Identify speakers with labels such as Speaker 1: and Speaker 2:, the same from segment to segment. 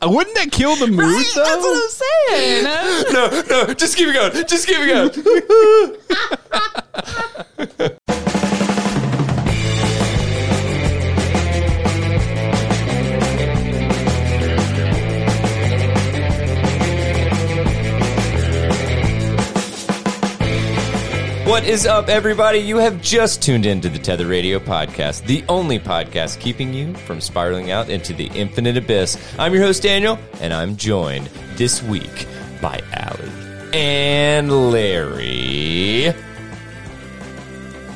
Speaker 1: Uh, Wouldn't that kill the mood
Speaker 2: Right?
Speaker 1: though?
Speaker 2: That's what I'm saying. Uh,
Speaker 1: no, no, just keep it going. Just keep it going.
Speaker 2: What is up, everybody? You have just tuned into the Tether Radio podcast, the only podcast keeping you from spiraling out into the infinite abyss. I'm your host, Daniel, and I'm joined this week by Allie and Larry.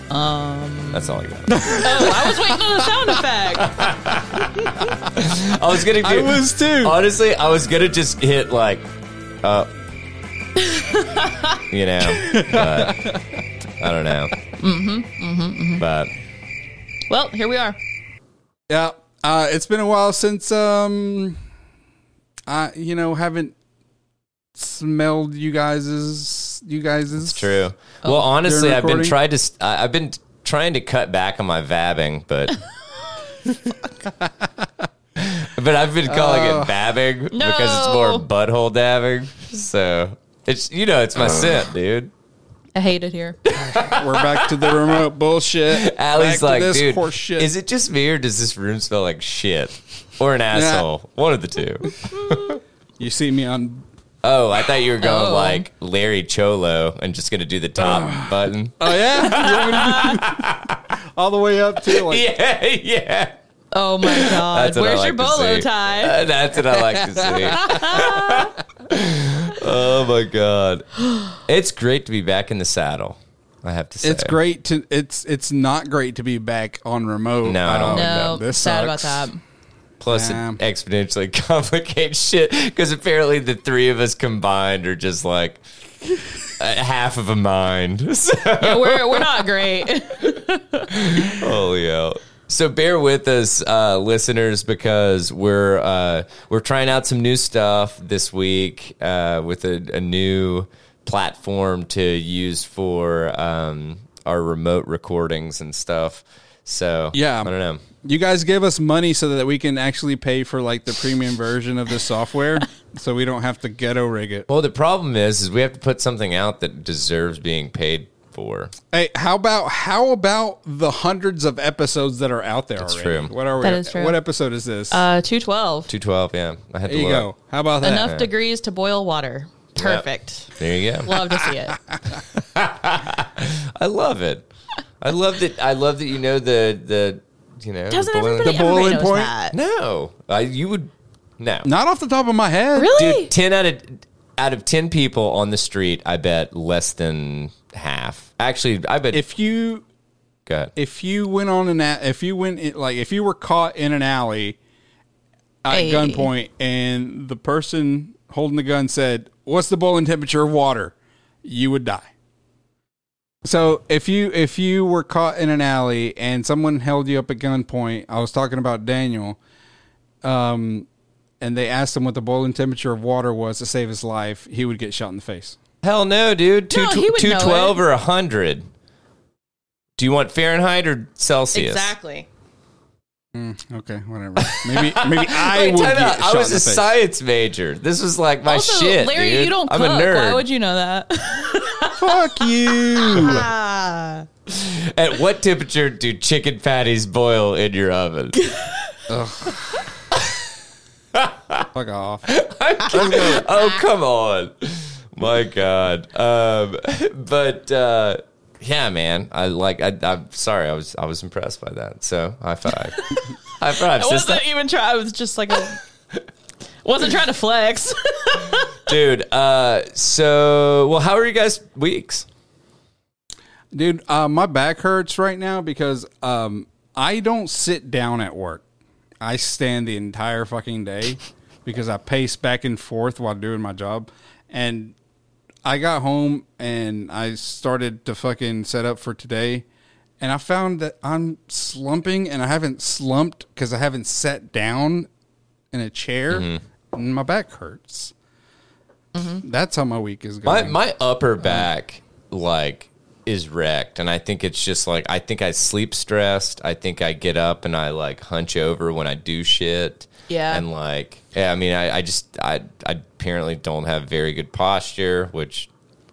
Speaker 2: Um, That's all I got.
Speaker 3: Oh, I was waiting on the sound effect.
Speaker 2: I was gonna do.
Speaker 1: I was too.
Speaker 2: Honestly, I was gonna just hit like, uh, you know, but I don't know. Mm-hmm, mm-hmm, But
Speaker 3: Well, here we are.
Speaker 1: Yeah. Uh, it's been a while since um I you know haven't smelled you guys's you guys's
Speaker 2: true. Well, honestly,
Speaker 1: Oh. During
Speaker 2: I've been
Speaker 1: recording?
Speaker 2: trying to. s- I- I've been t- trying to cut back on my vabbing, but. But I've been calling
Speaker 1: Uh,
Speaker 2: it babbing because it's more
Speaker 3: No.
Speaker 2: butthole dabbing. So it's you know
Speaker 1: Uh.
Speaker 2: it's my scent, dude.
Speaker 3: I hate it here.
Speaker 1: We're back to the remote bullshit.
Speaker 2: Allie's
Speaker 1: Back to
Speaker 2: like,
Speaker 1: this
Speaker 2: dude,
Speaker 1: horse shit.
Speaker 2: is it just me or does this room smell like shit or an asshole? One of the two.
Speaker 1: you see me on
Speaker 2: Oh, I thought you were going
Speaker 3: Oh.
Speaker 2: like Larry Cholo and just gonna do the top button.
Speaker 1: Oh yeah. You want me to do- all the way up to like
Speaker 2: Yeah, yeah.
Speaker 3: Oh my god.
Speaker 2: That's what I
Speaker 3: Where's
Speaker 2: like
Speaker 3: your
Speaker 2: to
Speaker 3: bolo
Speaker 2: see.
Speaker 3: tie?
Speaker 2: Uh, that's what I like to see. oh my god, it's great to be back in the saddle. I have to say,
Speaker 1: it's great to it's it's not great to be back on remote.
Speaker 2: No, I don't
Speaker 1: Um,
Speaker 2: like
Speaker 3: No,
Speaker 1: This
Speaker 3: sad
Speaker 1: sucks.
Speaker 3: about that.
Speaker 2: Plus,
Speaker 1: Yeah.
Speaker 2: it exponentially complicates shit because apparently the three of us combined are just like a half of a mind. So,
Speaker 3: Yeah, we're we're not great.
Speaker 2: holy hell. Oh, So bear with us, uh, listeners, because we're uh, we're trying out some new stuff this week uh, with a, a new platform to use for um, our remote recordings and stuff. So
Speaker 1: Yeah.
Speaker 2: I don't know.
Speaker 1: You guys give us money so that we can actually pay for like the premium version of this software so we don't have to ghetto rig it.
Speaker 2: Well, the problem is, is we have to put something out that deserves being paid for.
Speaker 1: Hey, how about how about the hundreds of episodes that are out there already?
Speaker 2: true.
Speaker 1: What are we?
Speaker 3: That is true.
Speaker 1: What episode is this?
Speaker 3: Uh, two twelve.
Speaker 2: Two twelve, yeah. I had
Speaker 1: there
Speaker 2: to
Speaker 1: you
Speaker 2: look.
Speaker 1: go. How about that?
Speaker 3: Enough degrees to boil water. Perfect.
Speaker 2: There you go.
Speaker 3: Love to see it.
Speaker 2: I love it. I love that. I love that you know the the you know the
Speaker 3: Doesn't
Speaker 2: boiling-
Speaker 3: everybody?
Speaker 1: The
Speaker 3: everybody
Speaker 1: boiling
Speaker 3: knows
Speaker 1: point?
Speaker 3: that.
Speaker 2: No, I, you would no.
Speaker 1: Not off the top of my head.
Speaker 3: Really?
Speaker 2: Dude, ten out of out of ten people on the street, I bet less than half. Actually, I bet.
Speaker 1: If you
Speaker 2: go ahead.
Speaker 1: if you went on an a- if you went in, like if you were caught in an alley at
Speaker 3: Hey.
Speaker 1: gunpoint and the person holding the gun said, "What's the boiling temperature of water?" you would die. So if you if you were caught in an alley and someone held you up at gunpoint, I was talking about Daniel, um, and they asked him what the boiling temperature of water was to save his life, he would get shot in the face.
Speaker 2: Hell no, dude. Two
Speaker 3: No, he would
Speaker 2: two
Speaker 3: know
Speaker 2: twelve
Speaker 3: it.
Speaker 2: or hundred. Do you want Fahrenheit or Celsius?
Speaker 3: Exactly.
Speaker 1: Okay, whatever. Maybe maybe I
Speaker 2: Wait,
Speaker 1: would
Speaker 2: time
Speaker 1: get
Speaker 2: out.
Speaker 1: shot
Speaker 2: I was
Speaker 1: in
Speaker 2: a
Speaker 1: the face.
Speaker 2: science major. This was like my
Speaker 3: Also,
Speaker 2: shit.
Speaker 3: Larry,
Speaker 2: dude.
Speaker 3: you don't cook.
Speaker 2: I'm a nerd.
Speaker 3: Why would you know that?
Speaker 1: Fuck you.
Speaker 3: Ah.
Speaker 2: At what temperature do chicken patties boil in your oven?
Speaker 1: Fuck off.
Speaker 2: oh, come on. My God. Um, but uh, yeah, man. I like. I, I'm sorry. I was. I was impressed by that. So high five. high five,
Speaker 3: I
Speaker 2: sister.
Speaker 3: wasn't even trying. I was just like, a, wasn't trying to flex.
Speaker 2: Dude. Uh, so well, how are you guys? Weeks.
Speaker 1: Dude, uh, my back hurts right now because um, I don't sit down at work. I stand the entire fucking day because I pace back and forth while doing my job. And I got home and I started to fucking set up for today. And I found that I'm slumping and I haven't slumped because I haven't sat down in a chair and my back hurts. That's how my week is
Speaker 2: My
Speaker 1: going.
Speaker 2: my upper back like is wrecked and i think it's just like i think i sleep stressed i think i get up and i like hunch over when i do shit
Speaker 3: Yeah.
Speaker 2: and like yeah i mean i, I just I, I apparently don't have very good posture which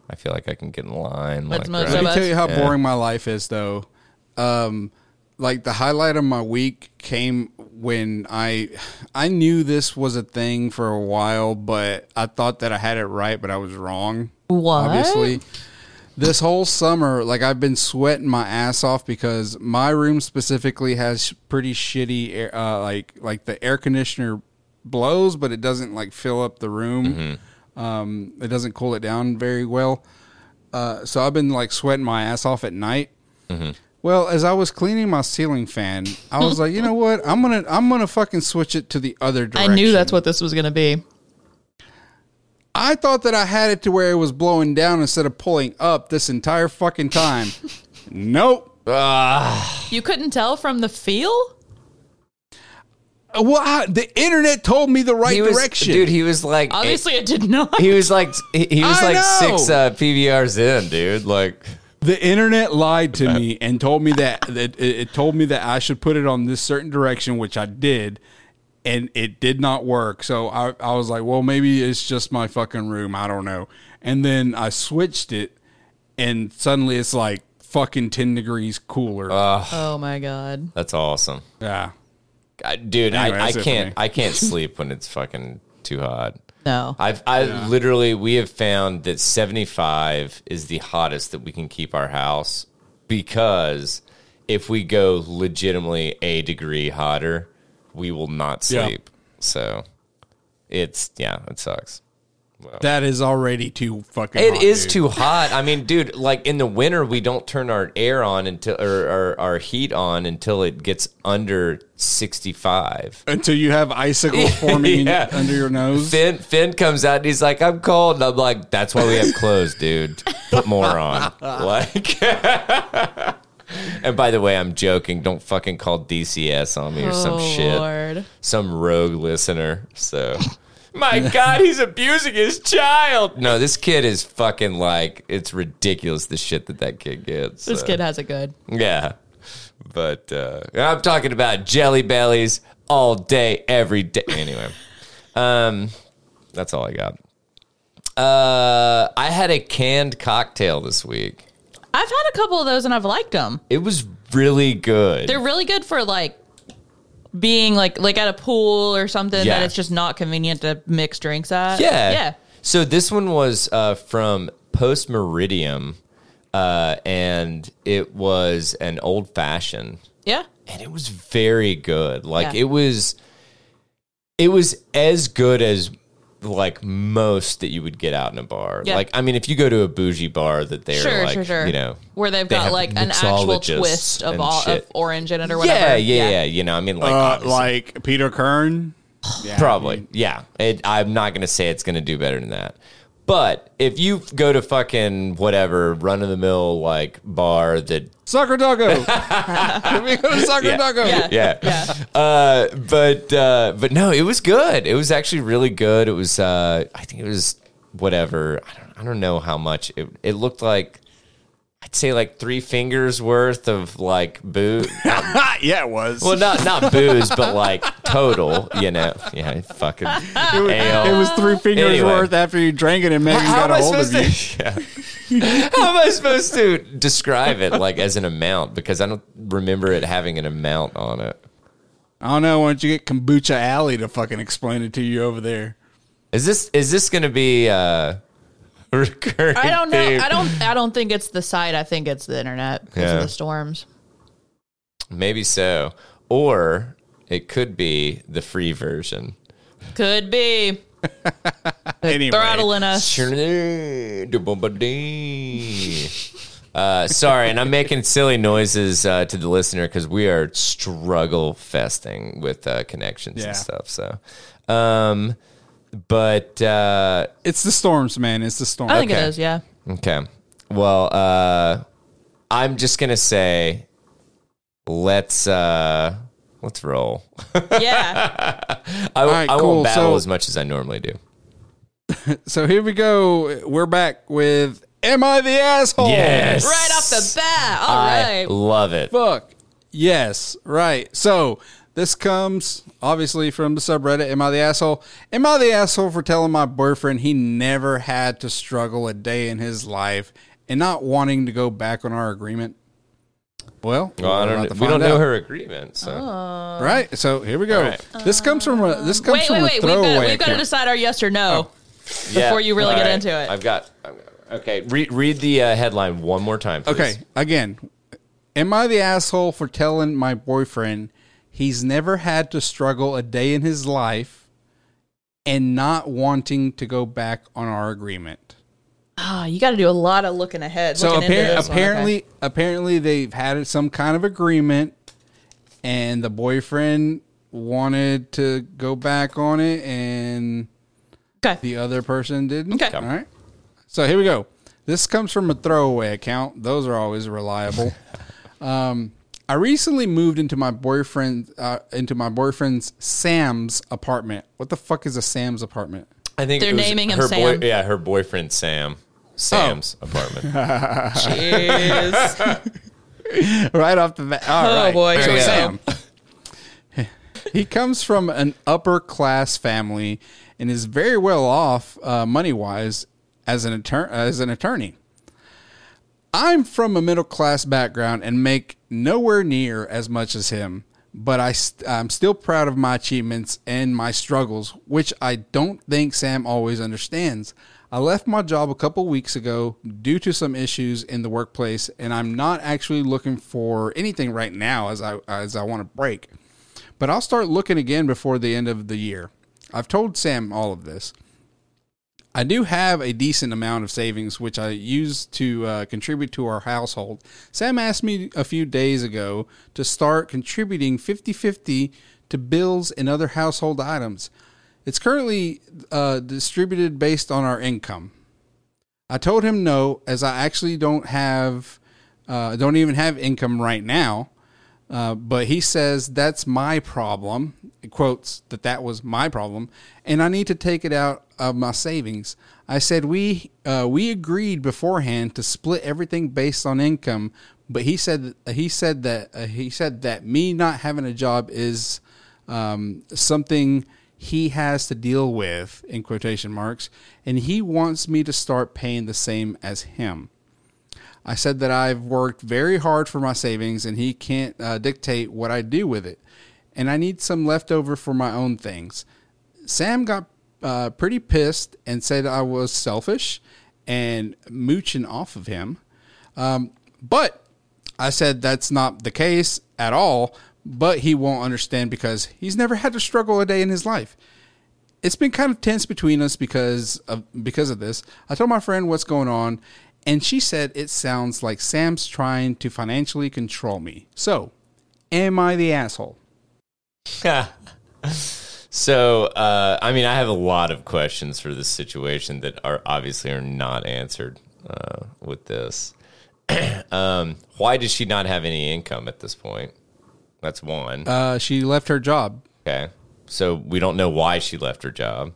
Speaker 2: i feel like i can get in line
Speaker 3: That's
Speaker 2: like,
Speaker 3: most
Speaker 1: Let
Speaker 3: of
Speaker 1: me
Speaker 3: us.
Speaker 1: tell you how
Speaker 2: Yeah.
Speaker 1: boring my life is, though. Um, like the highlight of my week came when I, I knew this was a thing for a while, but I thought that I had it right, but I was wrong.
Speaker 3: What?
Speaker 1: Obviously, this whole summer, like I've been sweating my ass off because my room specifically has pretty shitty, air, uh, like like the air conditioner blows, but it doesn't like fill up the room.
Speaker 3: Mm-hmm.
Speaker 1: Um, it doesn't cool it down very well Uh, so I've been like sweating my ass off at night.
Speaker 3: Mm-hmm.
Speaker 1: Well, as I was cleaning my ceiling fan, I was like, you know what? I'm gonna I'm gonna fucking switch it to the other
Speaker 3: I
Speaker 1: direction.
Speaker 3: knew that's what this was going to be.
Speaker 1: I thought that I had it to where it was blowing down instead of pulling up this entire fucking time. nope.
Speaker 3: You couldn't tell from the feel?
Speaker 1: Well, I, the internet told me the right
Speaker 2: he was,
Speaker 1: direction,
Speaker 2: dude he was like
Speaker 3: Obviously, it did not.
Speaker 2: he was like he, he was
Speaker 1: I
Speaker 2: like
Speaker 1: know.
Speaker 2: six uh, pvrs in dude like
Speaker 1: The internet lied to me and told me that, that it, it told me that I should put it on this certain direction, which I did, and it did not work. So I, I was like, well, maybe it's just my fucking room. I don't know. And then I switched it, and suddenly it's like fucking 10 degrees cooler.
Speaker 2: Uh,
Speaker 3: Oh my god.
Speaker 2: that's awesome
Speaker 1: yeah.
Speaker 2: I, dude
Speaker 1: Anyway,
Speaker 2: I, I
Speaker 1: that's it for me.
Speaker 2: can't i can't sleep when it's fucking too hot
Speaker 3: No.
Speaker 2: I've I literally we have found that 75 is the hottest that we can keep our house because if we go legitimately a degree hotter, we will not
Speaker 1: Yeah.
Speaker 2: sleep. So it's yeah, it sucks.
Speaker 1: That is already too fucking
Speaker 2: It
Speaker 1: hot,
Speaker 2: is
Speaker 1: dude.
Speaker 2: too hot. I mean, dude, like in the winter, we don't turn our air on until or, or our heat on until it gets under 65.
Speaker 1: Until you have icicles forming in-
Speaker 2: Yeah.
Speaker 1: under your nose.
Speaker 2: Finn Finn comes out and he's like, "I'm cold," and I'm like, "That's why we have clothes, dude. Put more on." Like, and by the way, I'm joking. Don't fucking call DCS on me or some shit.
Speaker 3: Oh, Lord.
Speaker 2: Some rogue listener. So, my God, he's abusing his child. No, this kid is fucking like it's ridiculous. The shit that that kid gets.
Speaker 3: This
Speaker 2: So,
Speaker 3: kid has it good.
Speaker 2: yeah. But uh, I'm talking about jelly bellies all day, every day. Anyway. Um, that's all I got. Uh, I had a canned cocktail this week.
Speaker 3: I've had a couple of those and I've liked them.
Speaker 2: It was really good.
Speaker 3: They're really good for like being like like at a pool or something
Speaker 2: Yeah.
Speaker 3: that it's just not convenient to mix drinks at.
Speaker 2: yeah.
Speaker 3: Yeah.
Speaker 2: So this one was uh, from Post Meridium, uh, and it was an old fashioned.
Speaker 3: Yeah.
Speaker 2: and it was very good. Like
Speaker 3: Yeah.
Speaker 2: it was, it was as good as like most that you would get out in a bar.
Speaker 3: Yeah.
Speaker 2: Like I mean, if you go to a bougie bar, that they're
Speaker 3: Sure,
Speaker 2: like,
Speaker 3: sure, sure.
Speaker 2: you know,
Speaker 3: Where they've
Speaker 2: they
Speaker 3: got
Speaker 2: have
Speaker 3: like an actual
Speaker 2: mixologists
Speaker 3: twist of
Speaker 2: and
Speaker 3: all of
Speaker 2: shit.
Speaker 3: orange in it or whatever.
Speaker 2: yeah, yeah, yeah, You know, I mean, like
Speaker 1: Uh,
Speaker 2: obviously-
Speaker 1: like Peter Kern.
Speaker 2: probably, yeah. It, I'm not gonna say it's gonna do better than that. But if you go to fucking whatever run of the mill like bar that
Speaker 1: Soccer Doggo. we go to Soccer
Speaker 2: Yeah.
Speaker 1: Doggo.
Speaker 3: Yeah.
Speaker 2: yeah. Uh, but uh, but no, it was good. It was actually really good. It was uh, I think it was whatever. I don't I don't know how much it it looked like. I'd say like three fingers worth of like booze.
Speaker 1: yeah, it was.
Speaker 2: well, not not booze, but like total. You know, yeah, fucking ale.
Speaker 1: It was three fingers
Speaker 2: Anyway.
Speaker 1: worth after you drank it and Megan
Speaker 2: How
Speaker 1: got
Speaker 2: am
Speaker 1: a
Speaker 2: I
Speaker 1: hold of you.
Speaker 2: supposed to? Yeah. How am I supposed to describe it like as an amount? Because I don't remember it having an amount on it.
Speaker 1: I don't know. Why don't you get Kombucha Alley to fucking explain it to you over there?
Speaker 2: Is this is this going to be uh, a recurring?
Speaker 3: I don't know.
Speaker 2: theme?
Speaker 3: I don't I don't think it's the site. I think it's the internet because
Speaker 2: Yeah.
Speaker 3: of the storms.
Speaker 2: Maybe so, or it could be the free version.
Speaker 3: Could be.
Speaker 1: Anyway,
Speaker 3: Throttling us.
Speaker 2: Uh, sorry, and I'm making silly noises uh, to the listener because we are struggle festing with uh, connections
Speaker 1: Yeah.
Speaker 2: and stuff. So, um, but uh,
Speaker 1: it's the storms, man. It's the storms.
Speaker 3: I think
Speaker 2: Okay.
Speaker 3: it is, yeah.
Speaker 2: Okay. Well, uh I'm just gonna say let's uh let's roll.
Speaker 3: Yeah.
Speaker 2: I,
Speaker 1: right,
Speaker 2: I
Speaker 1: cool.
Speaker 2: won't battle
Speaker 1: So-
Speaker 2: as much as I normally do.
Speaker 1: So here we go. We're back with Am I the asshole?
Speaker 2: Yes.
Speaker 3: Right off the bat. All
Speaker 2: I
Speaker 3: right.
Speaker 2: love it.
Speaker 1: Fuck. Yes. Right. So this comes obviously from the subreddit. Am I the asshole? Am I the asshole for telling my boyfriend he never had to struggle a day in his life and not wanting to go back on our agreement? Well,
Speaker 2: Well, I
Speaker 1: we're
Speaker 2: don't,
Speaker 1: about to
Speaker 2: we don't
Speaker 1: find
Speaker 2: know
Speaker 1: out.
Speaker 2: her agreement, so
Speaker 3: Oh.
Speaker 1: Right. So here we go.
Speaker 2: All right.
Speaker 1: This comes from a this comes
Speaker 3: Wait,
Speaker 1: from
Speaker 3: wait,
Speaker 1: a
Speaker 3: wait. We've
Speaker 1: throwaway. Oh.
Speaker 3: got, we've got to
Speaker 1: account.
Speaker 3: decide our yes or no. Before you really
Speaker 2: All
Speaker 3: get into it.
Speaker 2: I've got. I've got- Okay, read read the uh, headline one more time. Please.
Speaker 1: Okay, again, am I the asshole for telling my boyfriend he's never had to struggle a day in his life and not wanting to go back on our agreement?
Speaker 3: Ah, you got to do a lot of looking ahead.
Speaker 1: So
Speaker 3: looking
Speaker 1: appar-
Speaker 3: into this one, okay.
Speaker 1: apparently, apparently they've had some kind of agreement, and the boyfriend wanted to go back on it, and
Speaker 3: Okay.
Speaker 1: the other person didn't.
Speaker 3: Okay.
Speaker 1: all right. So here we go. This comes from a throwaway account. Those are always reliable. um, I recently moved into my boyfriend uh, into my boyfriend's Sam's apartment. What the fuck is a Sam's apartment?
Speaker 2: I think
Speaker 3: They're
Speaker 2: it was
Speaker 3: naming him
Speaker 2: her
Speaker 3: Sam.
Speaker 2: Boy, yeah, her boyfriend Sam. Sam's
Speaker 1: Oh.
Speaker 2: apartment.
Speaker 3: Jeez.
Speaker 1: right off the bat. All
Speaker 3: Oh,
Speaker 1: right.
Speaker 3: boy.
Speaker 1: So
Speaker 3: Here we go.
Speaker 1: Sam. he comes from an upper class family and is very well off uh, money wise as an attorney. As an attorney. I'm from a middle class background and make nowhere near as much as him, but I st- I'm still proud of my achievements and my struggles, which I don't think Sam always understands. I left my job a couple weeks ago due to some issues in the workplace, and I'm not actually looking for anything right now as I as I want to break. But I'll start looking again before the end of the year. I've told Sam all of this. I do have a decent amount of savings, which I use to uh, contribute to our household. Sam asked me a few days ago to start contributing 50 50 to bills and other household items. It's currently uh, distributed based on our income. I told him no, as I actually don't have, uh, don't even have income right now. Uh, but he says that's my problem. It quotes that that was my problem, and I need to take it out of my savings. I said we uh, we agreed beforehand to split everything based on income, but he said he said that uh, he said that me not having a job is um, something he has to deal with in quotation marks, and he wants me to start paying the same as him. I said that I've worked very hard for my savings and he can't uh, dictate what I do with it. And I need some leftover for my own things. Sam got uh, pretty pissed and said I was selfish and mooching off of him. Um, but I said that's not the case at all. But he won't understand because he's never had to struggle a day in his life it's been kind of tense between us because of because of this. I told my friend what's going on, and she said it sounds like Sam's trying to financially control me. So, am I the asshole?
Speaker 2: so, uh, I mean, I have a lot of questions for this situation that are obviously are not answered uh, with this. um, why does she not have any income at this point? That's one.
Speaker 1: Uh, she left her job
Speaker 2: okay, so we don't know why she left her job.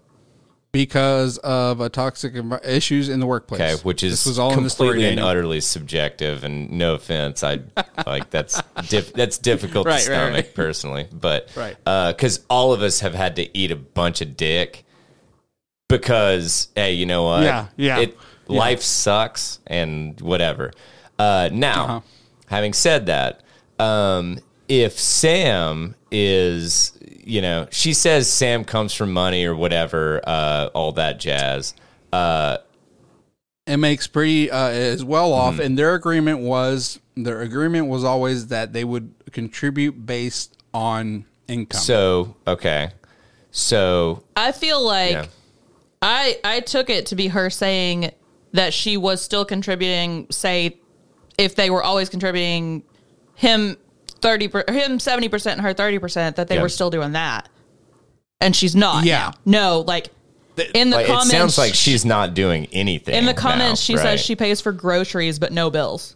Speaker 1: because of a toxic envi- issues in the workplace.
Speaker 2: Okay, which is
Speaker 1: this was all in this
Speaker 2: completely and
Speaker 1: Daniel.
Speaker 2: utterly subjective. And no offense, I like that's diff, that's difficult
Speaker 1: Right,
Speaker 2: to
Speaker 1: right,
Speaker 2: stomach
Speaker 1: right.
Speaker 2: personally, but
Speaker 1: Right.
Speaker 2: because all of us have had to eat a bunch of dick because hey, you know what?
Speaker 1: Yeah, yeah,
Speaker 2: It
Speaker 1: yeah.
Speaker 2: life sucks and whatever. Uh, now,
Speaker 1: Uh-huh.
Speaker 2: having said that, um, if Sam is, you know, she says Sam comes from money or whatever, uh, all that jazz. uh,
Speaker 1: It makes pretty uh, is well off,
Speaker 3: Mm-hmm.
Speaker 1: and their agreement was their agreement was always that they would contribute based on income.
Speaker 2: So okay, so
Speaker 3: I feel like
Speaker 2: yeah,
Speaker 3: I I took it to be her saying that she was still contributing. Say, if they were always contributing, him thirty, per- him seventy percent, and her thirty percent, that they
Speaker 2: Yeah.
Speaker 3: were still doing that, and she's not.
Speaker 1: Yeah.
Speaker 3: now. no, like in the
Speaker 2: like, it
Speaker 3: comments,
Speaker 2: sounds like she's not doing anything.
Speaker 3: in the
Speaker 2: now,
Speaker 3: comments. she
Speaker 2: right?
Speaker 3: says she pays for groceries but no bills.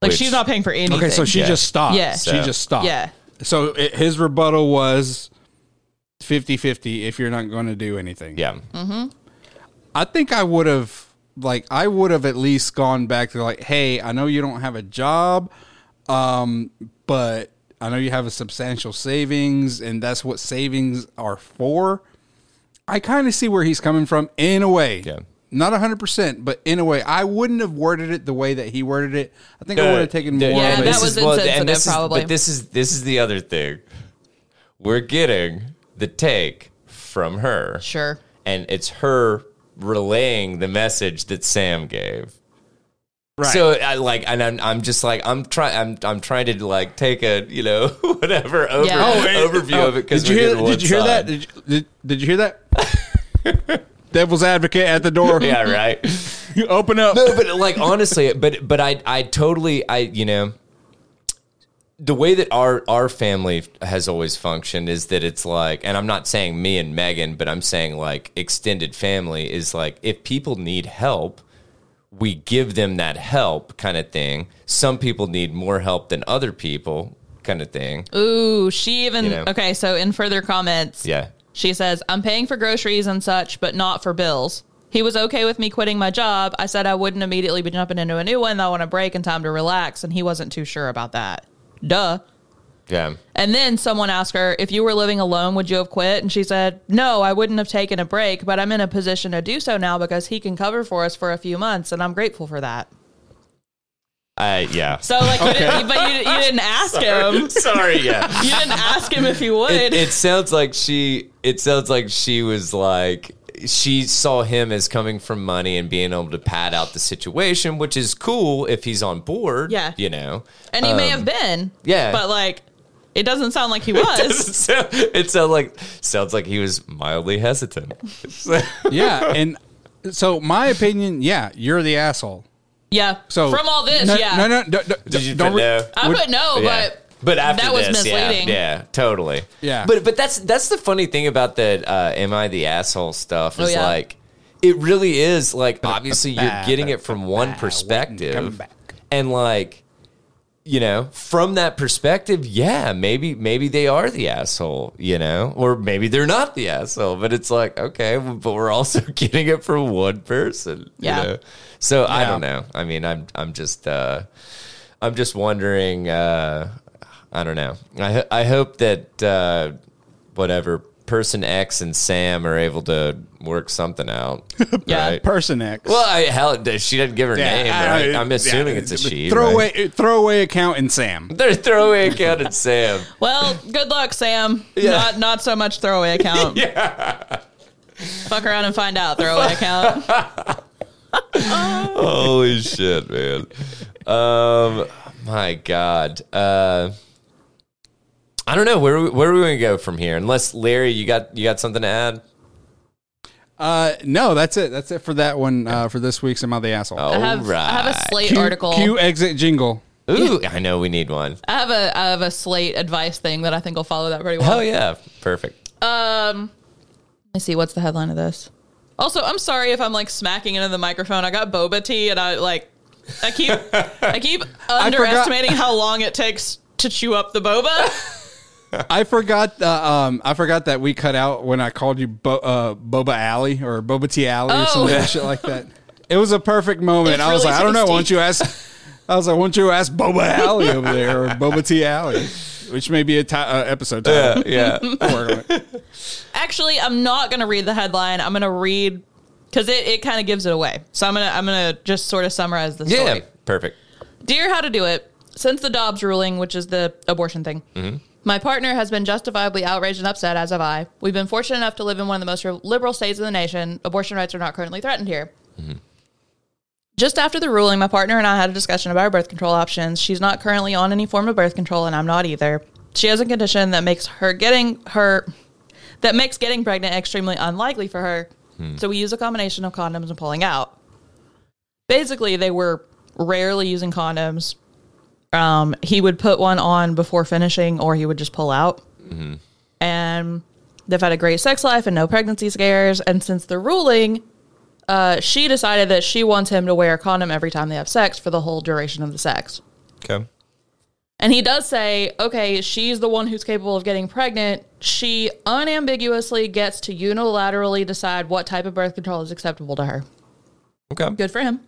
Speaker 3: Like
Speaker 2: Which-
Speaker 3: she's not paying for anything.
Speaker 1: okay, so she
Speaker 2: Yeah.
Speaker 1: just stopped.
Speaker 3: Yeah.
Speaker 1: she just stopped.
Speaker 3: yeah,
Speaker 1: So i his rebuttal was 50 50 if you're not going to do anything.
Speaker 2: yeah.
Speaker 1: I think I would have like I would have at least gone back to like, hey, I know you don't have a job, um, but I know you have a substantial savings, and that's what savings are for. I kind of see where he's coming from in a way.
Speaker 2: Yeah.
Speaker 1: Not 100%, but in a way. I wouldn't have worded it the way that he worded it. I think I would have taken more
Speaker 3: Yeah,
Speaker 1: of
Speaker 3: that
Speaker 1: it.
Speaker 2: this
Speaker 3: was
Speaker 2: is- well, and
Speaker 3: insensitive,
Speaker 2: this is-
Speaker 3: probably.
Speaker 2: But this is this is the other thing. We're getting the take from her,
Speaker 3: Sure.
Speaker 2: and it's her relaying the message that Sam gave. So I like, and I'm, I'm just like, I'm trying, I'm, I'm trying to like take a, you know, whatever over,
Speaker 3: Yeah. Oh,
Speaker 2: overview
Speaker 1: Oh,
Speaker 2: of it because
Speaker 1: did you hear? Did you hear that? Did you, did, did you hear that? Devil's advocate at the door.
Speaker 2: Yeah, right.
Speaker 1: You open up.
Speaker 2: No, but like honestly, but but I I totally I you know the way that our our family has always functioned is that it's like and I'm not saying me and Megan, but I'm saying like extended family is like if people need help, we give them that help kind of thing. Some people need more help than other people kind of thing.
Speaker 3: Ooh, she even
Speaker 2: You know.
Speaker 3: okay. So in further comments,
Speaker 2: Yeah.
Speaker 3: she says, "I'm paying for groceries and such, but not for bills." He was okay with me quitting my job. I said I wouldn't immediately be jumping into a new one. I want a break and time to relax, and he wasn't too sure about that. Duh.
Speaker 2: Yeah.
Speaker 3: And then someone asked her, if you were living alone, would you have quit? And she said, no, I wouldn't have taken a break, but I'm in a position to do so now because he can cover for us for a few months, and I'm grateful for that.
Speaker 2: I yeah.
Speaker 3: So, like, you didn't, but you, you didn't ask him.
Speaker 2: Sorry, yeah.
Speaker 3: You didn't ask him if he would.
Speaker 2: it, it sounds like she it sounds like she was like she saw him as coming from money and being able to pad out the situation which is cool if he's on board
Speaker 3: Yeah.
Speaker 2: you know
Speaker 3: and he may have been.
Speaker 2: um, yeah.
Speaker 3: But, like, it doesn't sound like he was.
Speaker 2: so it sounds like sounds like he was mildly hesitant
Speaker 1: yeah, and so my opinion, yeah, you're the asshole.
Speaker 3: yeah.
Speaker 1: So
Speaker 3: from all this,
Speaker 1: no,
Speaker 3: yeah.
Speaker 1: no, no, no, no,
Speaker 2: did you
Speaker 1: don't.
Speaker 2: put
Speaker 1: re-
Speaker 2: no?
Speaker 3: I
Speaker 1: Would-
Speaker 3: put no,
Speaker 2: Yeah.
Speaker 3: but.
Speaker 2: but after
Speaker 3: that was
Speaker 2: this, yeah,
Speaker 3: misleading.
Speaker 2: Yeah, totally.
Speaker 1: Yeah.
Speaker 2: But but that's that's the funny thing about that uh am I the asshole stuff is
Speaker 3: Oh, yeah.
Speaker 2: like it really is like obviously you're
Speaker 1: ba-
Speaker 2: getting it from one
Speaker 1: come
Speaker 2: perspective.
Speaker 1: back.
Speaker 2: And like you know, from that perspective, yeah, maybe maybe they are the asshole, you know, or maybe they're not the asshole. But it's like, okay, but we're also getting it from one person, you
Speaker 3: Yeah.
Speaker 2: know? So I
Speaker 1: Yeah.
Speaker 2: don't know. I mean, I'm I'm just uh, I'm just wondering. Uh, I don't know. I ho- I hope that uh, whatever person X and Sam are able to work something out.
Speaker 3: Yeah.
Speaker 2: right?
Speaker 1: Person X.
Speaker 2: Well, I, hell, she didn't give her
Speaker 1: Yeah,
Speaker 2: name.
Speaker 1: I-
Speaker 2: Right?
Speaker 1: I-
Speaker 2: I'm assuming
Speaker 1: yeah,
Speaker 2: it's a she. right?
Speaker 1: Throwaway, throwaway account in Sam.
Speaker 2: They're throwaway account at Sam.
Speaker 3: Well, good luck, Sam.
Speaker 2: Yeah.
Speaker 3: Not not so much throwaway account. yeah. Fuck around and find out throwaway account.
Speaker 2: Holy shit, man. Um, my God. Uh, I don't know where we, where are we gonna go from here. Unless Larry, you got you got something to add?
Speaker 1: Uh, no, that's it. That's it for that one. Uh, for this week's Am I the Asshole?
Speaker 2: All
Speaker 3: I
Speaker 2: right.
Speaker 3: have I have a slate
Speaker 1: Cue-
Speaker 3: article.
Speaker 1: Cue exit jingle.
Speaker 2: Ooh, I know we need one.
Speaker 3: I have a I have a slate advice thing that I think will follow that pretty well.
Speaker 2: Oh yeah, perfect.
Speaker 3: Let me see what's the headline of this. Also, I'm sorry if I'm like smacking into the microphone. I got boba tea and I like I keep I keep underestimating how long it takes to chew up the boba.
Speaker 1: I forgot. Uh, um, I forgot that we cut out when I called you Bo- uh, Boba Alley or Boba T Alley or some
Speaker 3: Oh.
Speaker 1: of that shit like that. It was a perfect moment.
Speaker 3: It's
Speaker 1: I was
Speaker 3: really
Speaker 1: like, I don't know.
Speaker 3: tasty.
Speaker 1: Why don't you ask? I was like, why don't you ask Boba Alley over there or Boba T Alley, which may be a ti uh, episode title.
Speaker 2: Yeah.
Speaker 1: Don't worry about it.
Speaker 3: Actually, I'm not going to read the headline. I'm going to read cuz it, it kind of gives it away. So I'm going to I'm going to just sort of summarize the story.
Speaker 2: yeah, perfect.
Speaker 3: Dear How to Do It, since the Dobbs ruling, which is the abortion thing, my partner has been justifiably outraged and upset, as have I. We've been fortunate enough to live in one of the most liberal states in the nation. Abortion rights are not currently threatened here. Just after the ruling, my partner and I had a discussion about our birth control options. She's not currently on any form of birth control, and I'm not either. She has a condition that makes her getting her that makes getting pregnant extremely unlikely for her. So we use a combination of condoms and pulling out. Basically, they were rarely using condoms. Um, he would put one on before finishing, or he would just pull out. And they've had a great sex life and no pregnancy scares. And since the ruling, uh, she decided that she wants him to wear a condom every time they have sex for the whole duration of the sex.
Speaker 2: Okay.
Speaker 3: And he does say, okay, she's the one who's capable of getting pregnant. She unambiguously gets to unilaterally decide what type of birth control is acceptable to her.
Speaker 2: Okay.
Speaker 3: Good for him.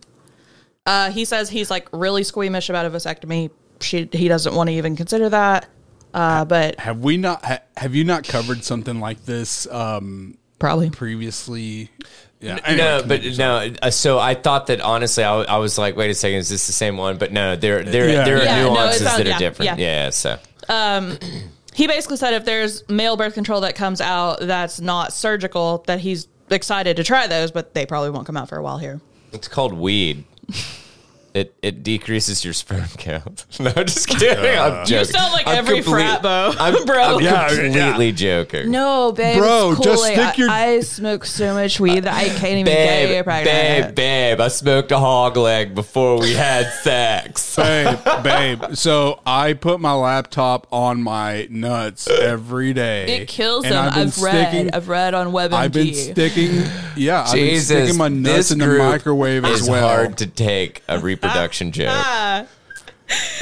Speaker 3: Uh, he says he's like really squeamish about a vasectomy. She, he doesn't want to even consider that. Uh, but
Speaker 1: Have we not? Ha, have you not covered something like this um,
Speaker 3: probably
Speaker 1: previously? Yeah.
Speaker 2: no,
Speaker 1: anyway,
Speaker 2: but no. uh, So I thought that honestly, I, w- I was like, wait a second, is this the same one? But no, there there
Speaker 1: Yeah.
Speaker 2: there are
Speaker 3: Yeah, no, it
Speaker 2: nuances
Speaker 3: sounds-
Speaker 2: that are
Speaker 3: yeah,
Speaker 2: different.
Speaker 3: yeah.
Speaker 2: Yeah. So
Speaker 3: he basically said if there's male birth control that comes out that's not surgical, that he's excited to try those, but they probably won't come out for a while here.
Speaker 2: it's called weed. It it decreases your sperm count. no, I'm just
Speaker 1: Uh,
Speaker 2: kidding. I'm joking.
Speaker 3: You sound like
Speaker 2: I'm
Speaker 3: every frat bo,
Speaker 2: I'm,
Speaker 3: bro.
Speaker 2: I'm
Speaker 1: Yeah,
Speaker 2: completely joking.
Speaker 3: No, babe,
Speaker 1: Bro,
Speaker 3: it's
Speaker 1: just
Speaker 3: Kool-Aid.
Speaker 1: stick your-
Speaker 3: I, I smoke so much weed that I can't even get you
Speaker 2: Babe,
Speaker 3: pregnant.
Speaker 2: babe, babe, I smoked a hog leg before we had sex.
Speaker 1: babe, babe. So I put my laptop on my nuts every day.
Speaker 3: It kills
Speaker 1: And
Speaker 3: them. I've, read.
Speaker 1: sticking-
Speaker 3: I've read on WebMD.
Speaker 1: I've been sticking, yeah, I've been sticking my nuts
Speaker 2: this
Speaker 1: in the
Speaker 2: group
Speaker 1: microwave as
Speaker 2: is
Speaker 1: well.
Speaker 2: hard to take a reproduction joke.
Speaker 3: ah,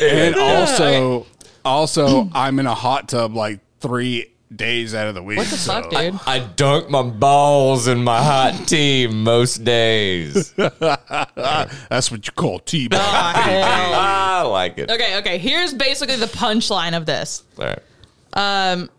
Speaker 1: and also, also, I'm in a hot tub like three days out of the week.
Speaker 3: what the
Speaker 1: so-
Speaker 3: fuck, dude?
Speaker 2: I dunk my balls in my hot tea most days.
Speaker 1: That's what you call tea. babe.
Speaker 2: I like it.
Speaker 3: okay, okay. Here's basically the punchline of this.
Speaker 2: All right.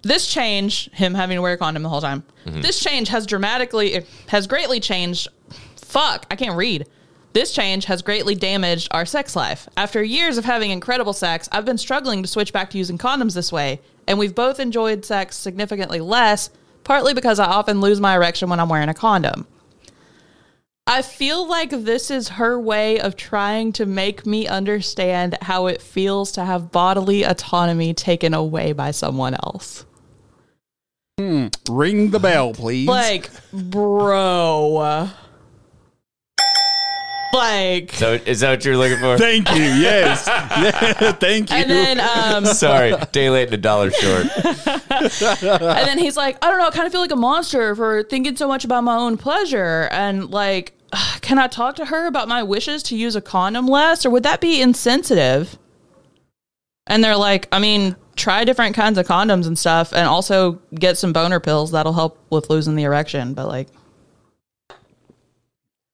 Speaker 3: this change, him having to wear a condom the whole time, this change has dramatically, it has greatly changed. Fuck, I can't read. This change has greatly damaged our sex life. After years of having incredible sex, I've been struggling to switch back to using condoms this way, and we've both enjoyed sex significantly less, partly because I often lose my erection when I'm wearing a condom. I feel like this is her way of trying to make me understand how it feels to have bodily autonomy taken away by someone else.
Speaker 1: Ring the bell, please.
Speaker 3: Like, bro. Like,
Speaker 2: So is that what you're looking for?
Speaker 1: Thank you. Yes. Yeah, thank you.
Speaker 3: and then um,
Speaker 2: Sorry, day late and a dollar short.
Speaker 3: and then he's like, I don't know, I kind of feel like a monster for thinking so much about my own pleasure, and like, can I talk to her about my wishes to use a condom less, or would that be insensitive? And they're like, I mean, try different kinds of condoms and stuff, and also get some boner pills that'll help with losing the erection, but like.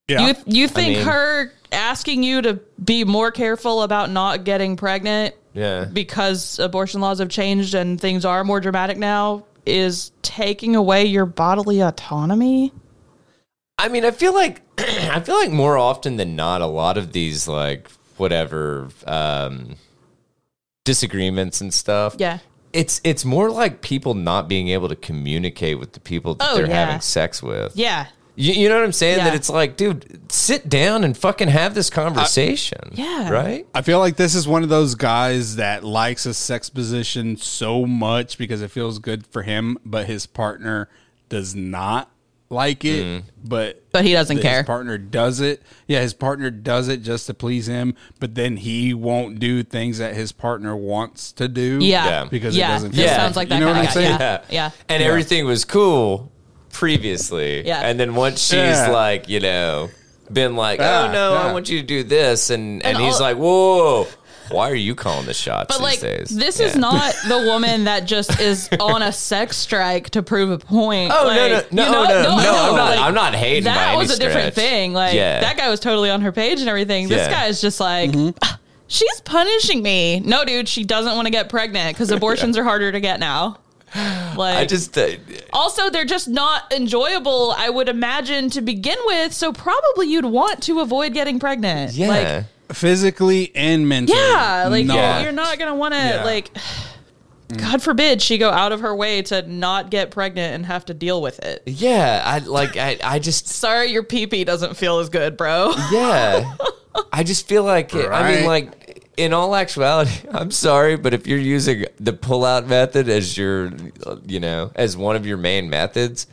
Speaker 1: yeah.
Speaker 3: You you think
Speaker 2: mean-
Speaker 3: her asking you to be more careful about not getting pregnant
Speaker 2: Yeah.
Speaker 3: because abortion laws have changed and things are more dramatic now is taking away your bodily autonomy?
Speaker 2: I mean, I feel like I feel like more often than not, a lot of these like whatever um, disagreements and stuff.
Speaker 3: Yeah.
Speaker 2: It's it's more like people not being able to communicate with the people that
Speaker 3: Oh,
Speaker 2: they're
Speaker 3: yeah.
Speaker 2: having sex with.
Speaker 3: Yeah.
Speaker 2: You, you know what I'm saying? That
Speaker 3: Yeah.
Speaker 2: it's like, dude, sit down and fucking have this conversation.
Speaker 3: yeah.
Speaker 2: Right?
Speaker 1: I feel like this is one of those guys that likes a sex position so much because it feels good for him, but his partner does not like it.
Speaker 3: Mm.
Speaker 1: But
Speaker 3: But he doesn't
Speaker 1: his
Speaker 3: care.
Speaker 1: partner does it. Yeah, his partner does it just to please him, but then he won't do things that his partner wants to do.
Speaker 3: yeah.
Speaker 2: Yeah.
Speaker 1: Because it
Speaker 3: yeah.
Speaker 1: doesn't
Speaker 3: This
Speaker 1: feel
Speaker 3: sounds
Speaker 1: like-
Speaker 3: like
Speaker 1: you
Speaker 3: that
Speaker 1: know what
Speaker 3: kind
Speaker 1: I'm
Speaker 3: of guy.
Speaker 1: saying?
Speaker 3: Yeah. yeah.
Speaker 2: And everything was cool previously.
Speaker 3: Yeah.
Speaker 2: And then once she's
Speaker 1: Yeah.
Speaker 2: like, you know, been like,
Speaker 1: Yeah,
Speaker 2: oh no, I
Speaker 1: yeah.
Speaker 2: want you to do this. And, and,
Speaker 3: And
Speaker 2: he's
Speaker 3: all-
Speaker 2: like, whoa, why are you calling the shots
Speaker 3: But
Speaker 2: these
Speaker 3: like
Speaker 2: days?
Speaker 3: this is
Speaker 2: Yeah.
Speaker 3: not the woman that just is on a sex strike to prove a point.
Speaker 2: Oh no
Speaker 3: Like,
Speaker 2: no no
Speaker 3: you
Speaker 2: no
Speaker 3: know?
Speaker 2: no!
Speaker 3: I know,
Speaker 2: I'm not.
Speaker 3: like-
Speaker 2: I'm not hating. by
Speaker 3: that
Speaker 2: any
Speaker 3: was a different
Speaker 2: stretch.
Speaker 3: thing. Like
Speaker 2: Yeah.
Speaker 3: that guy was totally on her page and everything. This
Speaker 2: Yeah. Mm-hmm.
Speaker 3: guy is just like, "Ah, she's punishing me. No, dude, she doesn't want to get pregnant because abortions are harder to get now. Like,
Speaker 2: I just uh,
Speaker 3: also they're just not enjoyable. I would imagine to begin with, so probably you'd want to avoid getting pregnant.
Speaker 2: yeah. Mm.
Speaker 3: like,
Speaker 1: Physically and mentally.
Speaker 3: yeah, like
Speaker 1: No.
Speaker 2: Yeah. Mm.
Speaker 3: you're not gonna want to
Speaker 1: Yeah.
Speaker 3: like. God forbid she go out of her way to not get pregnant and have to deal with it.
Speaker 2: yeah, I like I, I just
Speaker 3: Sorry, your pee pee doesn't feel as good, bro.
Speaker 2: yeah, I just feel like it, I mean
Speaker 1: Right.
Speaker 2: like in all actuality, I'm sorry, but if you're using the pull out method as your you know as one of your main methods,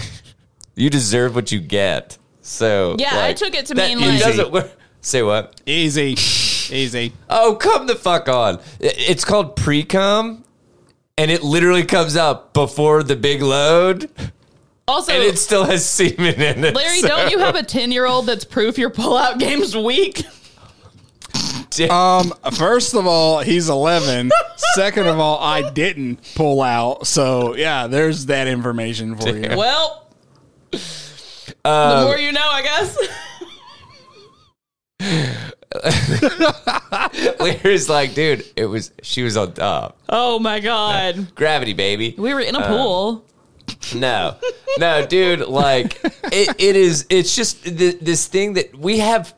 Speaker 2: you deserve what you get. So
Speaker 3: Yeah, I
Speaker 2: like,
Speaker 3: took it to
Speaker 2: that-
Speaker 3: mean
Speaker 2: it
Speaker 3: like
Speaker 2: doesn't work. Say what?
Speaker 1: Easy. Easy.
Speaker 2: Oh, come the fuck on. I- It's called pre cum, and it literally comes up before the big load,
Speaker 3: also
Speaker 2: and it still has semen in it.
Speaker 3: Oh. Larry, don't you have a ten year old that's proof your pullout game's weak?
Speaker 2: have.
Speaker 1: Um, first of all, he's 11. Second of all, I didn't pull out. So, yeah, there's that information for you.
Speaker 3: Well,
Speaker 2: Um,
Speaker 3: the more you know, I guess.
Speaker 2: Larry's like, dude, it was she was on top.
Speaker 3: oh my god,
Speaker 2: Gravity, baby.
Speaker 3: we were in a pool.
Speaker 2: No, no, dude. Like it, it is. It's just th- this thing that we have.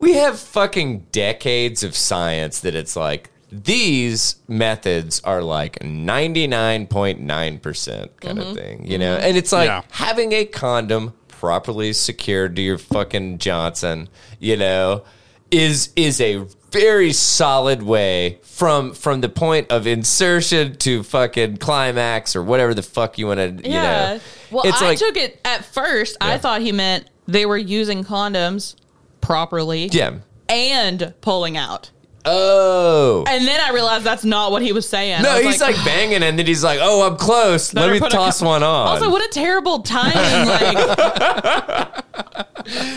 Speaker 2: We have fucking decades of science that it's like these methods are like ninety nine point nine percent kind of thing, you know. And it's like
Speaker 1: Yeah.
Speaker 2: having a condom properly secured to your fucking Johnson, you know, is is a very solid way from from the point of insertion to fucking climax or whatever the fuck you want to you
Speaker 3: yeah.
Speaker 2: know.
Speaker 3: Well,
Speaker 2: it's
Speaker 3: I
Speaker 2: like
Speaker 3: took it at first. I
Speaker 2: Yeah.
Speaker 3: thought he meant they were using condoms properly.
Speaker 2: yeah.
Speaker 3: And pulling out.
Speaker 2: Oh.
Speaker 3: And then I realized that's not what he was saying. I
Speaker 2: no,
Speaker 3: was
Speaker 2: he's like, banging and then he's like, "Oh, I'm close. Let
Speaker 3: Better
Speaker 2: me
Speaker 3: put a
Speaker 2: toss one on."
Speaker 3: also, what a terrible timing! Like,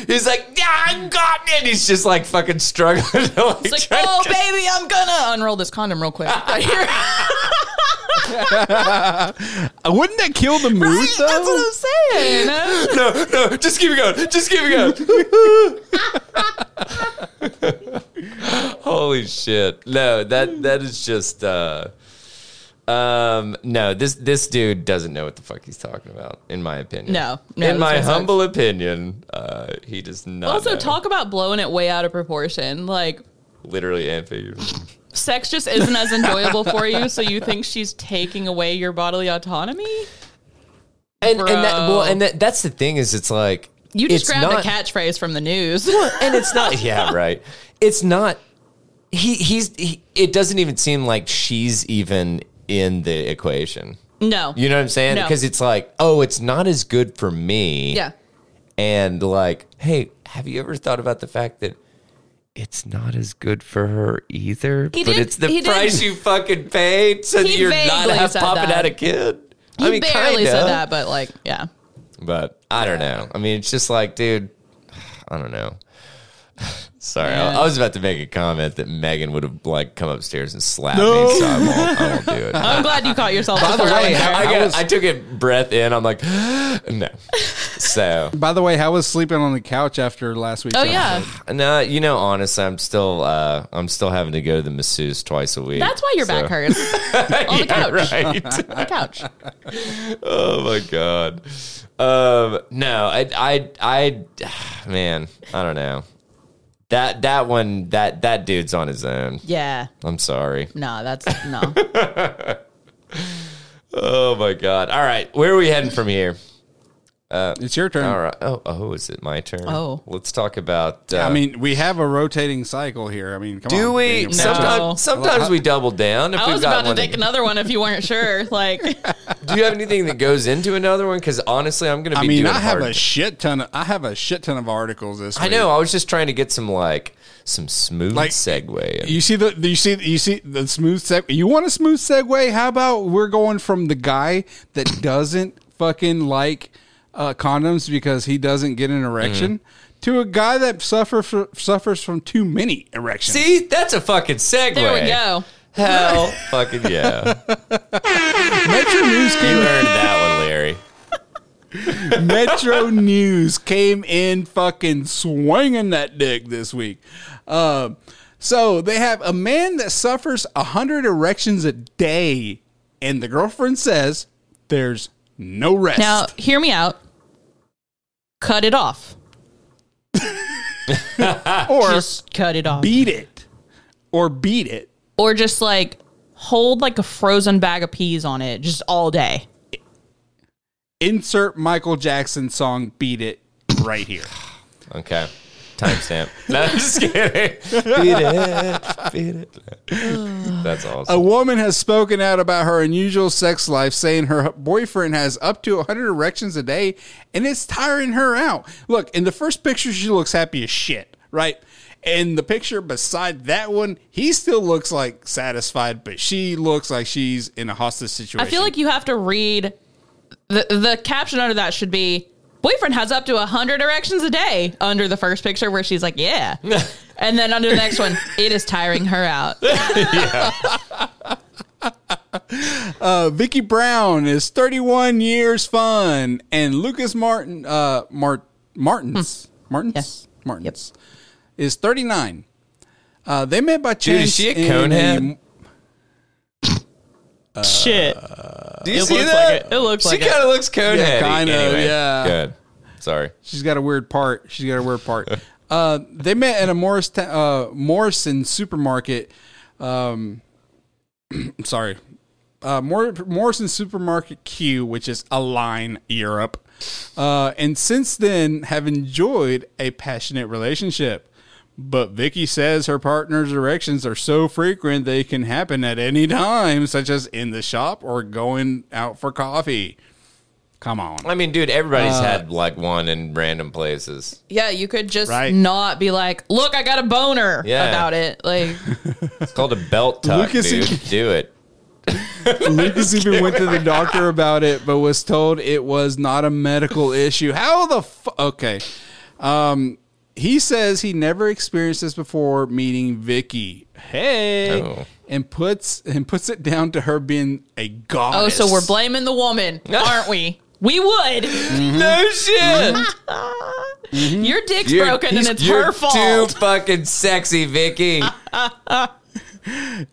Speaker 2: he's like, "Yeah, I got it." He's just like fucking struggling to like,
Speaker 3: it's
Speaker 2: try
Speaker 3: like,
Speaker 2: to
Speaker 3: oh baby, I'm gonna unroll this condom real quick. Right here.
Speaker 1: Uh, Wouldn't that kill the mood
Speaker 3: That's
Speaker 1: though?
Speaker 3: what I'm saying.
Speaker 2: no, no, just keep it going. Just keep it going. Holy shit. No, that that is just uh um no, this this dude doesn't know what the fuck he's talking about in my opinion.
Speaker 3: No, no,
Speaker 2: in
Speaker 3: this
Speaker 2: my
Speaker 3: guy sucks.
Speaker 2: humble opinion, uh he does not
Speaker 3: Also,
Speaker 2: know,
Speaker 3: talk about blowing it way out of proportion. Like,
Speaker 2: literally and figuratively.
Speaker 3: sex just isn't as enjoyable for you, so you think she's taking away your bodily autonomy?
Speaker 2: And and that, well
Speaker 3: Bro.
Speaker 2: and that, that's the thing is it's like
Speaker 3: You just
Speaker 2: it's
Speaker 3: grabbed
Speaker 2: not-
Speaker 3: a catchphrase from the news.
Speaker 2: and it's not yeah right it's not he he's he, it doesn't even seem like she's even in the equation
Speaker 3: no.
Speaker 2: you know what i'm saying
Speaker 3: No.
Speaker 2: because it's like oh it's not as good for me
Speaker 3: Yeah.
Speaker 2: and like hey have you ever thought about the fact that it's not as good for her either
Speaker 3: He
Speaker 2: but
Speaker 3: did-
Speaker 2: it's the
Speaker 3: he did-
Speaker 2: price you fucking paid so that
Speaker 3: He
Speaker 2: you're not
Speaker 3: vaguely
Speaker 2: half
Speaker 3: said
Speaker 2: popping out
Speaker 3: that.
Speaker 2: a kid
Speaker 3: He barely
Speaker 2: kinda.
Speaker 3: said that, but like, yeah.
Speaker 2: But I don't know. I mean, it's just like, dude, I don't know. Sorry, I,
Speaker 3: Man.
Speaker 2: I was about to make a comment that Megan would have like come upstairs and slapped me,
Speaker 1: No.
Speaker 2: so I won't, I won't do it. I,
Speaker 3: I'm glad you caught yourself. By
Speaker 1: the way,
Speaker 2: I,
Speaker 1: I
Speaker 2: got-
Speaker 1: was-
Speaker 2: I took a breath in. I'm like, no. So
Speaker 1: By the way, how was sleeping on the couch after last week's
Speaker 3: oh,
Speaker 1: episode?
Speaker 3: yeah.
Speaker 2: no, you know, honestly, I'm still, uh, I'm still having to go to the masseuse twice a week.
Speaker 3: That's why your
Speaker 2: so-
Speaker 3: back hurts. On the
Speaker 2: Yeah,
Speaker 3: couch.
Speaker 2: right.
Speaker 3: On the couch.
Speaker 2: oh my god. Um, no, I, I, I, man, I don't know. That that one, that that dude's on his own.
Speaker 3: Yeah.
Speaker 2: I'm sorry.
Speaker 3: No, that's no.
Speaker 2: Oh my god. All right, where are we heading from here?
Speaker 1: It's your turn.
Speaker 2: All right. Oh, oh, is it my turn?
Speaker 3: Oh.
Speaker 2: let's talk about. Uh,
Speaker 1: I mean, oh, we have a rotating cycle here. I mean, come
Speaker 2: do
Speaker 1: on,
Speaker 2: we?
Speaker 1: Daniel.
Speaker 2: Sometimes, sometimes we double down. If
Speaker 3: I
Speaker 2: we've
Speaker 3: was
Speaker 2: got
Speaker 3: about to
Speaker 2: one-
Speaker 3: take another one if you weren't sure. Like,
Speaker 2: Do you have anything that goes into another one? Because honestly, I'm going to
Speaker 1: I
Speaker 2: be.
Speaker 1: mean,
Speaker 2: doing
Speaker 1: I have
Speaker 2: hard-
Speaker 1: a shit ton of I have a shit ton of articles this week.
Speaker 2: I know. I was just trying to get some like some smooth
Speaker 1: Like,
Speaker 2: segue. in.
Speaker 1: You see the you see you see the smooth seg. You want a smooth segue? How about we're going from the guy that doesn't fucking like uh, condoms because he doesn't get an erection
Speaker 2: Mm-hmm.
Speaker 1: to a guy that suffers fr- suffers from too many erections.
Speaker 2: See, that's a fucking segue.
Speaker 3: there we go.
Speaker 2: Hell, fucking yeah.
Speaker 1: Metro News
Speaker 2: You
Speaker 1: came,
Speaker 2: earned that one, Larry.
Speaker 1: Metro News came in fucking swinging that dick this week. Uh, so they have a man that suffers hundred erections a day, and the girlfriend says there's no rest.
Speaker 3: Now, hear me out. Cut it off.
Speaker 1: or
Speaker 3: Just cut it off.
Speaker 1: beat it or beat it
Speaker 3: or just like hold like a frozen bag of peas on it just all day.
Speaker 1: insert michael jackson song beat it right here
Speaker 2: Okay. Timestamp. No, I'm just kidding. Beat it. Beat it. That's
Speaker 1: a
Speaker 2: awesome.
Speaker 1: woman has spoken out about her unusual sex life saying her boyfriend has up to 100 erections a day and it's tiring her out look in the first picture she looks happy as shit right and the picture beside that one he still looks like satisfied but she looks like she's in a hostage situation
Speaker 3: I feel like you have to read the the caption under that should be boyfriend has up to 100 erections a day under the first picture where she's like yeah and then under the next one it is tiring her out
Speaker 1: Uh, Vicky Brown is 31 years fun, and Lucas Martin, uh, Mart, Martins, Martins,
Speaker 3: Hmm. Yes.
Speaker 1: Martins, is 39. Uh, they met by chance.
Speaker 2: is she a
Speaker 1: in
Speaker 2: Conehead?
Speaker 3: Shit.
Speaker 2: Oh, Do you
Speaker 3: It
Speaker 2: see
Speaker 3: Uh, looks
Speaker 2: that?
Speaker 3: like it. It looks
Speaker 2: she
Speaker 3: like it.
Speaker 2: kind of looks conehead.
Speaker 1: Yeah, kinda, yeah.
Speaker 2: Good. Sorry.
Speaker 1: She's got a weird part. She's got a weird part. uh, they met at a Morris uh, Morrison supermarket. Um, I'm sorry, uh, Mor- Morrison supermarket Q, which is Align Europe, uh, and since then have enjoyed a passionate relationship. But Vicky says her partner's erections are so frequent they can happen at any time, such as in the shop or going out for coffee. Come on.
Speaker 2: I mean, dude, everybody's
Speaker 3: Uh,
Speaker 2: had like one in random places.
Speaker 3: Yeah, you could just
Speaker 1: Right.
Speaker 3: not be like, look, I got a boner
Speaker 2: Yeah.
Speaker 3: about it. Like,
Speaker 2: It's called a belt tuck,
Speaker 1: Lucas
Speaker 2: dude.
Speaker 1: and-
Speaker 2: Do it.
Speaker 1: Lucas even went to the doctor about it, but was told it was not a medical issue. How the fu- okay? Um, he says he never experienced this before meeting Vicky. Hey,
Speaker 2: Oh.
Speaker 1: and puts and puts it down to her being a
Speaker 3: oh,
Speaker 1: goddess.
Speaker 3: so we're blaming the woman, aren't we? We would.
Speaker 2: No shit.
Speaker 3: Your dick's
Speaker 2: You're-
Speaker 3: broken and
Speaker 2: he's-
Speaker 3: it's
Speaker 2: you're
Speaker 3: her fault.
Speaker 2: Too fucking sexy, Vicky.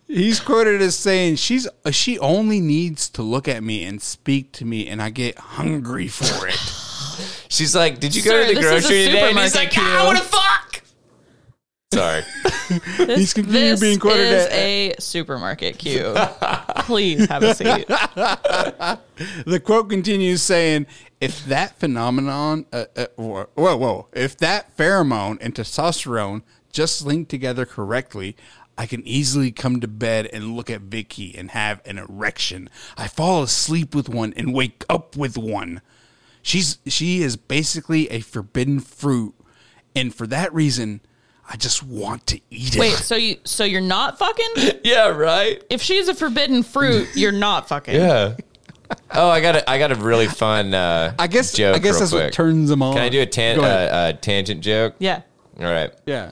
Speaker 1: He's quoted as saying, "She's she only needs to look at me and speak to me, and I get hungry for it."
Speaker 2: She's like, did you go
Speaker 3: Sir,
Speaker 2: to the
Speaker 3: this is a
Speaker 2: grocery today? And he's like,
Speaker 3: supermarket
Speaker 2: "Yeah, I want to fuck. Sorry.
Speaker 3: queue."
Speaker 1: He's
Speaker 3: This
Speaker 1: confused being quoted
Speaker 3: is
Speaker 1: at-
Speaker 3: a supermarket queue. Please have a seat.
Speaker 1: The quote continues saying, "If that phenomenon, uh, uh, whoa, whoa, whoa, if that pheromone and testosterone just linked together correctly, I can easily come to bed and look at Vicky and have an erection. I fall asleep with one and wake up with one. She's she is basically a forbidden fruit, and for that reason, I just want to eat it.
Speaker 3: Wait, so you so you're not fucking?
Speaker 2: yeah, right.
Speaker 3: If she's a forbidden fruit, you're not fucking.
Speaker 2: Yeah. Oh, I got a, I got a really fun. Uh,
Speaker 1: I guess
Speaker 2: joke
Speaker 1: I guess
Speaker 2: real
Speaker 1: that's
Speaker 2: quick.
Speaker 1: what turns them on.
Speaker 2: Can I do a, tan-
Speaker 1: Go
Speaker 2: uh,
Speaker 1: ahead.
Speaker 2: uh, tangent joke?
Speaker 3: Yeah.
Speaker 2: All right.
Speaker 1: yeah.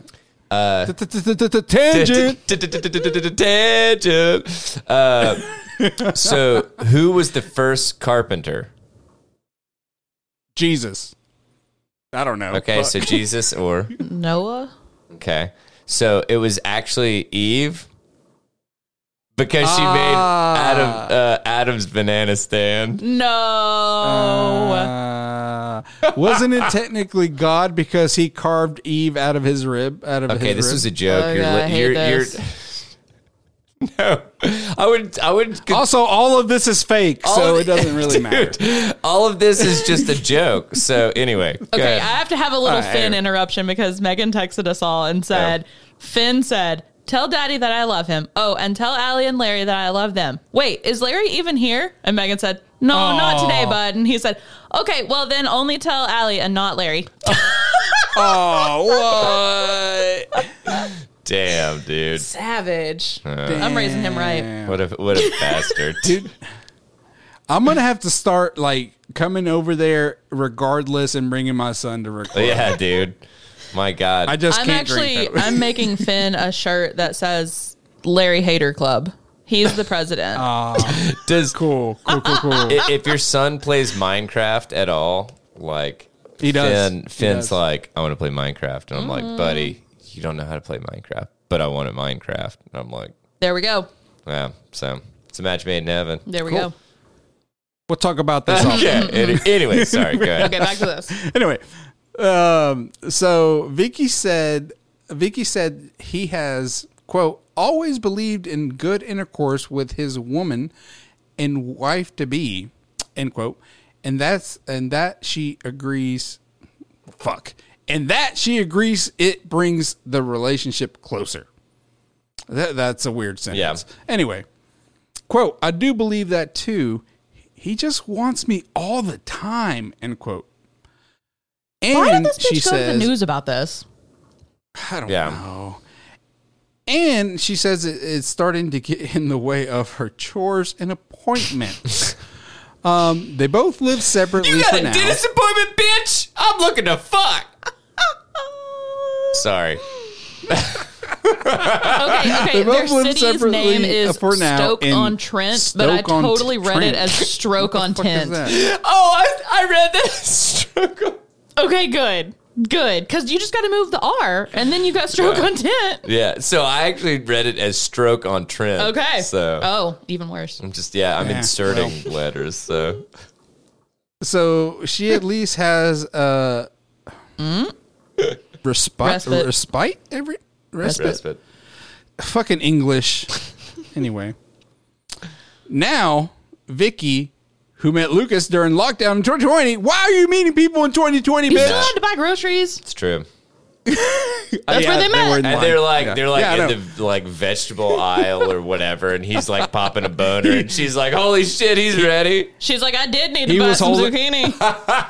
Speaker 2: uh,
Speaker 1: Tangent.
Speaker 2: Tangent. Uh, so, who was the first carpenter?
Speaker 1: Jesus. I don't know.
Speaker 2: Okay,
Speaker 1: Fuck.
Speaker 2: so Jesus or
Speaker 3: Noah?
Speaker 2: okay, so it was actually Eve because she made
Speaker 1: Ah.
Speaker 2: Adam uh, Adam's banana stand.
Speaker 3: No.
Speaker 1: Uh, wasn't it technically God because he carved Eve out of his rib? Out of
Speaker 2: Okay,
Speaker 1: his
Speaker 2: this
Speaker 1: rib?
Speaker 2: was a joke.
Speaker 3: Oh, God, I hate
Speaker 2: no, I would. I would.
Speaker 1: also all of this is fake, so
Speaker 2: of
Speaker 1: it doesn't really matter.
Speaker 2: Dude, all of this is just a joke. So anyway, go
Speaker 3: Okay,
Speaker 2: ahead.
Speaker 3: I have to have a little
Speaker 1: All right.
Speaker 3: Finn interruption because Megan texted us all and said, Finn said, Tell daddy that I love him. Oh, and tell Allie and Larry that I love them. Wait, is Larry even here? And Megan said, No, not today, bud. And he said, Okay, well then only tell Allie and not Larry.
Speaker 1: Oh, what?
Speaker 2: Damn, dude.
Speaker 3: Savage. I'm raising him right.
Speaker 2: What a what a bastard.
Speaker 1: Dude, I'm gonna have to start like coming over there regardless and bringing my son to record.
Speaker 2: yeah, dude. My God.
Speaker 1: I just
Speaker 3: I'm
Speaker 1: can't
Speaker 3: actually
Speaker 1: drink.
Speaker 3: I'm making Finn a shirt that says Larry Hater Club. He's the president.
Speaker 1: Uh,
Speaker 2: Does
Speaker 1: cool, cool, cool, cool.
Speaker 2: i- if your son plays Minecraft at all, like
Speaker 1: He does.
Speaker 2: Finn,
Speaker 1: He
Speaker 2: Finn's
Speaker 1: does. Mm-hmm.
Speaker 2: like, I want to play Minecraft, and I'm like, buddy, you don't know how to play Minecraft, but I want a Minecraft, and I'm like,
Speaker 3: there we go.
Speaker 2: yeah. So it's a match made in heaven.
Speaker 3: There we go.
Speaker 1: we'll talk about this. off
Speaker 2: yeah. any- Anyway, sorry. Go ahead.
Speaker 3: Okay, back to this.
Speaker 1: anyway, um, so Vicky said Vicky said he has quote always believed in good intercourse with his woman and wife to be end quote, and that's and that she agrees. Fuck, and that she agrees it brings the relationship closer. That that's a weird sentence. Anyway, quote I do believe that too. He just wants me all the time. End quote. And
Speaker 3: Why did this bitch
Speaker 1: she
Speaker 3: go
Speaker 1: says,
Speaker 3: to the news about this?
Speaker 1: I don't
Speaker 2: Yeah.
Speaker 1: know. And she says it, it's starting to get in the way of her chores and appointments. um, they both live separately
Speaker 2: You
Speaker 1: for
Speaker 2: got a
Speaker 1: now.
Speaker 2: dentist appointment, bitch? I'm looking to fuck. Sorry.
Speaker 3: Uh, Okay, okay.
Speaker 1: both
Speaker 3: Their
Speaker 1: live
Speaker 3: city's
Speaker 1: separately,
Speaker 3: name
Speaker 1: uh,
Speaker 3: is
Speaker 1: for now
Speaker 3: Stoke
Speaker 1: in
Speaker 3: on Trent, but I
Speaker 1: Stoke on
Speaker 3: totally read
Speaker 1: Trent.
Speaker 3: it as Stroke on
Speaker 1: Fuck is
Speaker 3: Tent.
Speaker 1: that?
Speaker 2: Oh, I, I read that struggle.
Speaker 3: Okay, good. Good. Because you just got to move the R and then you got Stroke on Tent.
Speaker 2: Yeah, so I actually read it as stroke on trend.
Speaker 3: Okay.
Speaker 2: So
Speaker 3: Oh, even worse.
Speaker 2: I'm just, yeah, I'm
Speaker 1: Yeah,
Speaker 2: inserting letters. So
Speaker 1: So she at least has uh, respi-
Speaker 3: Mm-hmm. Respite.
Speaker 1: respite. Every respite.
Speaker 2: respite.
Speaker 1: Fucking English. anyway, now Vicky, who met Lucas during lockdown in 2020. Why are you meeting people in 2020,
Speaker 3: You
Speaker 1: bitch?
Speaker 3: still had to buy groceries.
Speaker 2: It's true.
Speaker 3: That's
Speaker 1: Yeah,
Speaker 3: where they
Speaker 1: were
Speaker 3: met.
Speaker 1: in
Speaker 2: And
Speaker 1: line.
Speaker 2: they're like
Speaker 1: Yeah.
Speaker 2: they're like
Speaker 1: Yeah, I know.
Speaker 2: in the like vegetable aisle or whatever, and he's like popping a boner, and she's like, "Holy shit, he's ready!"
Speaker 3: She's like, I did need
Speaker 1: He
Speaker 3: to buy
Speaker 1: was
Speaker 3: some
Speaker 1: holding-
Speaker 3: zucchini.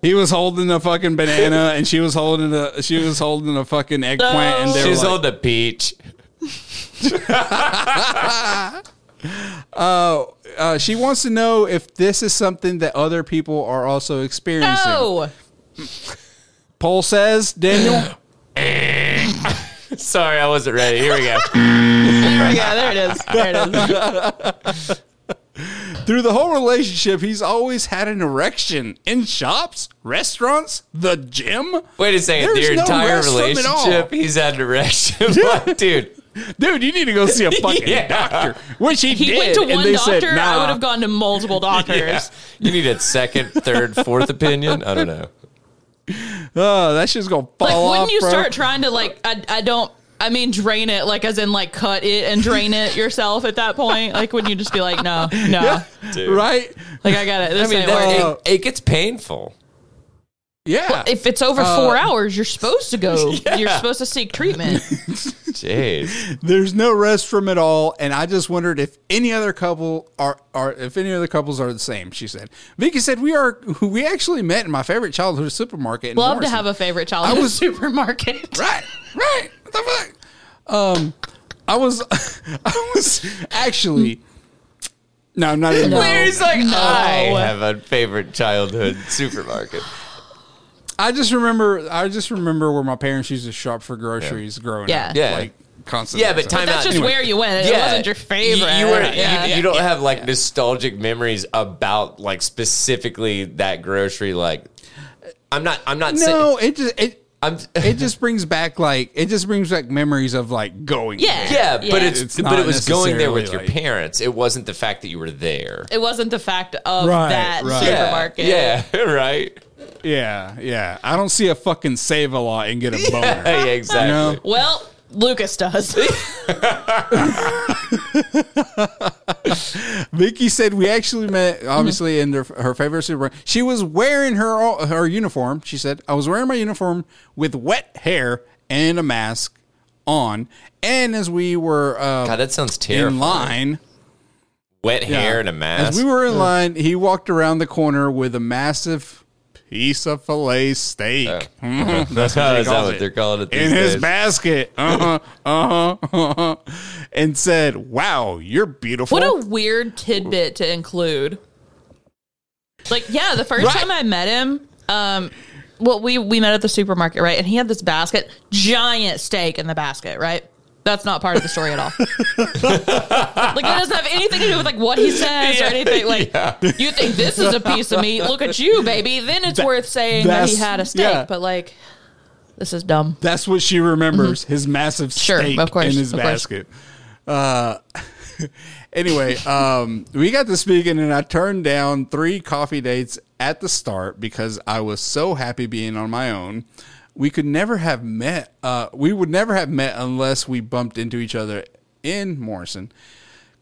Speaker 1: He was holding a fucking banana, and she was holding a she was holding a fucking eggplant, and they were
Speaker 2: She's
Speaker 1: like,
Speaker 2: on the peach.
Speaker 1: uh, she wants to know if this is something that other people are also experiencing.
Speaker 3: No.
Speaker 1: Poll says Daniel.
Speaker 2: Sorry, I wasn't ready. Here we go.
Speaker 3: There we go. There it is. There it is.
Speaker 1: Through the whole relationship, he's always had an erection in shops, restaurants, the gym.
Speaker 2: Wait a second.
Speaker 1: There's
Speaker 2: Your
Speaker 1: no
Speaker 2: entire
Speaker 1: rest from it all.
Speaker 2: relationship, he's had an erection. Like, dude,
Speaker 1: Dude, you need to go see a fucking
Speaker 2: Yeah.
Speaker 1: doctor. Which he,
Speaker 3: He
Speaker 1: did,
Speaker 3: went to
Speaker 1: and
Speaker 3: one
Speaker 1: they
Speaker 3: doctor.
Speaker 1: said,
Speaker 3: I
Speaker 1: nah.
Speaker 3: would have gone to multiple doctors.
Speaker 2: yeah. you need a second, third, fourth opinion. I don't know.
Speaker 1: Oh, that shit's gonna fall
Speaker 3: Like, wouldn't
Speaker 1: off,
Speaker 3: you
Speaker 1: bro.
Speaker 3: start trying to like? I, I don't. I mean, drain it like as in like cut it and drain it yourself at that point. Like, wouldn't you just be like, no, no,
Speaker 2: Dude.
Speaker 1: right?
Speaker 3: like I got it. This
Speaker 2: I mean,
Speaker 3: ain't
Speaker 2: that-
Speaker 1: Uh,
Speaker 3: working.
Speaker 2: it, it gets painful.
Speaker 1: Yeah.
Speaker 3: If it's over
Speaker 1: Uh,
Speaker 3: four hours, you're supposed to go. You're supposed to seek treatment.
Speaker 2: Jeez.
Speaker 1: There's no rest from it all, and I just wondered if any other couple are, are if any other couples are the same. She said. Vicky said we are. We actually met in my favorite childhood supermarket. In
Speaker 3: Love to
Speaker 1: Morrison."
Speaker 3: have a favorite child in
Speaker 1: I
Speaker 3: a
Speaker 1: was-
Speaker 3: supermarket.
Speaker 1: right, right. What the fuck? Um, I was, I was actually. No, I'm not even.
Speaker 2: Larry's like,
Speaker 3: No.
Speaker 2: I have a favorite childhood supermarket.
Speaker 1: I just remember. I just remember where my parents used to shop for groceries growing
Speaker 3: Yeah.
Speaker 1: up.
Speaker 2: Yeah.
Speaker 1: like constantly.
Speaker 2: Yeah, but time
Speaker 3: That's
Speaker 2: out.
Speaker 3: just where you went. It wasn't your favorite.
Speaker 2: You, you were,
Speaker 3: Yeah.
Speaker 2: you, you don't have like nostalgic memories about like specifically that grocery. Like, I'm not. I'm not. saying,
Speaker 1: No, it just it.
Speaker 2: I'm.
Speaker 1: It just brings back like it just brings back memories of like going.
Speaker 3: Yeah.
Speaker 1: there.
Speaker 2: yeah,
Speaker 3: Yeah.
Speaker 2: but it's,
Speaker 1: It's
Speaker 2: but
Speaker 1: not
Speaker 2: it was going there with
Speaker 1: necessarily,
Speaker 2: your
Speaker 1: like-
Speaker 2: parents. It wasn't the fact that you were there.
Speaker 3: It wasn't the fact of
Speaker 1: Right,
Speaker 3: that
Speaker 1: right.
Speaker 2: Yeah,
Speaker 3: supermarket.
Speaker 2: Yeah, right.
Speaker 1: Yeah, yeah. I don't see a fucking save a lot and get a boner.
Speaker 2: Yeah, exactly.
Speaker 1: No.
Speaker 3: Well, Lucas does.
Speaker 1: Vicky said we actually met
Speaker 3: Mm-hmm.
Speaker 1: obviously in their, her favorite super. She was wearing her her uniform. She said I was wearing my uniform with wet hair and a mask on. And as we were uh,
Speaker 2: God, that sounds terrible.
Speaker 1: in line,
Speaker 2: Wet hair
Speaker 1: Yeah.
Speaker 2: and a mask.
Speaker 1: As we were in line, he walked around the corner with a massive piece of filet steak. Mhm. That's
Speaker 2: Oh,
Speaker 1: he
Speaker 2: is that
Speaker 1: calls
Speaker 2: what
Speaker 1: it.
Speaker 2: they're calling it
Speaker 1: in
Speaker 2: these
Speaker 1: his
Speaker 2: days?
Speaker 1: basket. Uh huh. Uh huh. Uh-huh. And said, "Wow, you're beautiful."
Speaker 3: What a weird tidbit to include. Like, yeah, the first
Speaker 1: Right.
Speaker 3: time I met him, um, well, we we met at the supermarket, right? And he had this basket, giant steak in the basket, right? That's not part of the story at all. like, that doesn't have anything to do with like what he says or anything. Like, you think this is a piece of meat? Look at you, baby. Then it's worth saying that he
Speaker 1: that's-
Speaker 3: had a steak,
Speaker 1: yeah.
Speaker 3: but like, this is dumb.
Speaker 1: That's what she remembers. His massive
Speaker 3: Sure,
Speaker 1: steak
Speaker 3: of course,
Speaker 1: in his
Speaker 3: of course.
Speaker 1: basket. Uh, anyway, um, we got to speaking, and I turned down three coffee dates at the start because I was so happy being on my own. We could never have met. Uh, we would never have met unless we bumped into each other in Morrison.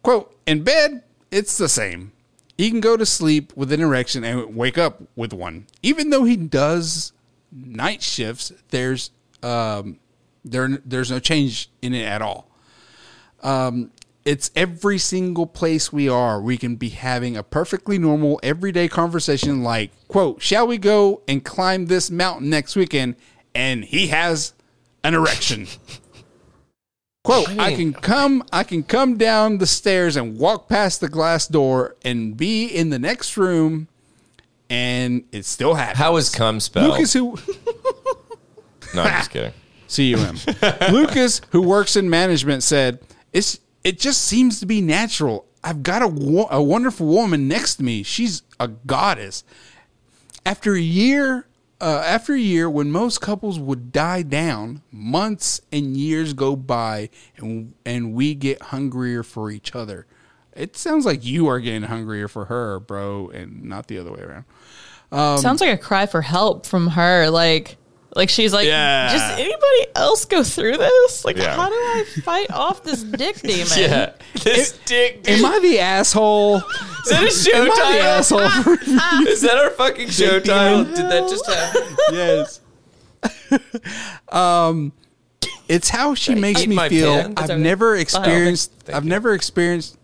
Speaker 1: Quote, in bed, it's the same. He can go to sleep with an erection and wake up with one. Even though he does night shifts, there's um, there there's no change in it at all. Um, it's every single place we are, we can be having a perfectly normal everyday conversation like, quote, shall we go and climb this mountain next weekend? And he has an erection. Quote, I can come I can come down the stairs and walk past the glass door and be in the next room and it still happens.
Speaker 2: How is cum spelled?
Speaker 1: Lucas who
Speaker 2: no, I'm just kidding.
Speaker 1: C U M. Lucas, who works in management, said, "It's it just seems to be natural. I've got a wo- a wonderful woman next to me. She's a goddess. After a year." Uh, after a year, when most couples would die down, months and years go by, and and we get hungrier for each other. It sounds like you are getting hungrier for her, bro, and not the other way around.
Speaker 3: Sounds like a cry for help from her. Like, like she's like,
Speaker 1: Yeah.
Speaker 3: does anybody else go through this? Like,
Speaker 2: Yeah.
Speaker 3: how do I fight off this dick demon?
Speaker 2: Yeah. This dick. Dude.
Speaker 1: Am I the asshole?
Speaker 2: Is that a show
Speaker 1: Am I the
Speaker 2: title?
Speaker 1: asshole? for
Speaker 2: Is that our fucking show title? Did that just happen?
Speaker 1: yes. um, it's how she makes
Speaker 2: eat
Speaker 1: me
Speaker 2: my
Speaker 1: feel.
Speaker 2: pen.
Speaker 1: I've
Speaker 3: That's okay.
Speaker 1: never experienced.
Speaker 2: Thank
Speaker 1: I've never experienced.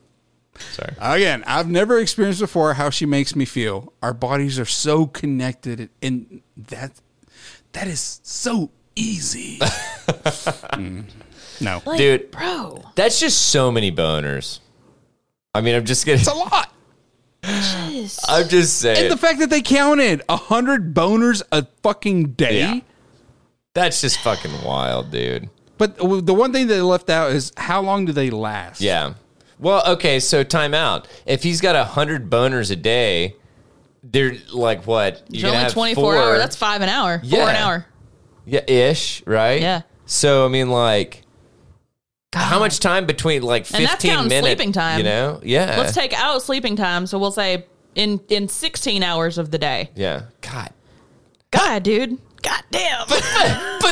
Speaker 2: Sorry.
Speaker 1: Again, I've never experienced before how she makes me feel. Our bodies are so connected, and that that is so easy. Mm. No,
Speaker 3: Like,
Speaker 2: Dude.
Speaker 3: bro,
Speaker 2: That's just so many boners. I mean, I'm just getting.
Speaker 1: it's a lot.
Speaker 3: this-
Speaker 2: I'm just saying.
Speaker 1: And the fact that they counted a hundred boners a fucking day.
Speaker 2: Yeah. that's just fucking wild, dude.
Speaker 1: But the one thing they left out is how long do they last?
Speaker 2: Yeah. Well, okay, so time out. If he's got 100 boners a day, they're like what?
Speaker 3: it's
Speaker 2: You're gonna
Speaker 3: only
Speaker 2: have
Speaker 3: twenty four
Speaker 2: four-
Speaker 3: hours. That's five an hour.
Speaker 2: Yeah.
Speaker 3: Four an hour.
Speaker 2: Yeah, ish, right?
Speaker 3: Yeah.
Speaker 2: So I mean, like, how much time between like
Speaker 3: And that's
Speaker 2: fifteen
Speaker 3: counting
Speaker 2: minutes?
Speaker 3: sleeping time.
Speaker 2: You know? Yeah.
Speaker 3: Let's take out sleeping time. So we'll say in in sixteen hours of the day.
Speaker 2: yeah. God.
Speaker 3: God, dude. God damn.
Speaker 2: Put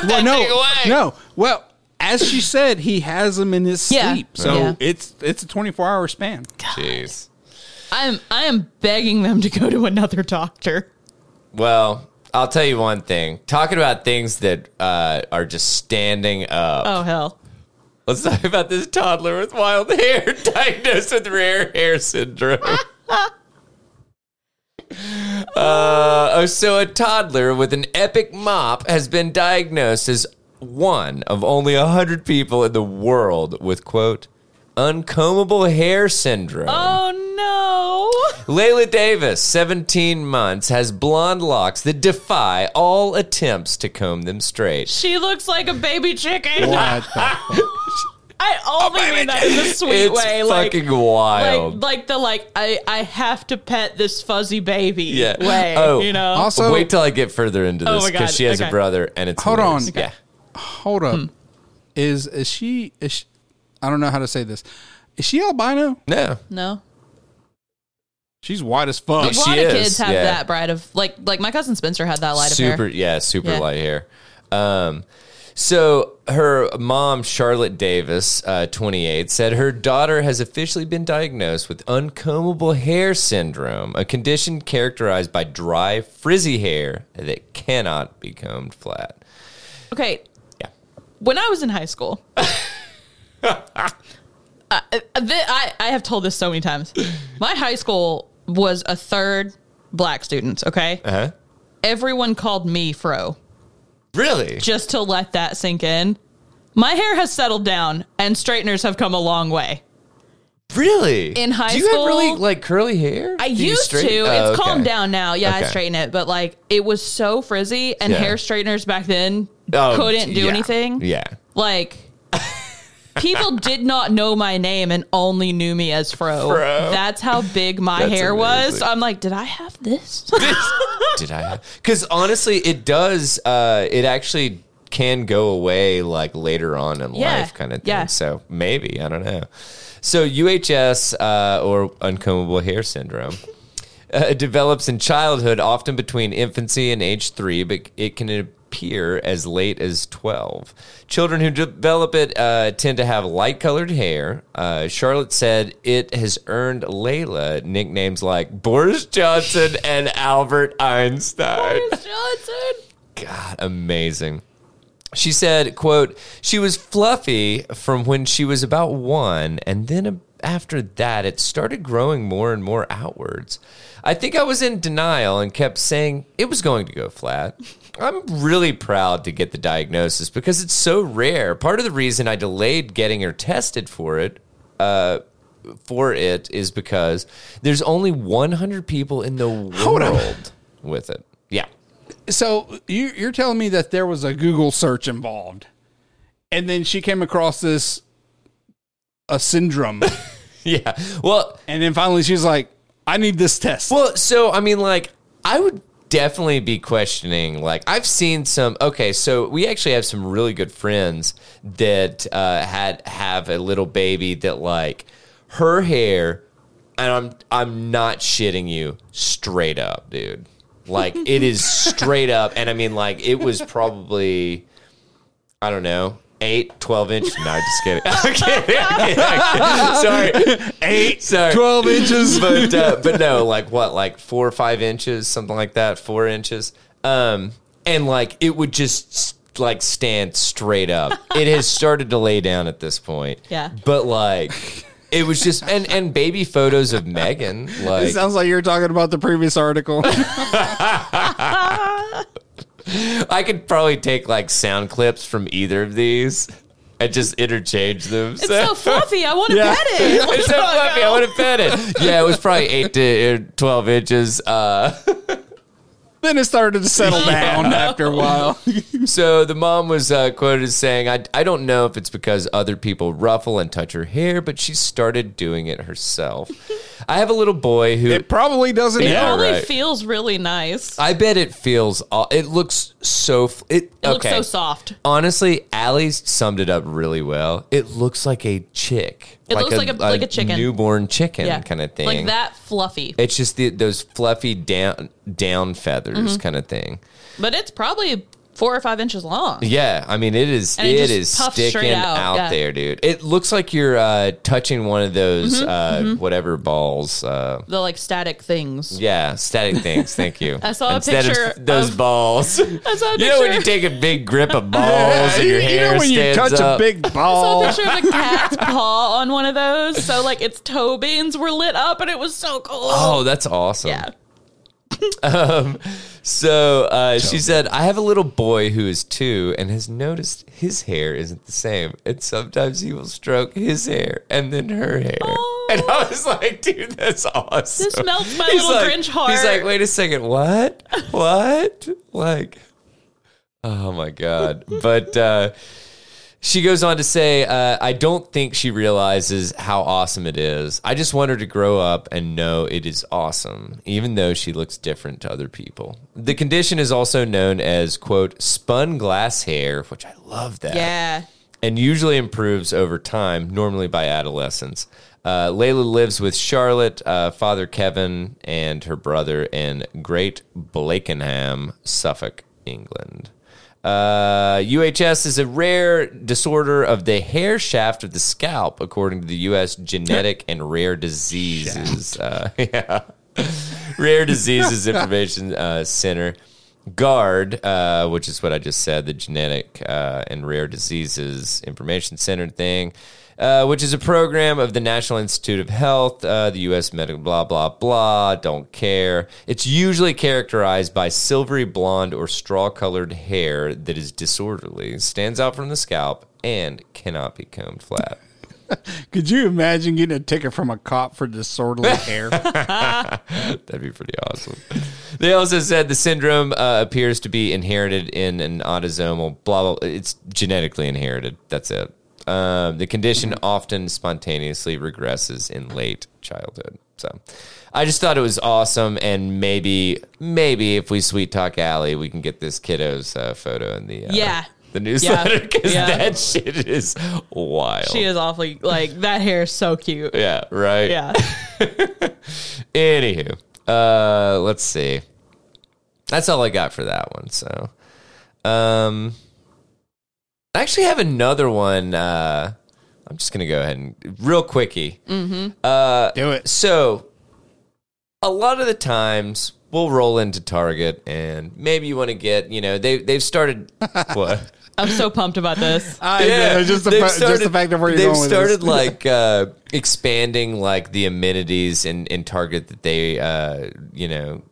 Speaker 2: that
Speaker 1: no,
Speaker 2: thing away.
Speaker 1: no. Well, as she said, he has them in his
Speaker 3: Yeah.
Speaker 1: sleep, so
Speaker 3: Yeah.
Speaker 1: it's it's a twenty four hour span.
Speaker 2: Jeez.
Speaker 3: I'm I am begging them to go to another doctor.
Speaker 2: Well, I'll tell you one thing. Talking about things that uh, are just standing up.
Speaker 3: Oh hell.
Speaker 2: Let's talk about this toddler with wild hair diagnosed with rare hair syndrome. uh, oh, so a toddler with an epic mop has been diagnosed as one of only 100 people in the world with, quote, uncombable hair syndrome.
Speaker 3: Oh no.
Speaker 2: Layla Davis, 17 months, has blonde locks that defy all attempts to comb them straight.
Speaker 3: She looks like a baby chicken.
Speaker 1: What the-
Speaker 3: I only mean that in a sweet
Speaker 2: it's
Speaker 3: way. Like,
Speaker 2: fucking wild.
Speaker 3: like like the like I I have to pet this fuzzy baby
Speaker 2: Yeah.
Speaker 3: way.
Speaker 2: Oh.
Speaker 3: you know.
Speaker 1: Also- So-
Speaker 2: Wait till I get further into
Speaker 3: Oh
Speaker 2: this
Speaker 3: my
Speaker 2: because
Speaker 3: God.
Speaker 2: she has a
Speaker 3: Okay.
Speaker 2: brother and it's
Speaker 1: Hold
Speaker 2: hilarious.
Speaker 1: on.
Speaker 2: Yeah.
Speaker 1: Hold
Speaker 3: Hmm.
Speaker 1: up, is is she, is she? I don't know how to say this. Is she albino?
Speaker 2: No.
Speaker 3: no.
Speaker 1: She's white as fuck.
Speaker 3: A
Speaker 2: She
Speaker 3: lot of
Speaker 2: is,
Speaker 3: kids have
Speaker 2: yeah.
Speaker 3: that bride of like like my cousin Spencer had that light
Speaker 2: super.
Speaker 3: of hair.
Speaker 2: Yeah. Super
Speaker 3: Yeah.
Speaker 2: light hair. Um. So her mom, Charlotte Davis, uh, 28, said her daughter has officially been diagnosed with uncombable hair syndrome, a condition characterized by dry, frizzy hair that cannot be combed flat.
Speaker 3: Okay,
Speaker 2: Yeah.
Speaker 3: when I was in high school. I, I, I have told this so many times. My high school was a third black students, okay?
Speaker 2: Uh huh.
Speaker 3: Everyone called me fro.
Speaker 2: Really?
Speaker 3: just to let that sink in. My hair has settled down and straighteners have come a long way.
Speaker 2: Really?
Speaker 3: In high
Speaker 2: Do you have
Speaker 3: school-
Speaker 2: really like curly hair?
Speaker 3: I
Speaker 2: Do you
Speaker 3: used
Speaker 2: straighten-
Speaker 3: to.
Speaker 2: Oh,
Speaker 3: it's calmed
Speaker 2: okay.
Speaker 3: down now. Yeah, I
Speaker 2: Okay.
Speaker 3: straighten it, but like it was so frizzy and
Speaker 2: Yeah.
Speaker 3: hair straighteners back then
Speaker 2: Oh,
Speaker 3: couldn't do
Speaker 2: yeah.
Speaker 3: anything.
Speaker 2: Yeah.
Speaker 3: Like people did not know my name and only knew me as Fro.
Speaker 2: Fro.
Speaker 3: That's how big my
Speaker 2: That's
Speaker 3: hair was.
Speaker 2: amazing.
Speaker 3: I'm like, did I have this?
Speaker 2: did I? Because honestly, it does. Uh, it actually can go away like later on in
Speaker 3: Yeah,
Speaker 2: life, kind of thing.
Speaker 3: yeah.
Speaker 2: So maybe I don't know. So UHS uh, or uncombable hair syndrome. Uh, develops in childhood, often between infancy and age three, but it can appear as late as 12. Children who develop it uh, tend to have light colored hair. Uh, Charlotte said it has earned Layla nicknames like Boris Johnson and Albert Einstein.
Speaker 3: Johnson.
Speaker 2: God, amazing. She said, quote, she was fluffy from when she was about one, and then a- after that, it started growing more and more outwards. I think I was in denial and kept saying it was going to go flat. I'm really proud to get the diagnosis because it's so rare. Part of the reason I delayed getting her tested for it uh, for it is because there's only 100 people in the
Speaker 1: Hold on.
Speaker 2: world with it. Yeah.
Speaker 1: So you, you're telling me that there was a Google search involved and then she came across this a syndrome,
Speaker 2: yeah. Well,
Speaker 1: and then finally she's like, "I need this test."
Speaker 2: Well, so I mean, like, I would definitely be questioning. Like, I've seen some. Okay, so we actually have some really good friends that uh, had have a little baby that like her hair, and I'm I'm not shitting you, straight up, dude. Like, it is straight up, and I mean, like, it was probably, I don't know. 8, 12 inch. No, just kidding. I'm kidding. I'm kidding. Sorry.
Speaker 1: Eight,
Speaker 2: Sorry.
Speaker 1: 12 inches.
Speaker 2: but uh, but no, like what, like four or five inches, something like that, four inches. Um, and like it would just like stand straight up. It has started to lay down at this point.
Speaker 3: Yeah.
Speaker 2: but like it was just and and baby photos of Megan
Speaker 1: It
Speaker 2: like.
Speaker 1: sounds like you're talking about the previous article.
Speaker 2: I could probably take like sound clips from either of these and just interchange them.
Speaker 3: It's so fluffy. I want to
Speaker 1: Yeah.
Speaker 3: pet it.
Speaker 2: It's so fluffy. I would have fed it. Yeah, it was probably eight to uh, twelve inches. Uh,
Speaker 1: then it started to settle down after a while.
Speaker 2: So the mom was uh, quoted as saying, I, I don't know if it's because other people ruffle and touch her hair, but she started doing it herself. I have a little boy who
Speaker 1: It probably doesn't
Speaker 3: It
Speaker 2: Yeah.
Speaker 1: help.
Speaker 3: only
Speaker 2: right.
Speaker 3: feels really nice.
Speaker 2: I bet it feels, aw- it looks so, f- it,
Speaker 3: It looks
Speaker 2: okay.
Speaker 3: so soft.
Speaker 2: Honestly, Allie summed it up really well. It looks like a chick.
Speaker 3: It looks like a- like a chicken.
Speaker 2: Newborn chicken
Speaker 3: Yeah.
Speaker 2: kind of thing.
Speaker 3: Like that fluffy.
Speaker 2: It's just the, those fluffy down, down feathers
Speaker 3: Mm-hmm.
Speaker 2: kind of thing.
Speaker 3: But it's probably four or five inches long.
Speaker 2: Yeah, I mean it is
Speaker 3: And it
Speaker 2: it
Speaker 3: just
Speaker 2: is
Speaker 3: puffs
Speaker 2: sticking
Speaker 3: straight
Speaker 2: out,
Speaker 3: out, yeah.
Speaker 2: there, dude. It looks like you're uh, touching one of those
Speaker 3: Mm-hmm,
Speaker 2: uh, whatever balls. Uh,
Speaker 3: The like static things.
Speaker 2: yeah, static things. Thank you.
Speaker 3: I saw a
Speaker 2: Instead of
Speaker 3: picture
Speaker 2: those
Speaker 3: of-
Speaker 2: balls. you
Speaker 3: I saw a
Speaker 2: know when you
Speaker 3: picture-
Speaker 2: take a big grip of balls and your
Speaker 1: You know
Speaker 2: hair
Speaker 1: when you
Speaker 2: stands
Speaker 1: touch
Speaker 2: up.
Speaker 1: a big
Speaker 3: saw
Speaker 1: ball.
Speaker 3: a picture of a cat's paw on one of those. So like its toe beans were lit up, and it was so cool.
Speaker 2: Oh, that's awesome. Um,
Speaker 3: yeah.
Speaker 2: So uh, she said, I have a little boy who is two and has noticed his hair isn't the same. And sometimes he will stroke his hair and then her hair.
Speaker 3: Oh.
Speaker 2: And I was like, dude, that's awesome.
Speaker 3: This melts my little
Speaker 2: like,
Speaker 3: Grinch heart.
Speaker 2: He's like, wait a second, what? What? like, oh my God. But uh, she goes on to say, uh, I don't think she realizes how awesome it is. I just want her to grow up and know it is awesome, even though she looks different to other people. The condition is also known as, quote, spun glass hair, which I love that
Speaker 3: yeah.
Speaker 2: and usually improves over time, normally by adolescence. Uh, Layla lives with Charlotte, uh, father Kevin, and her brother in Great Blakenham, Suffolk, England. Uh, UHS is a rare disorder of the hair shaft of the scalp, according to the U.S. Genetic and Rare Diseases. Uh, yeah. Rare Diseases Information uh, Center. GARD, uh, which is what I just said, the Genetic uh, and Rare Diseases Information Center thing, uh, which is a program of the National Institute of Health, uh, the U.S. Medical, blah, blah, blah, don't care. It's usually characterized by silvery blonde or straw colored hair that is disorderly, stands out from the scalp, and cannot be combed flat.
Speaker 1: Could you imagine getting a ticket from a cop for disorderly hair?
Speaker 2: That'd be pretty awesome. they also said the syndrome uh, appears to be inherited in an autosomal blah blah. It's genetically inherited. That's it. Um, the condition often spontaneously regresses in late childhood. So, I just thought it was awesome, and maybe maybe if we sweet talk Allie, we can get this kiddo's uh, photo in the uh,
Speaker 3: Yeah.
Speaker 2: the newsletter because
Speaker 3: Yeah.
Speaker 2: that shit is wild.
Speaker 3: She is awfully like that hair is so cute.
Speaker 2: yeah, right.
Speaker 3: Yeah.
Speaker 2: Anywho, uh, let's see. That's all I got for that one. So, um, I actually have another one. Uh, I'm just gonna go ahead and real quickie.
Speaker 1: Do it.
Speaker 2: So, a lot of the times we'll roll into Target, and maybe you want to get, you know, they they've started what.
Speaker 3: I'm so pumped about this.
Speaker 2: Uh,
Speaker 1: I know, just, the,
Speaker 2: they've
Speaker 1: fa- just the fact of where you're
Speaker 2: they've
Speaker 1: going with
Speaker 2: started
Speaker 1: this.
Speaker 2: like uh, expanding like the amenities in, in Target that they uh, you know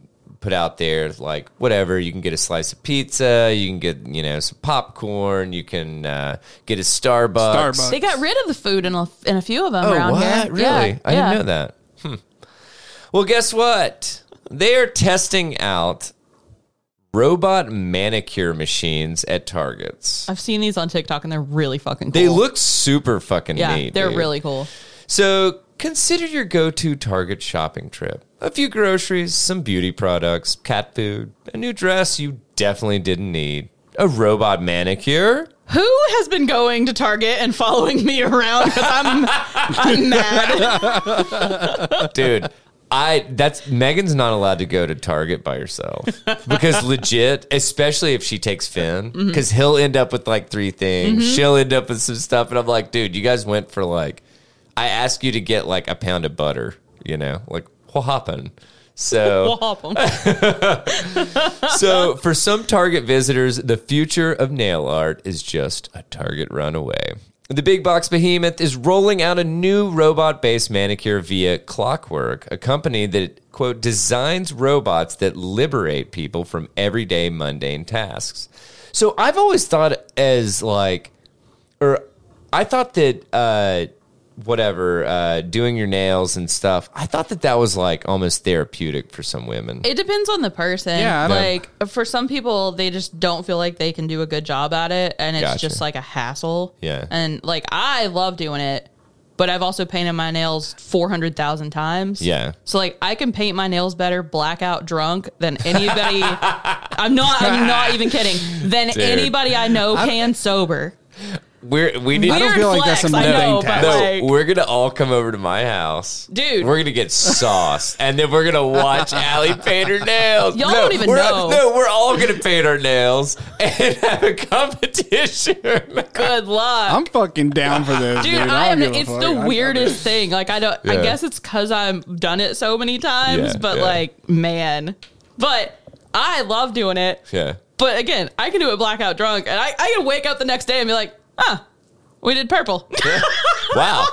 Speaker 2: put out there. Like whatever, you can get a slice of pizza, you can get you know some popcorn, you can uh, get a Starbucks.
Speaker 1: Starbucks.
Speaker 3: They got rid of the food in a, in a few of them
Speaker 2: Oh,
Speaker 3: around
Speaker 2: what?
Speaker 3: here.
Speaker 2: Really? I didn't know that. Hmm. Well, guess what? They are testing out robot manicure machines at Targets.
Speaker 3: I've seen these on TikTok and they're really fucking cool.
Speaker 2: They look super fucking
Speaker 3: yeah,
Speaker 2: neat.
Speaker 3: they're
Speaker 2: dude.
Speaker 3: really cool.
Speaker 2: So consider your go to Target shopping trip a few groceries, some beauty products, cat food, a new dress you definitely didn't need, a robot manicure.
Speaker 3: Who has been going to Target and following me around? Because I'm, I'm mad.
Speaker 2: Dude. I that's Megan's not allowed to go to Target by herself because legit, especially if she takes Finn, because he'll end up with like three things. She'll end up with some stuff, and I'm like, dude, you guys went for like, I asked you to get like a pound of butter, you know, like what happened? So
Speaker 3: We'll hop 'em.
Speaker 2: So, for some Target visitors, the future of nail art is just a Target runaway. The big box behemoth is rolling out a new robot based manicure via Clockwork, a company that, quote, designs robots that liberate people from everyday mundane tasks. So, I've always thought as like, or I thought that, uh, whatever, uh, doing your nails and stuff, I thought that that was like almost therapeutic for some women.
Speaker 3: It depends on the person.
Speaker 1: Yeah, I don't-
Speaker 3: like for some people, they just don't feel like they can do a good job at it, and it's
Speaker 2: Gotcha.
Speaker 3: just like a hassle.
Speaker 2: Yeah.
Speaker 3: and like I love doing it, but I've also painted my nails four hundred thousand times.
Speaker 2: Yeah.
Speaker 3: so like I can paint my nails better blackout drunk than anybody. I'm not. I'm not even kidding. Than
Speaker 2: Dude.
Speaker 3: anybody I know can sober.
Speaker 2: We're, we need
Speaker 1: I don't
Speaker 3: Weird
Speaker 1: feel like that's
Speaker 3: flex,
Speaker 1: a
Speaker 3: I
Speaker 1: mundane
Speaker 3: know,
Speaker 1: task.
Speaker 2: No,
Speaker 3: but like,
Speaker 2: we're gonna all come over to my house,
Speaker 3: Dude.
Speaker 2: We're gonna get sauce, and then we're gonna watch Allie paint her nails.
Speaker 3: Y'all
Speaker 2: no,
Speaker 3: don't even
Speaker 2: we're,
Speaker 3: know.
Speaker 2: No, we're all gonna paint our nails and have a competition.
Speaker 3: good luck.
Speaker 1: I'm fucking down for this, dude.
Speaker 3: Dude, I
Speaker 1: don't give
Speaker 3: am.
Speaker 1: a
Speaker 3: It's
Speaker 1: fuck.
Speaker 3: the
Speaker 1: I-
Speaker 3: weirdest thing. Like I don't.
Speaker 2: Yeah.
Speaker 3: I guess it's because I've done it so many times.
Speaker 2: Yeah,
Speaker 3: but
Speaker 2: yeah.
Speaker 3: like, man, but I love doing it.
Speaker 2: yeah,
Speaker 3: But again, I can do it blackout drunk, and I, I can wake up the next day and be like, huh, we did purple.
Speaker 2: wow,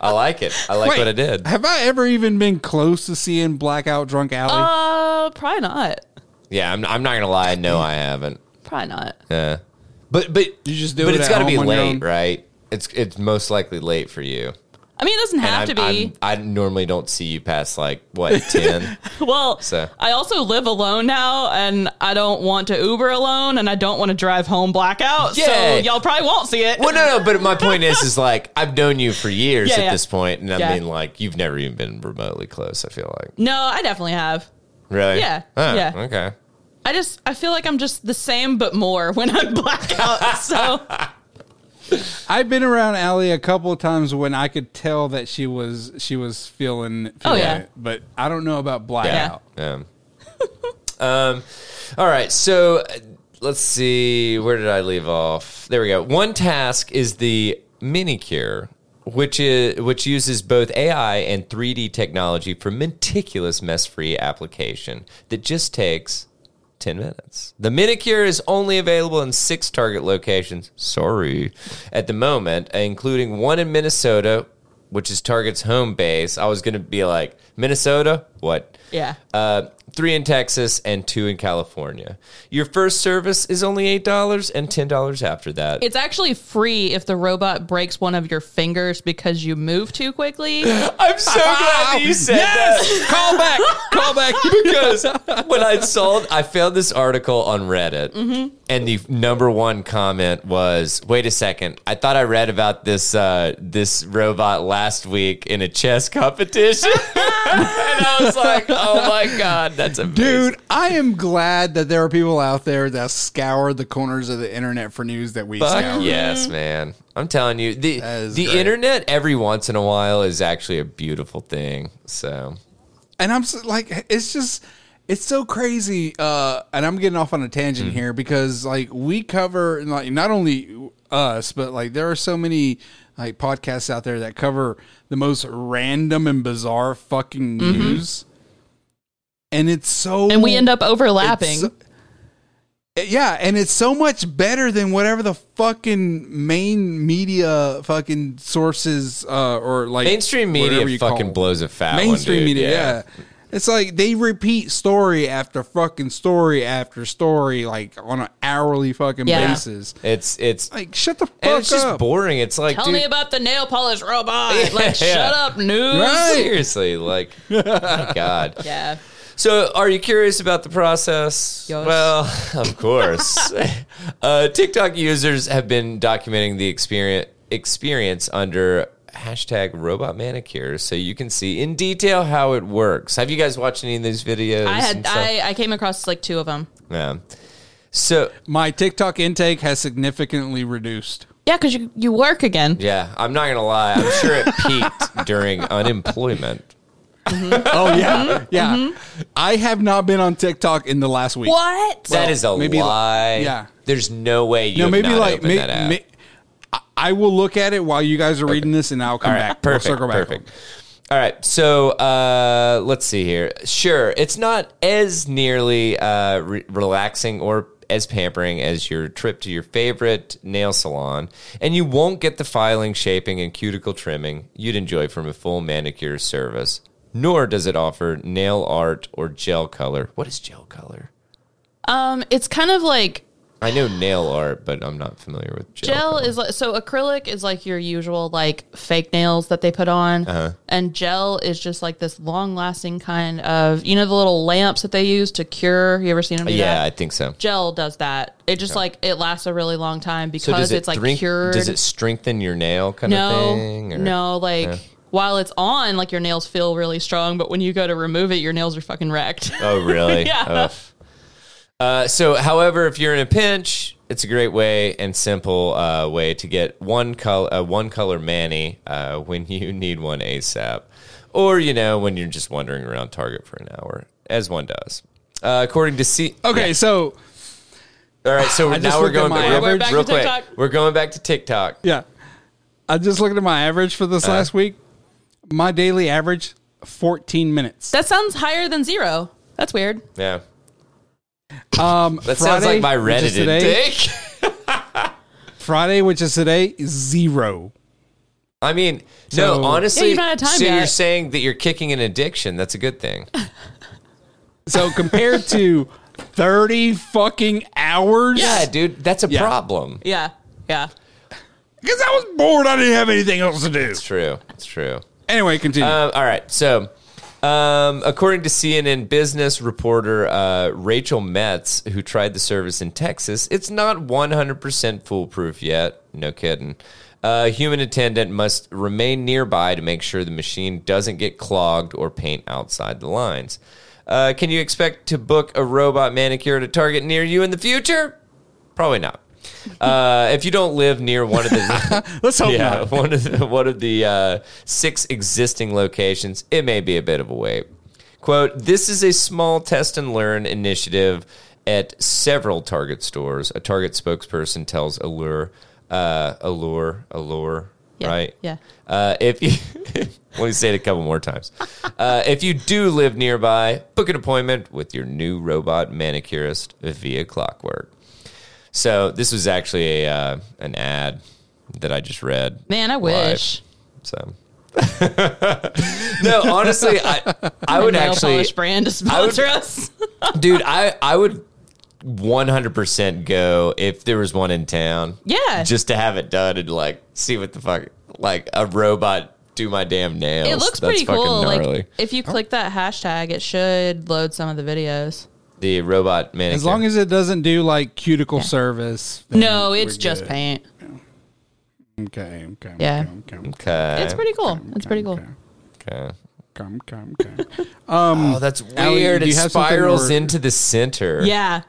Speaker 2: I like it. I like
Speaker 1: Wait,
Speaker 2: what I did.
Speaker 1: Have I ever even been close to seeing blackout drunk Alley?
Speaker 3: uh, probably not.
Speaker 2: Yeah, I'm, I'm not gonna lie. No, I haven't.
Speaker 3: Probably not.
Speaker 2: Yeah, but but
Speaker 1: You just do
Speaker 2: But
Speaker 1: it
Speaker 2: it's
Speaker 1: at
Speaker 2: gotta
Speaker 1: home
Speaker 2: be
Speaker 1: on your
Speaker 2: late,
Speaker 1: own.
Speaker 2: right? It's it's most likely late for you.
Speaker 3: I mean, it doesn't have
Speaker 2: I'm,
Speaker 3: to be.
Speaker 2: I'm, I normally don't see you past like what ten.
Speaker 3: Well,
Speaker 2: So-
Speaker 3: I also live alone now, and I don't want to Uber alone, and I don't want to drive home blackout.
Speaker 2: Yeah.
Speaker 3: So y'all probably won't see it.
Speaker 2: Well, no, no, but my point is, is like I've known you for years
Speaker 3: Yeah,
Speaker 2: at
Speaker 3: yeah.
Speaker 2: this point, and I
Speaker 3: Yeah.
Speaker 2: mean, like you've never even been remotely close. I feel like
Speaker 3: no, I definitely have.
Speaker 2: really,
Speaker 3: Yeah,
Speaker 2: Oh,
Speaker 3: yeah.
Speaker 2: okay.
Speaker 3: I just I feel like I'm just the same but more when I'm blackout. So
Speaker 1: I've been around Allie a couple of times when I could tell that she was she was feeling, feeling
Speaker 3: yeah.
Speaker 1: it, but I don't know about blackout.
Speaker 2: Oh, Yeah. Um, all right. So uh, let's see. Where did I leave off? There we go. One task is the minicure, which is which uses both AI and 3D technology for meticulous mess-free application that just takes 10 minutes. The minicure is only available in six target locations. Sorry. At the moment, including one in Minnesota, which is Target's home base. I was going to be like, Minnesota? What?
Speaker 3: yeah,
Speaker 2: Uh, three in Texas and two in California. Your first service is only eight dollars and ten dollars after that.
Speaker 3: it's actually free if the robot breaks one of your fingers because you move too quickly.
Speaker 2: I'm so glad that you said that. Call back, call back. Because when I saw, I found this article on Reddit, and the number one comment was, "Wait a second, I thought I read about this uh, this robot last week in a chess competition," and I was like, "Oh my god, that's amazing."
Speaker 1: Dude, I am glad that there are people out there that scour the corners of the internet for news that we scour.
Speaker 2: Fuck yes, man. I'm telling you, the
Speaker 1: That is
Speaker 2: the
Speaker 1: great.
Speaker 2: internet every once in a while is actually a beautiful thing. So
Speaker 1: and I'm so, like, it's just, it's so crazy. Uh, and I'm getting off on a tangent
Speaker 3: Mm.
Speaker 1: here because, like, we cover like not only us, but like there are so many like podcasts out there that cover the most random and bizarre fucking news, and it's so,
Speaker 3: Mm-hmm. and we end up
Speaker 1: it's
Speaker 3: overlapping.
Speaker 1: so- yeah, and it's so much better than whatever the fucking main media fucking sources uh, or like
Speaker 2: mainstream media
Speaker 1: whatever you call
Speaker 2: fucking
Speaker 1: it
Speaker 2: blows a fat one,
Speaker 1: mainstream
Speaker 2: dude.
Speaker 1: media. Yeah. it's like they repeat story after fucking story after story, like on an hourly fucking
Speaker 3: Yeah.
Speaker 1: basis.
Speaker 2: It's it's
Speaker 1: Like shut the fuck
Speaker 2: and it's just
Speaker 1: up.
Speaker 2: boring. It's like
Speaker 3: Tell
Speaker 2: dude,
Speaker 3: me about the nail polish robot. Like,
Speaker 2: Yeah.
Speaker 3: shut up, news.
Speaker 1: Right.
Speaker 2: seriously, like my God.
Speaker 3: Yeah,
Speaker 2: So, are you curious about the process?
Speaker 3: Yes.
Speaker 2: Well, of course. uh, TikTok users have been documenting the experience experience under hashtag robot manicure, so you can see in detail how it works. Have you guys watched any of these videos?
Speaker 3: I
Speaker 2: and
Speaker 3: had
Speaker 2: stuff?
Speaker 3: I, I came across like two of them.
Speaker 2: yeah. So
Speaker 1: My TikTok intake has significantly reduced.
Speaker 3: Yeah, because you you work again.
Speaker 2: yeah, I'm not gonna lie. I'm sure it peaked during unemployment.
Speaker 1: Oh yeah, yeah. I have not been on TikTok in the last week.
Speaker 3: What?
Speaker 2: that is a
Speaker 1: maybe,
Speaker 2: lie.
Speaker 1: yeah.
Speaker 2: There's no way you
Speaker 1: No,
Speaker 2: have
Speaker 1: maybe
Speaker 2: not
Speaker 1: like
Speaker 2: opened
Speaker 1: may,
Speaker 2: that app.
Speaker 1: may- I- I will look at it while you guys are reading this, and I'll come
Speaker 2: All right,
Speaker 1: back. We'll
Speaker 2: Perfect.
Speaker 1: circle back.
Speaker 2: Perfect. All right. So uh, let's see here. Sure, it's not as nearly uh, re- relaxing or as pampering as your trip to your favorite nail salon, and you won't get the filing, shaping, and cuticle trimming you'd enjoy from a full manicure service. Nor does it offer nail art or gel color. What is gel color?
Speaker 3: Um, it's kind of like
Speaker 2: I know nail art, but I'm not familiar with gel.
Speaker 3: gel
Speaker 2: color.
Speaker 3: is like so acrylic is like your usual like fake nails that they put on,
Speaker 2: Uh-huh.
Speaker 3: and gel is just like this long lasting kind of you know the little lamps that they use to cure. You ever seen them? Do
Speaker 2: yeah,
Speaker 3: that?
Speaker 2: I think so.
Speaker 3: gel does that. It just like it lasts a really long time
Speaker 2: So
Speaker 3: because
Speaker 2: does it
Speaker 3: it's like
Speaker 2: drink-
Speaker 3: cured.
Speaker 2: Does it strengthen your nail kind
Speaker 3: no,
Speaker 2: of thing? or-
Speaker 3: no, like.
Speaker 2: Yeah.
Speaker 3: While it's on, like your nails feel really strong, but when you go to remove it, your nails are fucking wrecked.
Speaker 2: Oh, really?
Speaker 3: Yeah.
Speaker 2: Ugh. Uh, so, however, if you're in a pinch, it's a great way and simple uh, way to get one color, uh, one color mani uh, when you need one ASAP, or you know when you're just wandering around Target for an hour, as one does. Uh, according to C,
Speaker 1: Okay, so
Speaker 2: all right. So
Speaker 1: Oh, I just
Speaker 2: now we're
Speaker 1: looked at
Speaker 2: going
Speaker 1: my
Speaker 2: back,
Speaker 1: average.
Speaker 2: real,
Speaker 1: We're
Speaker 3: back to
Speaker 2: real quick.
Speaker 3: TikTok.
Speaker 2: We're going back to TikTok.
Speaker 1: yeah, I just looked at my average for this last week. My daily average, fourteen minutes.
Speaker 3: That sounds higher than zero. That's weird.
Speaker 2: Yeah,
Speaker 1: Um,
Speaker 2: that sounds like my
Speaker 1: which is
Speaker 2: Reddit
Speaker 1: today.
Speaker 2: intake.
Speaker 1: Friday, which is today, is zero.
Speaker 2: I mean,
Speaker 1: So-
Speaker 2: no, honestly.
Speaker 3: Yeah, you've not had time
Speaker 2: so
Speaker 3: yet.
Speaker 2: you're saying that you're kicking an addiction? That's a good thing.
Speaker 1: So compared to thirty fucking hours,
Speaker 2: Yeah, dude, that's a
Speaker 1: Yeah.
Speaker 2: problem.
Speaker 3: Yeah. Yeah.
Speaker 1: because I was bored. I didn't have anything else to do.
Speaker 2: It's true. It's true.
Speaker 1: Anyway, continue.
Speaker 2: Um, all right. So, um, according to CNN business reporter uh, Rachel Metz, who tried the service in Texas, it's not 100% foolproof yet. No kidding. A human attendant must remain nearby to make sure the machine doesn't get clogged or paint outside the lines. Uh, can you expect to book a robot manicure at a Target near you in the future? Probably not. Uh, if you don't live near one of the
Speaker 1: Let's hope
Speaker 2: yeah,
Speaker 1: not.
Speaker 2: one of the, one of the uh, six existing locations. It may be a bit of a wait. Quote: This is a small test and learn initiative at several Target stores. A Target spokesperson tells Allure, uh, Allure, Allure,
Speaker 3: Yeah,
Speaker 2: right?
Speaker 3: yeah.
Speaker 2: Uh, if you let me say it a couple more times, uh, if you do live nearby, book an appointment with your new robot manicurist via Clockwork. So this was actually a uh, an ad that I just read.
Speaker 3: Man, I wish.
Speaker 2: So no, honestly, I I would
Speaker 3: Nail
Speaker 2: actually,
Speaker 3: polish brand to sponsor us.
Speaker 2: dude, I I would. 100% go if there was one in town.
Speaker 3: Yeah.
Speaker 2: Just to have it done and like see what the fuck, like a robot do my damn nails.
Speaker 3: It looks
Speaker 2: That's
Speaker 3: pretty
Speaker 2: fucking
Speaker 3: cool.
Speaker 2: Gnarly.
Speaker 3: Like if you click that hashtag, it should load some of the videos.
Speaker 2: the robot manicure.
Speaker 1: as long as it doesn't do like cuticle service. then
Speaker 3: No,
Speaker 1: we're
Speaker 3: it's just
Speaker 1: good.
Speaker 3: paint.
Speaker 1: Okay, okay.
Speaker 3: Yeah.
Speaker 1: Okay, okay,
Speaker 2: Okay.
Speaker 3: It's pretty cool. It's pretty cool.
Speaker 1: okay.
Speaker 2: okay.
Speaker 1: Come, come, come. Um,
Speaker 2: Oh, that's
Speaker 1: Allie,
Speaker 2: weird.
Speaker 1: do you
Speaker 2: it
Speaker 1: have something
Speaker 2: spirals
Speaker 1: or-
Speaker 2: into the center.
Speaker 3: Yeah.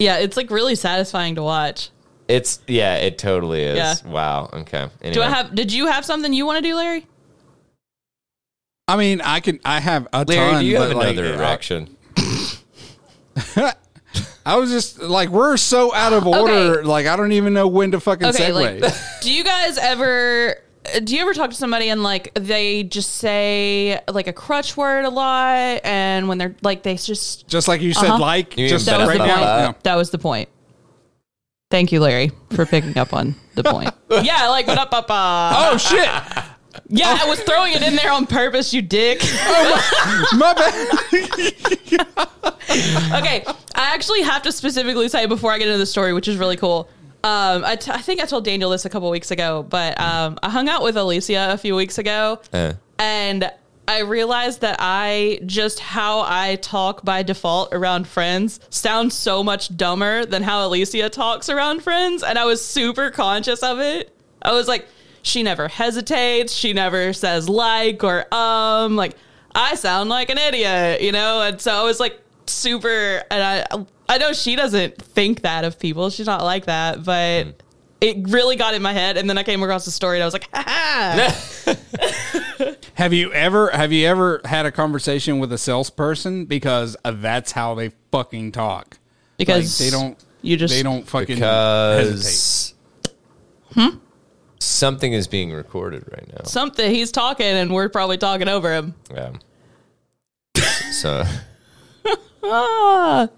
Speaker 3: Yeah, it's like really satisfying to watch.
Speaker 2: It's yeah, it totally is.
Speaker 3: Yeah.
Speaker 2: Wow. Okay. Anyway.
Speaker 3: Do I have did you have something you want to do, Larry?
Speaker 1: I mean, I can. I have a
Speaker 2: Larry,
Speaker 1: ton.
Speaker 2: do you have
Speaker 1: but, like,
Speaker 2: another
Speaker 1: I-
Speaker 2: erection?
Speaker 1: I, was just like, we're so out of order. Like, I don't even know when to fucking
Speaker 3: Okay,
Speaker 1: segue.
Speaker 3: like do you guys ever do you ever talk to somebody and like they just say like a crutch word a lot and when they're like they just
Speaker 1: just like you said,
Speaker 3: Uh-huh.
Speaker 1: like
Speaker 2: You
Speaker 1: just
Speaker 2: mean
Speaker 3: That was
Speaker 1: right
Speaker 3: the
Speaker 1: now.
Speaker 2: ba-ba-ba.
Speaker 3: point.
Speaker 1: No.
Speaker 3: That was the point. Thank you, Larry, for picking up on the point. yeah, like what up, up, up.
Speaker 1: Oh shit!
Speaker 3: Yeah, I was throwing it in there on purpose, you dick.
Speaker 1: My bad.
Speaker 3: okay, I actually have to specifically say before I get into the story, which is really cool. Um, I, t- I think I told Daniel this a couple weeks ago, but um, I hung out with Alicia a few weeks ago,
Speaker 2: Uh.
Speaker 3: and I realized that I just how I talk by default around friends sounds so much dumber than how Alicia talks around friends, and I was super conscious of it. I was like, she never hesitates, she never says like or um, like I sound like an idiot, you know. And so I was like super, and I I know she doesn't think that of people, she's not like that, but. It really got in my head, and then I came across the story, and I was like, "Ha ha!"
Speaker 1: Have you ever have you ever had a conversation with a salesperson because uh, that's how they fucking talk?
Speaker 3: Because
Speaker 1: Like, they don't
Speaker 3: You just
Speaker 1: they don't fucking hesitate.
Speaker 2: because
Speaker 3: Hmm?
Speaker 2: something is being recorded right now.
Speaker 3: something he's talking and we're probably talking over him
Speaker 2: Yeah. so
Speaker 3: ah.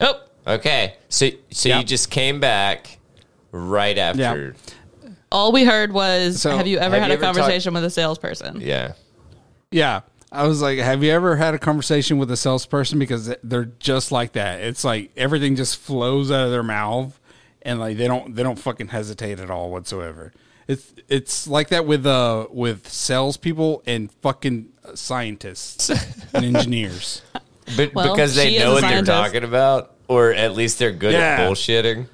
Speaker 3: oh
Speaker 2: okay, so so you
Speaker 1: Yep.
Speaker 2: just came back right after.
Speaker 3: all we heard was
Speaker 1: So,
Speaker 3: have you ever
Speaker 2: have
Speaker 3: had
Speaker 2: you
Speaker 3: a
Speaker 2: ever talked-
Speaker 3: conversation with a salesperson
Speaker 2: Yeah.
Speaker 1: Yeah. I was like, have you ever had a conversation with a salesperson because they're just like that. It's like everything just flows out of their mouth and like they don't they don't fucking hesitate at all whatsoever. It's it's like that with uh with salespeople and fucking scientists and engineers.
Speaker 2: But
Speaker 3: Well,
Speaker 2: because
Speaker 3: she
Speaker 2: they
Speaker 3: is
Speaker 2: know
Speaker 3: a
Speaker 2: what they're
Speaker 3: scientist.
Speaker 2: talking about, or at least they're good
Speaker 1: Yeah.
Speaker 2: at bullshitting.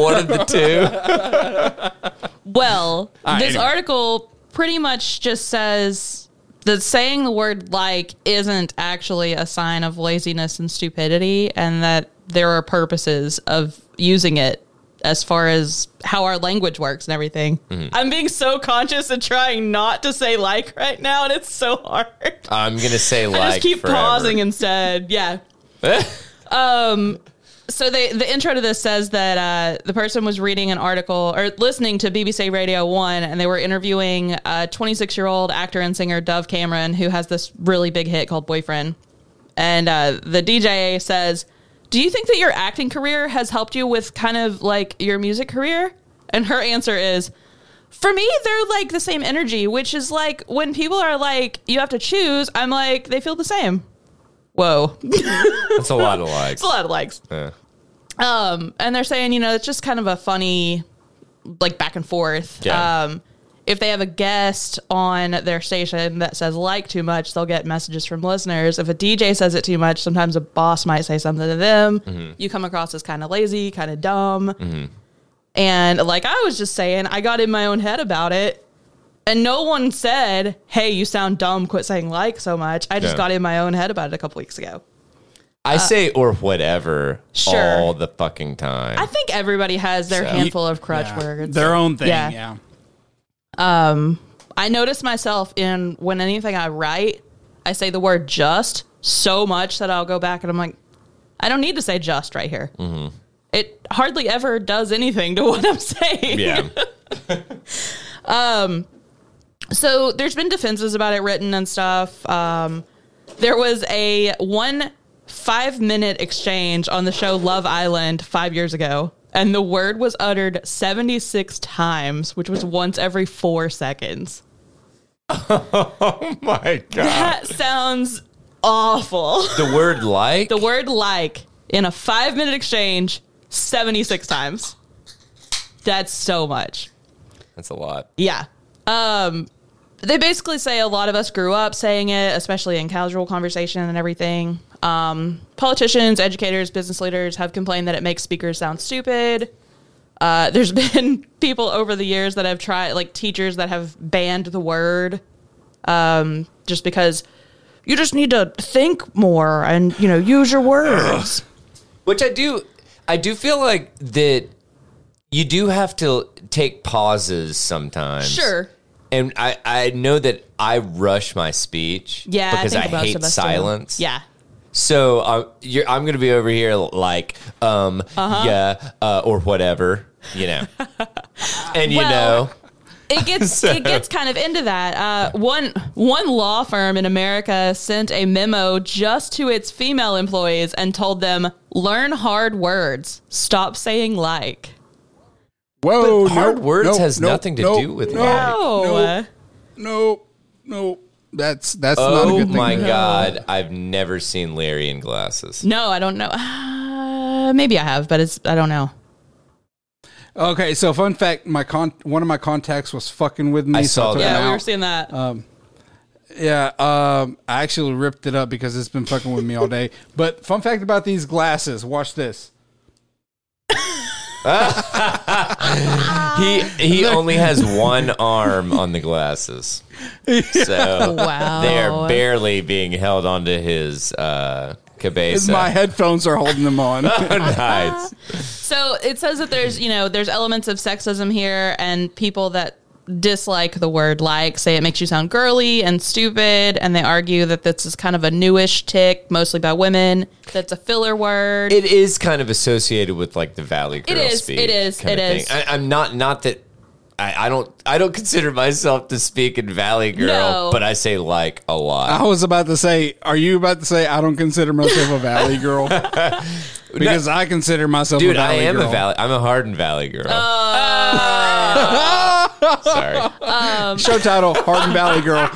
Speaker 2: One of the two.
Speaker 3: well
Speaker 1: All right,
Speaker 3: this
Speaker 1: anyway.
Speaker 3: article pretty much just says that saying the word like isn't actually a sign of laziness and stupidity and that there are purposes of using it as far as how our language works and everything.
Speaker 1: Mm-hmm.
Speaker 3: I'm being so conscious and trying not to say like right now and it's so hard.
Speaker 2: I'm gonna say like.
Speaker 3: I just keep
Speaker 2: forever.
Speaker 3: pausing instead. Yeah. So they, the intro to this says that uh, the person was reading an article or listening to BBC Radio 1 and they were interviewing a 26 year old actor and singer Dove Cameron who has this really big hit called Boyfriend. And uh, the DJ says, Do you think that your acting career has helped you with kind of like your music career? And her answer is, for me, they're like the same energy, which is like when people are like, you have to choose, I'm like, they feel the same. Whoa.
Speaker 2: That's a lot of likes.
Speaker 3: It's a lot of likes.
Speaker 2: Yeah.
Speaker 3: Um, and they're saying, you know, it's just kind of a funny, like back and forth.
Speaker 2: Yeah.
Speaker 3: Um, if they have a guest on their station that says like too much, they'll get messages from listeners. If a DJ says it too much, sometimes a boss might say something to them.
Speaker 2: Mm-hmm.
Speaker 3: You come across as kind of lazy, kind of dumb. And like I was just saying, I got in my own head about it. And no one said, hey, you sound dumb, quit saying like so much. I just
Speaker 2: Yeah.
Speaker 3: got in my own head about it a couple weeks ago.
Speaker 2: I say or whatever
Speaker 3: Sure.
Speaker 2: all the fucking time.
Speaker 3: I think everybody has their
Speaker 2: So-
Speaker 3: handful of crutch
Speaker 1: Yeah.
Speaker 3: words.
Speaker 1: Their own thing,
Speaker 3: Yeah.
Speaker 1: yeah.
Speaker 3: I notice myself in when anything I write, I say the word just so much that I'll go back and I'm like, I don't need to say just right here.
Speaker 2: Mm-hmm.
Speaker 3: It hardly ever does anything to what I'm saying.
Speaker 2: yeah.
Speaker 3: So there's been defenses about it written and stuff. Um, there was a one five minute exchange on the show Love Island five years ago, and the word was uttered 76 times, which was once every four seconds.
Speaker 2: My God.
Speaker 3: That sounds awful.
Speaker 2: The word like.
Speaker 3: the word like in a five minute exchange 76 times. That's so much.
Speaker 2: That's a lot.
Speaker 3: Yeah. Um, they basically say a lot of us grew up saying it, especially in casual conversation and everything. Um, politicians, educators, business leaders have complained that it makes speakers sound stupid. Uh, there's been people over the years that have tried, like teachers that have banned the word um, just because you just need to think more and, you know, use your words.
Speaker 2: Which I do. I do feel like that. You do have to take pauses sometimes.
Speaker 3: Sure.
Speaker 2: And I, I know that I rush my speech.
Speaker 3: Yeah.
Speaker 2: Because I,
Speaker 3: think most
Speaker 2: hate
Speaker 3: of us do.
Speaker 2: silence.
Speaker 3: Yeah.
Speaker 2: So uh, you're, I'm going to be over here like, um, yeah, uh, or whatever, you know. and you
Speaker 3: Well-
Speaker 2: know,
Speaker 3: it gets it gets kind of into that. Uh, one one law firm in America sent a memo just to its female employees and told them learn hard words, stop saying like.
Speaker 1: Whoa,
Speaker 2: But hard
Speaker 1: nope,
Speaker 2: words
Speaker 1: nope,
Speaker 2: has
Speaker 1: nope,
Speaker 2: nothing to
Speaker 1: nope,
Speaker 2: do with
Speaker 1: nope,
Speaker 2: life.
Speaker 3: No,
Speaker 1: Nope, nope. That's that's not a
Speaker 2: oh
Speaker 1: good thing.
Speaker 2: my
Speaker 1: to-
Speaker 2: god, I've never seen Larry in glasses.
Speaker 3: no, I don't know. Uh, maybe I have, but it's I don't know.
Speaker 1: Okay, so fun fact: my con- one of my contacts was fucking with me.
Speaker 2: I
Speaker 1: so
Speaker 2: saw
Speaker 1: took
Speaker 2: that.
Speaker 1: him
Speaker 3: Yeah, we
Speaker 1: out.
Speaker 3: were seeing that.
Speaker 2: Uh,
Speaker 1: Yeah, um, I actually ripped it up because it's been fucking with me all day. But fun fact about these glasses: watch this.
Speaker 2: He he only has one arm on the glasses, so
Speaker 3: Wow.
Speaker 2: they are barely being held onto his uh, cabeza.
Speaker 1: My headphones are holding them on.
Speaker 2: nice.
Speaker 3: So it says that there's, you know, there's elements of sexism here and people that dislike the word like say it makes you sound girly and stupid and they argue that this is kind of a newish tick mostly by women that's a filler word
Speaker 2: It is kind of associated with like the Valley Girl
Speaker 3: It is,
Speaker 2: speak.
Speaker 3: it is,
Speaker 2: kind of
Speaker 3: it
Speaker 2: thing.
Speaker 3: is.
Speaker 2: I, I'm not not that. I, I don't. I don't consider myself to speak in Valley Girl,
Speaker 3: No. Oh,
Speaker 2: but I say like a lot.
Speaker 1: I was about to say, are you about to say I don't consider myself a valley girl? Because I consider myself
Speaker 2: Dude,
Speaker 1: a valley
Speaker 2: I am
Speaker 1: girl.
Speaker 2: a valley. I'm a hardened valley girl.
Speaker 3: Uh, Oh.
Speaker 2: Sorry.
Speaker 1: Show title: Hardin Valley Girl.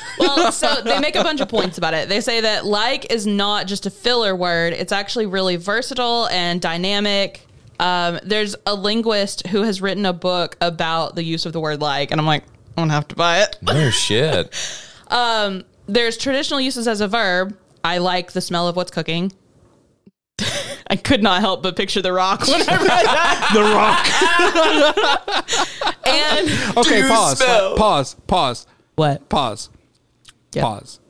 Speaker 3: well, so they make a bunch of points about it. They say that like is not just a filler word, it's actually really versatile and dynamic. Um, there's a linguist who has written a book about the use of the word like, and I'm like, I'm gonna have to buy it.
Speaker 2: No Oh, shit.
Speaker 3: There's traditional uses as a verb. I like the smell of what's cooking. I could not help but picture The Rock when I read that.
Speaker 1: The Rock.
Speaker 3: And
Speaker 1: Okay,
Speaker 2: Do
Speaker 1: pause,
Speaker 2: smell.
Speaker 1: pause, pause,
Speaker 3: what?
Speaker 1: pause,
Speaker 3: Yeah.
Speaker 1: pause.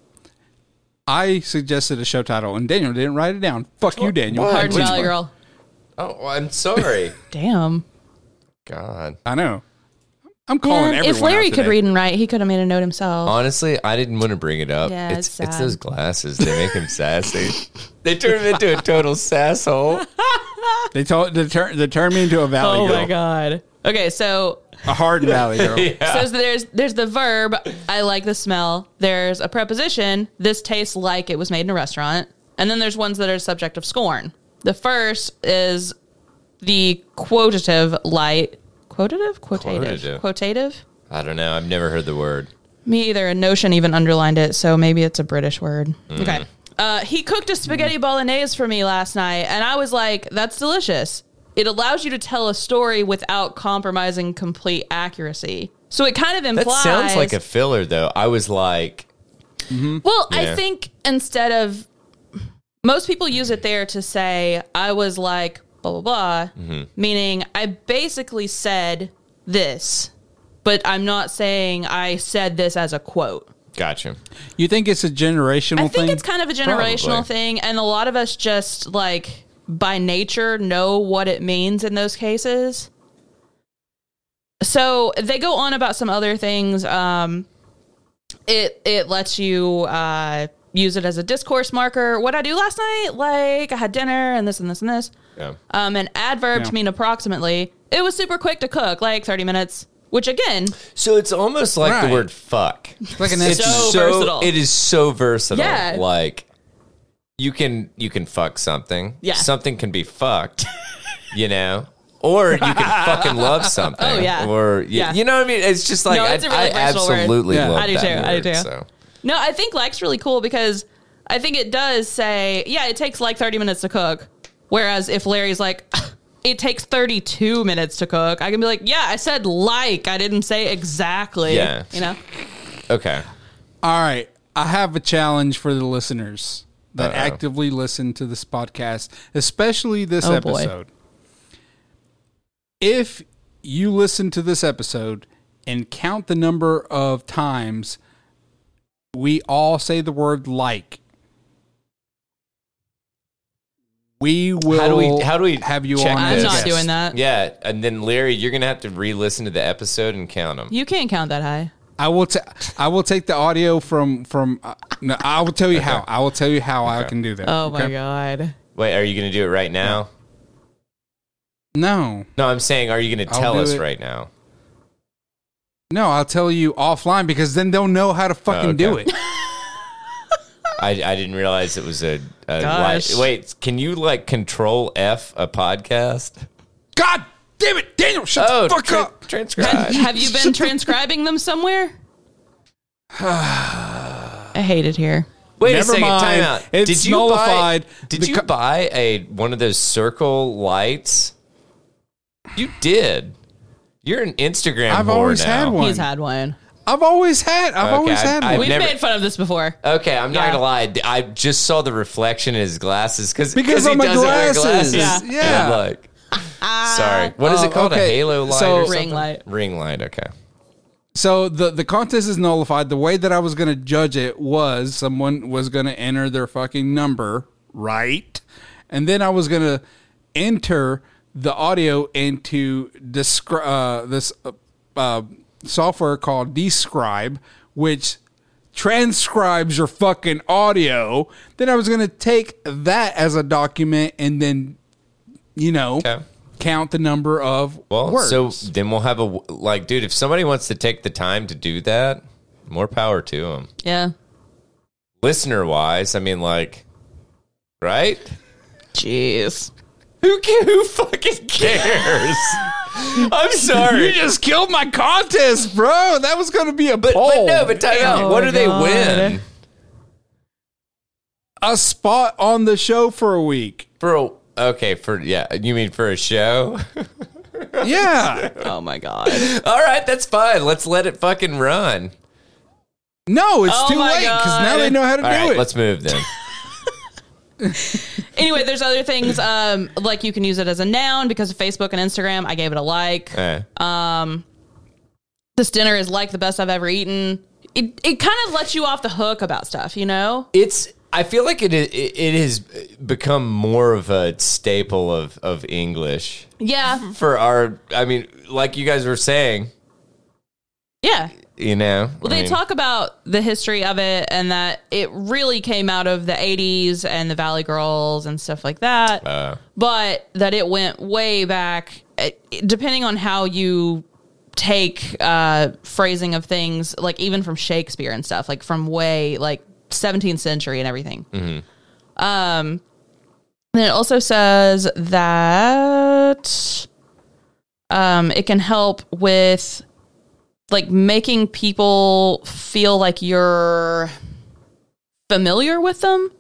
Speaker 1: I suggested a show title, and Daniel didn't write it down. Fuck you, Daniel.
Speaker 2: What?
Speaker 3: Hard
Speaker 2: Which
Speaker 3: Valley
Speaker 2: one?
Speaker 3: Girl.
Speaker 2: Oh, I'm sorry.
Speaker 3: Damn.
Speaker 2: God.
Speaker 1: I know. I'm calling
Speaker 3: Man,
Speaker 1: everyone.
Speaker 3: if Larry
Speaker 1: out
Speaker 3: could
Speaker 1: today.
Speaker 3: read and write, he could have made a note himself.
Speaker 2: Honestly, I didn't want to bring it up.
Speaker 3: Yeah,
Speaker 2: it's,
Speaker 3: it's
Speaker 2: it's
Speaker 3: sad.
Speaker 2: those glasses. They make him sassy. They turn him into a total sasshole.
Speaker 1: They told they turn they turned me into a valley
Speaker 3: oh
Speaker 1: girl,
Speaker 3: my god. Okay, so
Speaker 1: a hard valley girl.
Speaker 3: So there's there's the verb I like the smell. There's a preposition this tastes like it was made in a restaurant. And then there's ones that are subject of scorn. The first is the quotative light quotative quotative
Speaker 2: Quotative.
Speaker 3: quotative.
Speaker 2: I don't know. I've never heard the word.
Speaker 3: Me either. And Notion even underlined it, so maybe it's a British word.
Speaker 2: Mm.
Speaker 3: Okay. Uh, he cooked a spaghetti bolognese for me last night, and I was like, "That's delicious." It allows you to tell a story without compromising complete accuracy. So it kind of
Speaker 2: That
Speaker 3: implies
Speaker 2: sounds like a filler, though. I was like,
Speaker 3: Well,
Speaker 2: Yeah.
Speaker 3: I think instead of most people use it there to say, I was like, blah, blah, blah, meaning I basically said this, but I'm not saying I said this as a quote.
Speaker 2: gotcha.
Speaker 1: You think it's a generational
Speaker 3: I think
Speaker 1: thing?
Speaker 3: it's kind of a generational
Speaker 2: Probably.
Speaker 3: thing, and a lot of us just like by nature know what it means in those cases. So they go on about some other things. Um, it it lets you uh, use it as a discourse marker. What I do last night, like I had dinner and this and this and this.
Speaker 2: Yeah.
Speaker 3: Um, an adverb
Speaker 1: Yeah.
Speaker 3: to mean approximately. It was super quick to cook, like thirty minutes. Which again,
Speaker 2: So it's almost like
Speaker 1: Right.
Speaker 2: the word fuck.
Speaker 1: like an
Speaker 2: It's
Speaker 1: STD.
Speaker 3: So versatile.
Speaker 2: It is so versatile.
Speaker 3: Yeah.
Speaker 2: Like you can you can fuck something.
Speaker 3: Yeah.
Speaker 2: Something can be fucked. you know. Or you can fucking love something.
Speaker 3: Oh, yeah.
Speaker 2: Or you,
Speaker 3: Yeah.
Speaker 2: you know what I mean? It's just like
Speaker 3: No, it's
Speaker 2: I,
Speaker 3: a really
Speaker 2: I
Speaker 3: versatile word.
Speaker 2: absolutely
Speaker 1: Yeah.
Speaker 2: love
Speaker 3: I do
Speaker 2: that
Speaker 3: too, I
Speaker 2: word,
Speaker 3: do too.
Speaker 2: so.
Speaker 3: No, I think like's really cool because I think it does say, yeah, it takes like 30 minutes to cook. Whereas if Larry's like, it takes 32 minutes to cook, I can be like, yeah, I said like, I didn't say exactly.
Speaker 2: Yeah.
Speaker 3: You know?
Speaker 2: Okay.
Speaker 1: All right, I have a challenge for the listeners that
Speaker 2: Uh-oh.
Speaker 1: actively listen to this podcast, especially this
Speaker 3: Oh, boy.
Speaker 1: episode. If you listen to this episode and count the number of times we all say the word like, we will.
Speaker 2: How do we- how do we
Speaker 1: have you
Speaker 2: check
Speaker 1: on?
Speaker 3: I'm
Speaker 1: as
Speaker 2: this?
Speaker 3: not
Speaker 1: guests.
Speaker 3: doing that.
Speaker 2: Yeah. And then Larry, you're gonna have to re-listen to the episode and count them.
Speaker 3: You can't count that high.
Speaker 1: I will. Ta- I will take the audio from from. Uh, no, I will tell you how. I will tell you how I can do that.
Speaker 3: Oh my
Speaker 1: Uh, okay?
Speaker 3: God.
Speaker 2: Wait, are you gonna do it right now?
Speaker 1: No,
Speaker 2: No, I'm saying, are you gonna
Speaker 1: I'll
Speaker 2: tell
Speaker 1: do
Speaker 2: us
Speaker 1: it.
Speaker 2: right now?
Speaker 1: no. I'll tell you offline because then they'll know how to fucking do
Speaker 2: okay.
Speaker 1: it.
Speaker 2: I, I didn't realize it was a, a
Speaker 3: Gosh.
Speaker 2: live- Wait, can you like control F a podcast?
Speaker 1: God damn it, Daniel! Shut the fuck
Speaker 2: Oh, tra-
Speaker 1: up.
Speaker 2: transcribe.
Speaker 3: Have you been transcribing them somewhere? I hate it here.
Speaker 2: Wait a
Speaker 1: Never
Speaker 2: second,
Speaker 1: mind.
Speaker 2: time out.
Speaker 1: It's
Speaker 2: did you
Speaker 1: nullified.
Speaker 2: Buy, did
Speaker 1: The
Speaker 2: you
Speaker 1: co-
Speaker 2: buy a one of those circle lights? You did. You're an Instagram.
Speaker 1: I've
Speaker 2: whore
Speaker 1: always
Speaker 2: now.
Speaker 1: had one.
Speaker 3: He's had one.
Speaker 1: I've always had. I've
Speaker 2: Okay,
Speaker 1: always
Speaker 2: I-
Speaker 1: had
Speaker 2: I-
Speaker 1: one.
Speaker 3: We've
Speaker 2: never-
Speaker 3: made fun of this before.
Speaker 2: Okay, I'm not
Speaker 3: Yeah.
Speaker 2: gonna lie. I just saw the reflection in his glasses cause,
Speaker 1: Because
Speaker 2: 'cause he
Speaker 1: I'm a
Speaker 2: doesn't wear
Speaker 1: glasses.
Speaker 2: glasses.
Speaker 1: Yeah. Yeah.
Speaker 2: And I'm like, sorry. What is
Speaker 1: Uh,
Speaker 2: it called?
Speaker 1: okay,
Speaker 2: A halo light?
Speaker 1: so-
Speaker 2: or
Speaker 3: Ring
Speaker 2: something?
Speaker 3: light.
Speaker 2: Ring light. Okay.
Speaker 1: So the the contest is nullified. The way that I was going to judge it was someone was going to enter their fucking number, right? And then I was going to enter the audio into descri- uh, this uh, uh, software called Describe, which transcribes your fucking audio. Then I was going to take that as a document and then, you know,
Speaker 2: Okay.
Speaker 1: count the number of
Speaker 2: Well,
Speaker 1: words.
Speaker 2: so then we'll have a w- like, dude. If somebody wants to take the time to do that, more power to them.
Speaker 3: Yeah.
Speaker 2: Listener wise, I mean, like, right?
Speaker 3: Jeez.
Speaker 2: Who ca- who fucking cares? I'm sorry.
Speaker 1: You just killed my contest, bro. That was going to be a
Speaker 2: but,
Speaker 1: poll.
Speaker 2: but no, but time out.
Speaker 3: Oh
Speaker 2: what
Speaker 3: my
Speaker 2: do they
Speaker 3: God.
Speaker 2: win?
Speaker 1: a spot on the show for a week.
Speaker 2: For a, okay, for yeah, you mean for a show?
Speaker 1: Yeah.
Speaker 3: Oh my god.
Speaker 2: All right, that's fine. Let's let it fucking run.
Speaker 1: No, it's
Speaker 3: Oh
Speaker 1: too
Speaker 3: my
Speaker 1: late because now
Speaker 3: God.
Speaker 1: they know how to
Speaker 2: All
Speaker 1: do
Speaker 2: right,
Speaker 1: it.
Speaker 2: let's move then.
Speaker 3: anyway, there's other things um, like you can use it as a noun because of Facebook and Instagram. I gave it a like.
Speaker 2: All right.
Speaker 3: This dinner is like the best I've ever eaten. It it kind of lets you off the hook about stuff, you know?
Speaker 2: It's. I feel like it, it it has become more of a staple of of English
Speaker 3: Yeah.
Speaker 2: for our. I mean, like you guys were saying,
Speaker 3: Yeah.
Speaker 2: you know.
Speaker 3: Well, they talk about the history of it and that it really came out of the 80s and the Valley Girls and stuff like that. but that it went way back, It- it- depending on how you take uh, phrasing of things, like even from Shakespeare and stuff, like from way, like 17th century and everything. Um, then it also says that um, it can help with like making people feel like you're familiar with them.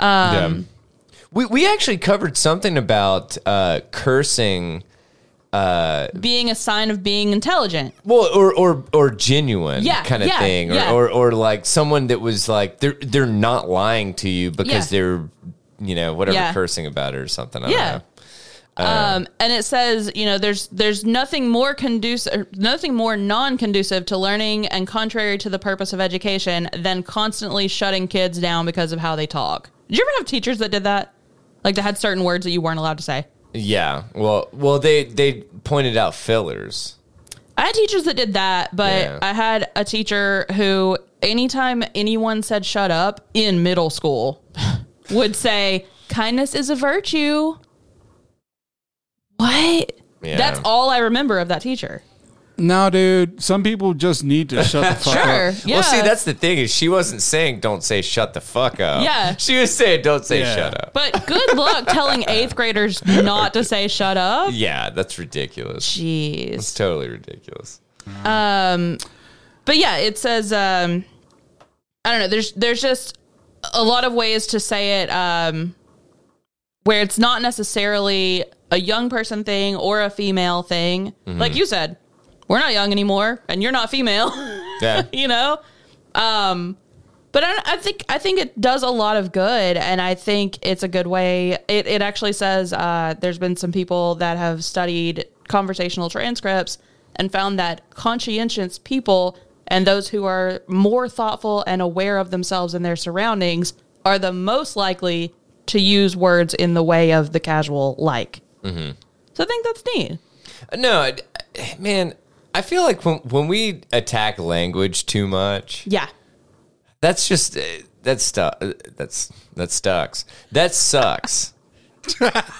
Speaker 2: Um, we we actually covered something about uh, cursing.
Speaker 3: Being a sign of being intelligent.
Speaker 2: Well, or or or genuine
Speaker 3: Yeah,
Speaker 2: kind of
Speaker 3: yeah,
Speaker 2: thing, or,
Speaker 3: yeah.
Speaker 2: or or like someone that was like they're they're not lying to you because
Speaker 3: Yeah.
Speaker 2: they're you know whatever
Speaker 3: Yeah.
Speaker 2: cursing about it or something. I
Speaker 3: Yeah.
Speaker 2: don't know.
Speaker 3: um, and it says, you know, there's there's nothing more conducive, nothing more non-conducive to learning and contrary to the purpose of education than constantly shutting kids down because of how they talk. Did you ever have teachers that did that? Like they had certain words that you weren't allowed to say.
Speaker 2: Yeah. Well, well, they they pointed out fillers.
Speaker 3: I had teachers that did that, but
Speaker 2: Yeah.
Speaker 3: I had a teacher who, anytime anyone said "shut up" in middle school, would say, "Kindness is a virtue." What?
Speaker 2: Yeah.
Speaker 3: That's all I remember of that teacher.
Speaker 1: no, dude. Some people just need to shut the fuck
Speaker 3: Sure.
Speaker 1: up.
Speaker 3: Yeah.
Speaker 2: Well, see, that's the thing is she wasn't saying don't say shut the fuck up.
Speaker 3: Yeah.
Speaker 2: She was saying don't say
Speaker 1: Yeah.
Speaker 2: shut up.
Speaker 3: But good luck telling eighth graders not to say "shut up."
Speaker 2: Yeah, that's ridiculous. It's
Speaker 3: Jeez.
Speaker 2: totally ridiculous.
Speaker 3: But yeah, it says, um, I don't know. There's there's just a lot of ways to say it um, where it's not necessarily a young person thing or a female thing. Like you said, we're not young anymore, and you're not female.
Speaker 2: Yeah.
Speaker 3: you know um but I, I think I think it does a lot of good, and I think it's a good way. It, it actually says uh, there's been some people that have studied conversational transcripts and found that conscientious people and those who are more thoughtful and aware of themselves and their surroundings are the most likely to use words in the way of the casual like. So I think that's neat.
Speaker 2: no, I- I- man, I feel like when when we attack language too much,
Speaker 3: Yeah,
Speaker 2: that's just uh, that's stuck. That's that sucks. That sucks.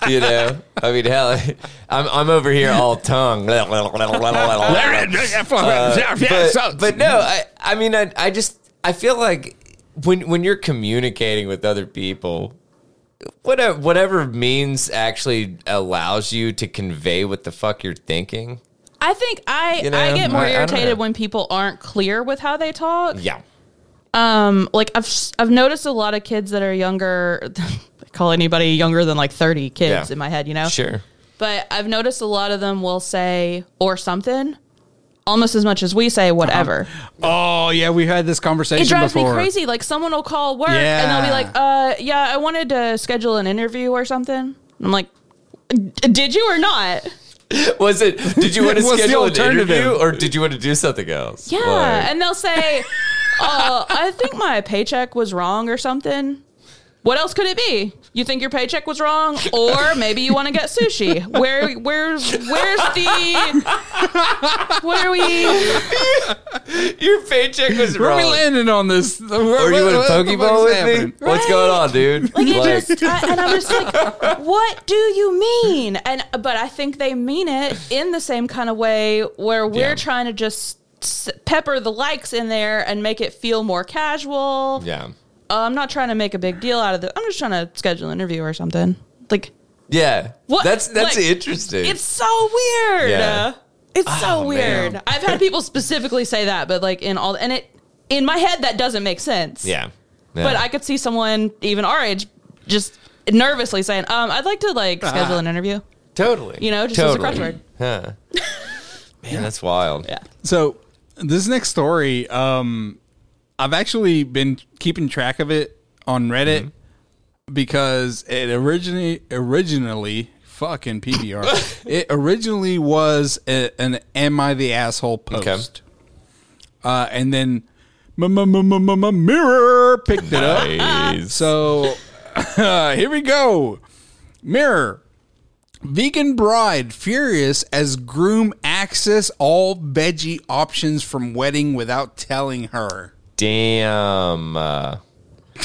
Speaker 2: you know, I mean, hell, I'm I'm over here all tongue. Uh, but, but no, I, I mean, I, I just, I feel like when, when you're communicating with other people, whatever, whatever means actually allows you to convey what the fuck you're thinking.
Speaker 3: I think I
Speaker 2: You know,
Speaker 3: I get more
Speaker 2: I- I don't know. Mm-hmm.
Speaker 3: irritated when people aren't clear with how they talk.
Speaker 2: Yeah.
Speaker 3: um like i've i've noticed a lot of kids that are younger I call anybody younger than like 30 kids
Speaker 2: Yeah.
Speaker 3: in my head you know
Speaker 2: Sure.
Speaker 3: But I've noticed a lot of them will say or something almost as much as we say whatever.
Speaker 2: Uh-huh.
Speaker 1: Oh yeah, we had this conversation
Speaker 3: It drives
Speaker 1: before.
Speaker 3: me crazy. Like someone will call work and they'll be
Speaker 1: Yeah.
Speaker 3: like, uh, yeah, I wanted to schedule an interview or something. I'm like, "D- did you or not?
Speaker 2: Was it? Did you want to
Speaker 1: What's the
Speaker 2: schedule an
Speaker 1: alternative?
Speaker 2: interview, or did you want to do something else?
Speaker 3: Yeah.
Speaker 2: Like-
Speaker 3: and they'll say, uh, I think my paycheck was wrong or something. What else could it be? You think your paycheck was wrong, or maybe you want to get sushi? Where, where's, where's the, where are we?
Speaker 2: Your paycheck was
Speaker 1: Where are
Speaker 2: wrong.
Speaker 1: we landing on this?
Speaker 2: Or you want a Pokeball with me? What's
Speaker 3: Right.
Speaker 2: going on, dude? Like,
Speaker 3: Like, it just, I, and I'm just like, what do you mean? And but I think they mean it in the same kind of way where we're
Speaker 2: Yeah.
Speaker 3: trying to just s- pepper the likes in there and make it feel more casual.
Speaker 2: yeah,
Speaker 3: Uh, I'm not trying to make a big deal out of it. I'm just trying to schedule an interview or something. Like
Speaker 2: yeah.
Speaker 3: What-
Speaker 2: That's that's
Speaker 3: like,
Speaker 2: interesting.
Speaker 3: it's so weird.
Speaker 2: Yeah.
Speaker 3: It's so
Speaker 2: Oh,
Speaker 3: weird.
Speaker 2: man.
Speaker 3: I've had people specifically say that, but like in all and it in my head that doesn't make sense.
Speaker 2: yeah.
Speaker 3: But I could see someone even our age just nervously saying, um, I'd like to like
Speaker 1: Ah.
Speaker 3: schedule an interview.
Speaker 2: totally.
Speaker 3: you know, just as a crossword.
Speaker 2: Huh. Man, that's wild.
Speaker 3: Yeah.
Speaker 1: So this next story, um, I've actually been keeping track of it on Reddit because it originally originally fucking PBR. it originally was a, an "Am I the asshole?" post,
Speaker 2: Okay.
Speaker 1: uh, and then Mirror picked it up.
Speaker 2: Nice.
Speaker 1: So here we go. Mirror. Vegan bride furious as groom axes all veggie options from wedding without telling her.
Speaker 2: Damn. Uh,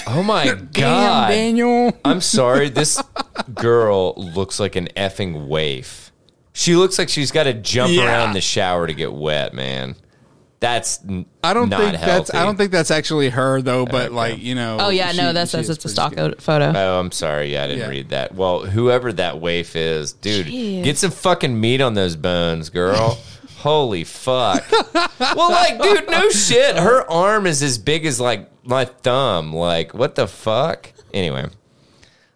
Speaker 2: oh my
Speaker 1: Damn,
Speaker 2: god.
Speaker 1: Daniel.
Speaker 2: I'm sorry. This girl looks like an effing waif. She looks like she's got to jump
Speaker 1: Yeah.
Speaker 2: around the shower to get wet, man. That's n-
Speaker 1: I don't
Speaker 2: not
Speaker 1: think that's I
Speaker 2: healthy.
Speaker 1: don't think that's actually her though, but like, you know.
Speaker 3: Oh yeah, no,
Speaker 1: she-
Speaker 3: that
Speaker 1: she
Speaker 3: says
Speaker 1: is
Speaker 3: it's a
Speaker 1: pretty
Speaker 3: stock
Speaker 1: skinny.
Speaker 3: photo.
Speaker 2: Oh, I'm sorry. Yeah, I didn't
Speaker 1: Yeah.
Speaker 2: read that. Well, whoever that waif is, dude,
Speaker 3: Jeez.
Speaker 2: get some fucking meat on those bones, girl. Holy fuck. well, like, dude, no shit. Her arm is as big as like my thumb. Like, what the fuck? Anyway.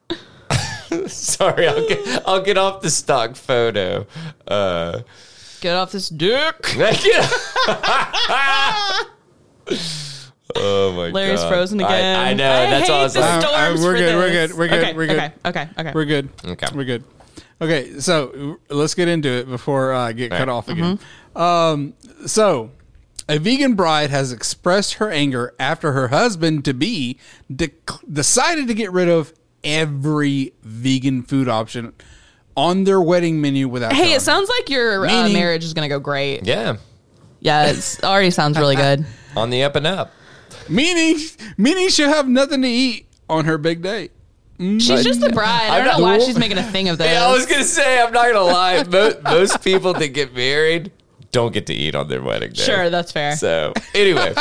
Speaker 2: sorry, I'll get I'll get off the stock photo. Uh
Speaker 3: Get off this dick.
Speaker 2: Oh my
Speaker 3: Larry's
Speaker 2: God.
Speaker 3: frozen
Speaker 2: I-
Speaker 3: again.
Speaker 2: I, know. that's
Speaker 3: hate
Speaker 2: all I was
Speaker 3: the
Speaker 2: like.
Speaker 1: sto-
Speaker 3: storms
Speaker 1: Uh, uh, we're
Speaker 3: for
Speaker 1: good, we're
Speaker 3: this.
Speaker 1: good, we're good,
Speaker 3: Okay,
Speaker 1: we're good.
Speaker 3: Okay, okay, okay.
Speaker 1: We're good.
Speaker 2: Okay.
Speaker 1: We're good. Okay, so r- let's get into it before I get cut
Speaker 2: right. Mm-hmm.
Speaker 1: off again. Um, so, a vegan bride has expressed her anger after her husband to be dec decided to get rid of every vegan food option on their wedding menu without.
Speaker 3: Hey, it
Speaker 1: telling her.
Speaker 3: sounds like your uh,
Speaker 1: Meaning-
Speaker 3: marriage is gonna go great.
Speaker 2: Yeah.
Speaker 3: Yeah, it's already sounds really good.
Speaker 2: On the up and up.
Speaker 1: meaning meaning she'll have nothing to eat on her big day.
Speaker 3: She's just the bride. I
Speaker 2: I'm
Speaker 3: don't know
Speaker 2: not-
Speaker 3: why she's making a thing of this.
Speaker 2: Yeah, I was gonna say I'm not gonna lie. Most, most people that get married don't get to eat on their wedding day.
Speaker 3: sure, that's fair.
Speaker 2: So anyway,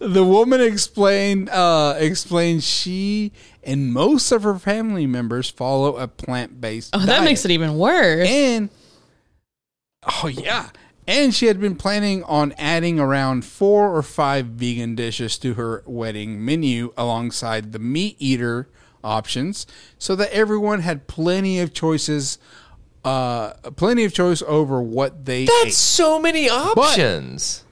Speaker 1: The woman explained uh, explained she and most of her family members follow a plant based.
Speaker 3: oh, that makes it even worse.
Speaker 1: and oh yeah and she had been planning on adding around four or five vegan dishes to her wedding menu alongside the meat eater options so that everyone had plenty of choices uh plenty of choice over what they
Speaker 2: that's
Speaker 1: ate.
Speaker 2: so many options.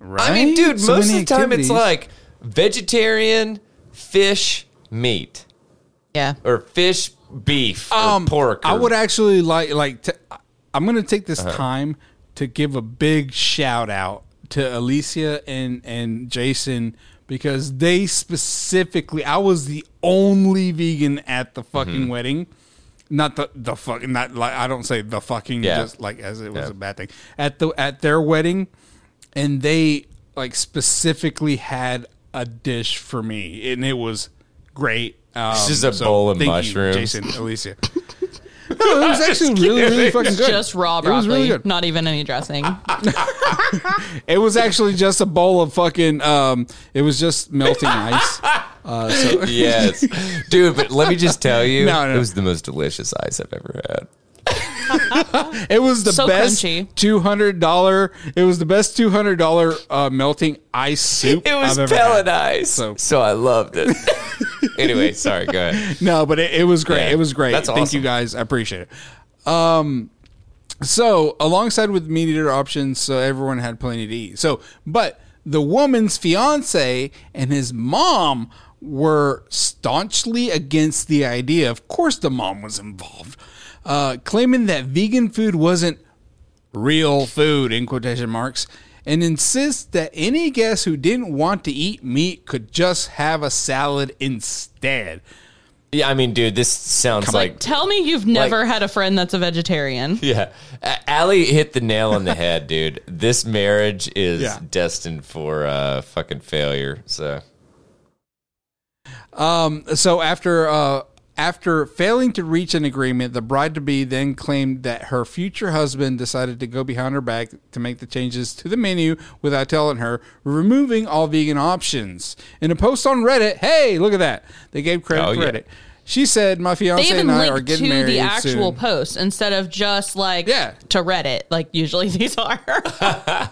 Speaker 2: I mean,
Speaker 1: Right?
Speaker 2: dude,
Speaker 1: So
Speaker 2: most of
Speaker 1: many
Speaker 2: the time
Speaker 1: activities.
Speaker 2: it's like vegetarian, fish, meat,
Speaker 3: yeah.
Speaker 2: or fish, beef, or
Speaker 1: um,
Speaker 2: pork.
Speaker 1: I
Speaker 2: or- Uh-huh.
Speaker 1: would actually like like to, I'm going to take this time to give a big shout out to Alicia and and Jason because they specifically I was the only vegan at the fucking
Speaker 2: Mm-hmm.
Speaker 1: wedding. Not the the fucking not like I don't say the fucking
Speaker 2: Yeah.
Speaker 1: just like as it was
Speaker 2: Yeah.
Speaker 1: a bad thing at the at their wedding, and they like specifically had a dish for me, and it was great. Um,
Speaker 2: just a bowl of
Speaker 1: thank you,
Speaker 2: mushrooms.
Speaker 1: Jason, Alicia. No, it was actually really, really fucking good.
Speaker 3: Just raw
Speaker 1: It was
Speaker 3: broccoli,
Speaker 1: really good.
Speaker 3: not even any dressing.
Speaker 1: It was actually just a bowl of fucking. Um, it was just melting ice. Uh, so
Speaker 2: yes, dude. But let me just tell you,
Speaker 1: No, no.
Speaker 2: it was the most delicious ice I've ever had.
Speaker 1: it was the
Speaker 3: So
Speaker 1: best
Speaker 3: crunchy.
Speaker 1: two hundred dollar. It was the best two hundred dollar uh, melting ice soup.
Speaker 2: It was
Speaker 1: I've ever
Speaker 2: pellet
Speaker 1: had.
Speaker 2: ice,
Speaker 1: So-
Speaker 2: so I loved it. anyway, sorry. Go ahead.
Speaker 1: No, but it, it was great.
Speaker 2: Yeah.
Speaker 1: It was great.
Speaker 2: That's
Speaker 1: Thank
Speaker 2: awesome.
Speaker 1: you guys. I appreciate it. Um, so alongside with meat eater options, so everyone had plenty to eat. So, but the woman's fiance and his mom were staunchly against the idea. Of course, the mom was involved, uh, claiming that vegan food wasn't real food in quotation marks and insists that any guest who didn't want to eat meat could just have a salad instead.
Speaker 2: Yeah, I mean, dude, this sounds
Speaker 3: Like,
Speaker 2: like
Speaker 3: tell me you've never had a friend that's a vegetarian.
Speaker 2: Yeah. A- Allie hit the nail on the head, dude. This marriage is
Speaker 1: Yeah.
Speaker 2: destined for uh, fucking failure. So,
Speaker 1: so after uh after failing to reach an agreement, the bride to be then claimed that her future husband decided to go behind her back to make the changes to the menu without telling her, removing all vegan options. In a post on Reddit, hey, look at that. They gave credit
Speaker 2: Oh,
Speaker 1: to
Speaker 2: yeah.
Speaker 1: Reddit. She said, My
Speaker 3: They
Speaker 1: fiance and
Speaker 3: even
Speaker 1: I are
Speaker 3: link to
Speaker 1: getting married.
Speaker 3: the actual
Speaker 1: soon.
Speaker 3: post instead of just like
Speaker 1: Yeah.
Speaker 3: to Reddit, like usually these are.
Speaker 1: Yeah,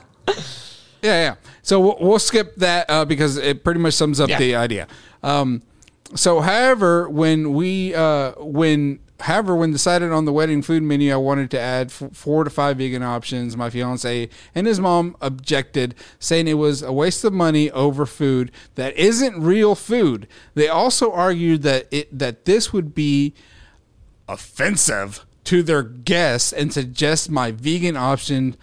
Speaker 1: yeah. So we'll, we'll skip that uh, because it pretty much sums up
Speaker 2: Yeah.
Speaker 1: the idea. Um, so, however, when we uh, when however when decided on the wedding food menu, I wanted to add f- four to five vegan options. My fiance and his mom objected, saying it was a waste of money over food that isn't real food. They also argued that it that this would be offensive to their guests and suggest my vegan option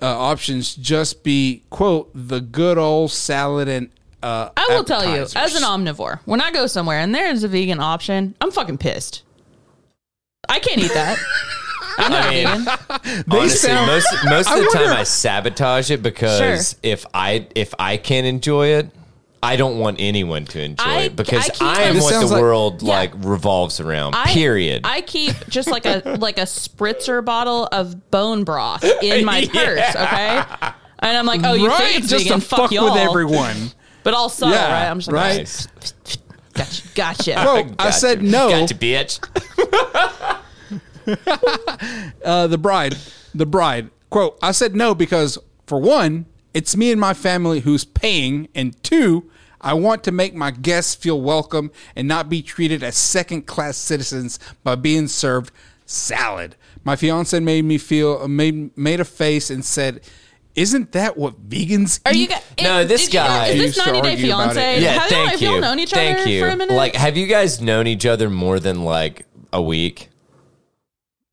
Speaker 1: uh, options just be quote the good old salad and uh,
Speaker 3: I will tell you, as an
Speaker 1: appetizers."
Speaker 3: omnivore, when I go somewhere and there is a vegan option, I'm fucking pissed. I can't eat that. I'm not
Speaker 2: I mean,
Speaker 3: vegan.
Speaker 2: honestly,
Speaker 1: sound-
Speaker 2: most most of
Speaker 1: I
Speaker 2: the
Speaker 1: wonder-
Speaker 2: time I sabotage it because
Speaker 3: Sure.
Speaker 2: if I if I can't enjoy it, I don't want anyone to enjoy
Speaker 3: I-
Speaker 2: it because
Speaker 3: I keep-
Speaker 2: I, am
Speaker 3: This
Speaker 2: what
Speaker 1: sounds
Speaker 2: the
Speaker 1: like-
Speaker 2: world
Speaker 3: Yeah.
Speaker 2: like revolves around.
Speaker 3: I-
Speaker 2: period.
Speaker 3: I keep just like a like a spritzer bottle of bone broth in my purse, okay? And I'm like, oh, you
Speaker 1: right,
Speaker 3: think it's
Speaker 1: just
Speaker 3: vegan?
Speaker 1: to fuck,
Speaker 3: y'all.
Speaker 1: with everyone.
Speaker 3: But all subtle,
Speaker 1: Yeah,
Speaker 3: right? I'm just like,
Speaker 1: right.
Speaker 2: Nice.
Speaker 3: gotcha, gotcha.
Speaker 1: Bro, I
Speaker 2: Gotcha.
Speaker 1: said no.
Speaker 2: Gotcha, bitch.
Speaker 1: Uh, the bride, the bride. Quote: I said no because for one, it's me and my family who's paying, and two. I want to make my guests feel welcome and not be treated as second class citizens by being served salad. My fiance made me feel made made a face and said, "Isn't that what vegans
Speaker 3: Are
Speaker 1: eat?"
Speaker 3: you guys?
Speaker 2: No, this guy-
Speaker 3: Is
Speaker 1: Used
Speaker 3: this
Speaker 1: to
Speaker 3: 90 Day
Speaker 1: argue about
Speaker 3: Fiance?
Speaker 1: it.
Speaker 2: Yeah,
Speaker 3: Have y'all-
Speaker 2: thank
Speaker 3: have
Speaker 2: you.
Speaker 3: y'all known each
Speaker 2: thank
Speaker 3: other
Speaker 2: you.
Speaker 3: for a minute?
Speaker 2: Like, have you guys known each other more than like a week?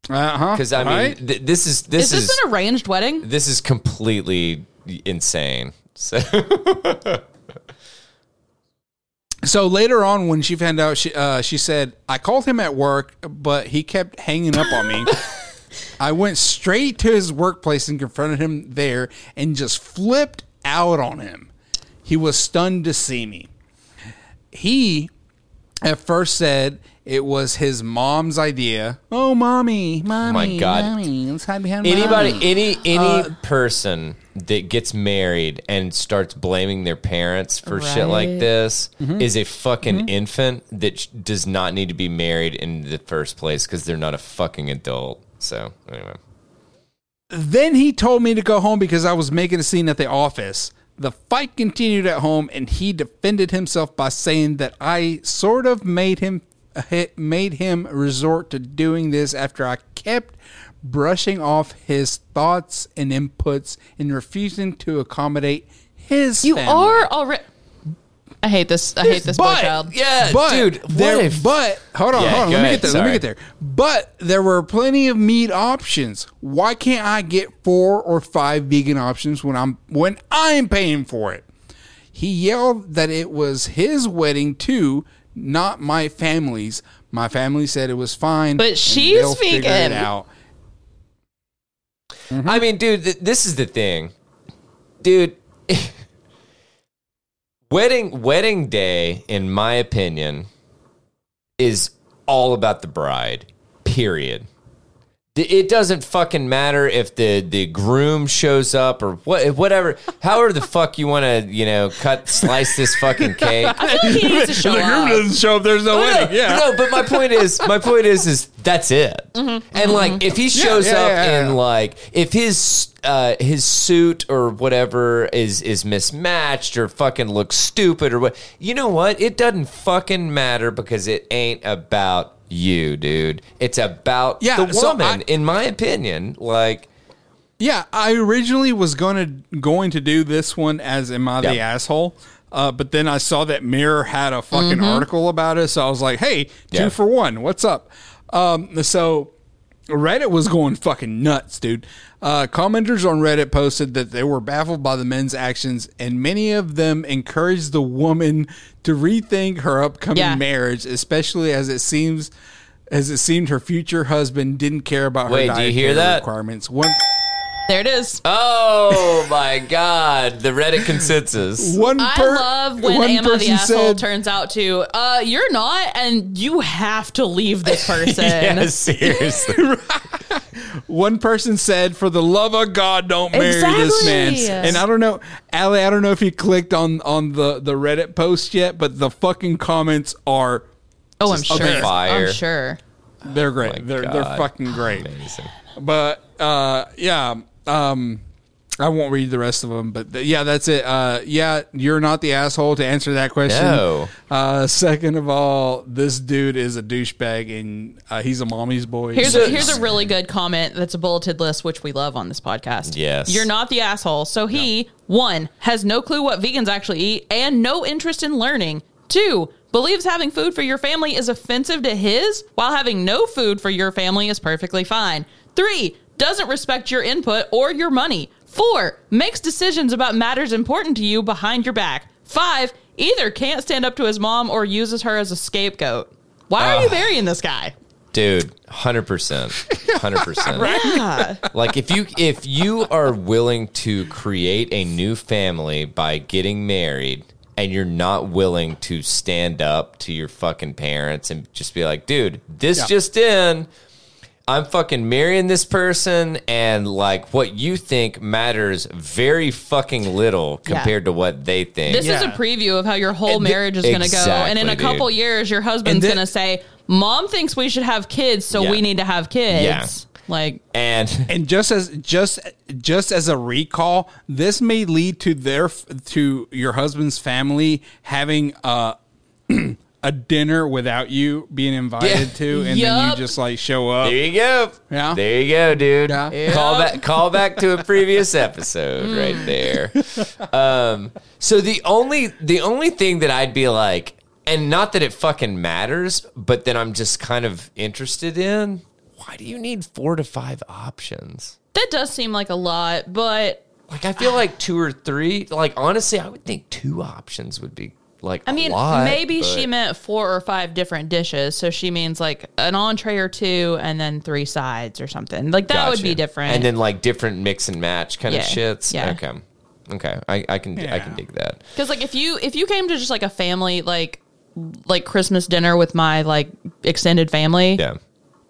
Speaker 1: Uh huh.
Speaker 2: Because I mean, th- this is this
Speaker 3: is this an arranged wedding?
Speaker 2: this is completely insane. So
Speaker 1: So later on, when she found out, she uh, she said, "I called him at work, but he kept hanging up on me." I went straight to his workplace and confronted him there, and just flipped out on him. He was stunned to see me. He at first said it was his mom's idea. Oh, mommy, mommy,
Speaker 2: God.
Speaker 1: mommy, let's hide behind
Speaker 2: anybody,
Speaker 1: mommy."
Speaker 2: any any person that gets married and starts blaming their parents for shit like
Speaker 3: Right.
Speaker 2: this is a fucking infant that sh- does not need to be married in the first place because they're not a fucking adult. So anyway,
Speaker 1: Then he told me to go home because I was making a scene at the office. The fight continued at home, and he defended himself by saying that I sort of made him made him resort to doing this after I kept brushing off his thoughts and inputs and refusing to accommodate his.
Speaker 3: You
Speaker 1: family.
Speaker 3: are already. I hate this. I hate this boy child.
Speaker 2: yeah,
Speaker 1: but
Speaker 2: dude, what
Speaker 1: there,
Speaker 2: if-
Speaker 1: but hold on,
Speaker 2: Yeah,
Speaker 1: hold on.
Speaker 2: go
Speaker 1: Let me
Speaker 2: ahead,
Speaker 1: get there.
Speaker 2: sorry.
Speaker 1: Let me get there. But there were plenty of meat options. Why can't I get four or five vegan options when I'm when I'm paying for it? He yelled that it was his wedding too, not my family's. My family said it was fine,
Speaker 3: But
Speaker 1: and
Speaker 3: she's
Speaker 1: they'll figure
Speaker 3: vegan.
Speaker 1: It out.
Speaker 2: I mean, dude, th- this is the thing, dude. wedding wedding day, in my opinion, is all about the bride. Period. It doesn't fucking matter if the, the groom shows up or what, whatever. However the fuck you want to, you know, cut slice this fucking cake.
Speaker 3: I feel like he needs to show
Speaker 1: the groom
Speaker 3: up.
Speaker 1: doesn't show up. There's no
Speaker 2: No,
Speaker 1: wedding. Yeah.
Speaker 2: no, but my point is, my point is, is that's it. And like, if he shows
Speaker 1: Mm-hmm. yeah,
Speaker 2: up
Speaker 1: yeah, yeah.
Speaker 2: in like, if his uh, his suit or whatever is is mismatched or fucking looks stupid or what, you know what? It doesn't fucking matter because it ain't about you, dude. It's about
Speaker 1: Yeah,
Speaker 2: the
Speaker 1: so I-
Speaker 2: woman, in my opinion. Like,
Speaker 1: Yeah, I originally was gonna going to do this one as "Am I the
Speaker 2: Yeah.
Speaker 1: asshole?" Uh, but then I saw that Mirror had a fucking article about it, so I was like, "Hey, two
Speaker 2: Mm-hmm. Yeah.
Speaker 1: for one, what's up?" Um, so Reddit was going fucking nuts, dude. Uh, commenters on Reddit posted that they were baffled by the men's actions, and many of them encouraged the woman to rethink her upcoming
Speaker 3: Yeah.
Speaker 1: marriage, especially as it seems as it seemed her future husband didn't care about
Speaker 2: Wait,
Speaker 1: her
Speaker 2: do you hear
Speaker 1: dietary
Speaker 2: that?
Speaker 1: requirements. One.
Speaker 3: There it is.
Speaker 2: oh my god, the Reddit consensus.
Speaker 1: One
Speaker 3: I
Speaker 1: per-
Speaker 3: love when
Speaker 1: one
Speaker 3: Emma the
Speaker 1: person
Speaker 3: asshole
Speaker 1: said,
Speaker 3: turns out to, uh, you're not, and you have to leave this person.
Speaker 2: Yeah, seriously.
Speaker 1: one person said, "For the love of God, don't marry this
Speaker 3: Exactly.
Speaker 1: man." And I don't know, Allie, I don't know if you clicked on on the the Reddit post yet, but the fucking comments are
Speaker 3: Oh, I'm
Speaker 1: up in
Speaker 3: sure.
Speaker 2: fire.
Speaker 3: I'm sure.
Speaker 1: they're great.
Speaker 2: Oh my
Speaker 1: they're
Speaker 2: God. Oh,
Speaker 1: they're fucking great.
Speaker 2: Amazing.
Speaker 1: But uh, yeah, um, I won't read the rest of them. But th- yeah, that's it. Uh, yeah, you're not the asshole to answer that question.
Speaker 2: No.
Speaker 1: Uh, second of all, this dude is a douchebag, and uh, he's a mommy's boy.
Speaker 3: Here's
Speaker 2: So-
Speaker 3: a, here's a really good comment that's a bulleted list, which we love on this podcast.
Speaker 2: Yes.
Speaker 3: You're not the asshole. So he, one, has no clue what vegans actually eat and no interest in learning. Two, believes having food for your family is offensive to his, while having no food for your family is perfectly fine. Three, doesn't respect your input or your money. Four, makes decisions about matters important to you behind your back. Five, either can't stand up to his mom or uses her as a scapegoat. Why are you
Speaker 2: Ah.
Speaker 3: marrying this guy?
Speaker 2: dude 100% 100%
Speaker 3: Yeah.
Speaker 2: like if you if you are willing to create a new family by getting married and you're not willing to stand up to your fucking parents and just be like dude this
Speaker 1: Yeah.
Speaker 2: just in I'm fucking marrying this person, and like what you think matters very fucking little
Speaker 3: Yeah.
Speaker 2: compared to what they think.
Speaker 3: This is a
Speaker 1: Yeah.
Speaker 3: preview of how your whole
Speaker 2: And thi-
Speaker 3: marriage is going to go. And in
Speaker 2: Exactly,
Speaker 3: a couple
Speaker 2: dude.
Speaker 3: years, your husband's
Speaker 1: thi-
Speaker 3: going to say, Mom thinks we should have kids, so
Speaker 2: Yeah.
Speaker 3: we need to have kids.
Speaker 2: Yeah.
Speaker 3: Like,
Speaker 2: and
Speaker 1: and just as just just as a recall, this may lead to their f- to your husband's family having a a dinner without you being invited
Speaker 2: Yeah.
Speaker 1: to, and then you
Speaker 3: Yup.
Speaker 1: just like show up.
Speaker 2: There you go.
Speaker 1: Yeah.
Speaker 2: There you go, dude.
Speaker 1: Yeah. Yeah.
Speaker 2: Call back call back to a previous episode
Speaker 3: Mm.
Speaker 2: right there. Um so the only the only thing that I'd be like and not that it fucking matters, but that I'm just kind of interested in, why do you need 4 to 5 options?
Speaker 3: that does seem like a lot, but
Speaker 2: Like I
Speaker 3: Ah.
Speaker 2: feel like two or three, like honestly, I would think two options would be like
Speaker 3: I mean, maybe she meant four or five different dishes. So she means like an entree or two and then three sides or something. Like, that would be different.
Speaker 2: And then like different mix and match kind
Speaker 3: Yeah.
Speaker 2: of shits.
Speaker 3: Yeah.
Speaker 2: Okay. Okay. I, I can I
Speaker 1: Yeah.
Speaker 2: can dig that.
Speaker 3: Because like if you if you came to just like a family like like Christmas dinner with my like extended family,
Speaker 2: Yeah.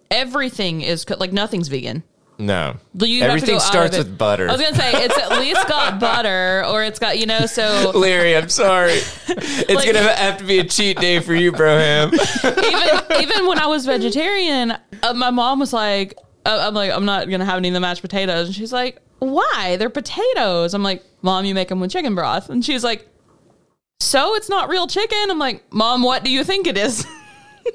Speaker 3: everything is co- like nothing's vegan.
Speaker 2: No.
Speaker 3: You'd have to
Speaker 2: Everything
Speaker 3: go out of
Speaker 2: starts
Speaker 3: it.
Speaker 2: with butter.
Speaker 3: I was gonna say it's at least got butter, or it's got you know. So
Speaker 2: Larry, I'm sorry. It's
Speaker 3: Like-
Speaker 2: gonna have to be a cheat day for you, Broham.
Speaker 3: even even when I was vegetarian, uh, my mom was like, uh, "I'm like I'm not gonna have any of the mashed potatoes," and she's like, "Why? They're potatoes." I'm like, "Mom, you make them with chicken broth," and she's like, "So it's not real chicken." I'm like, "Mom, what do you think it is?"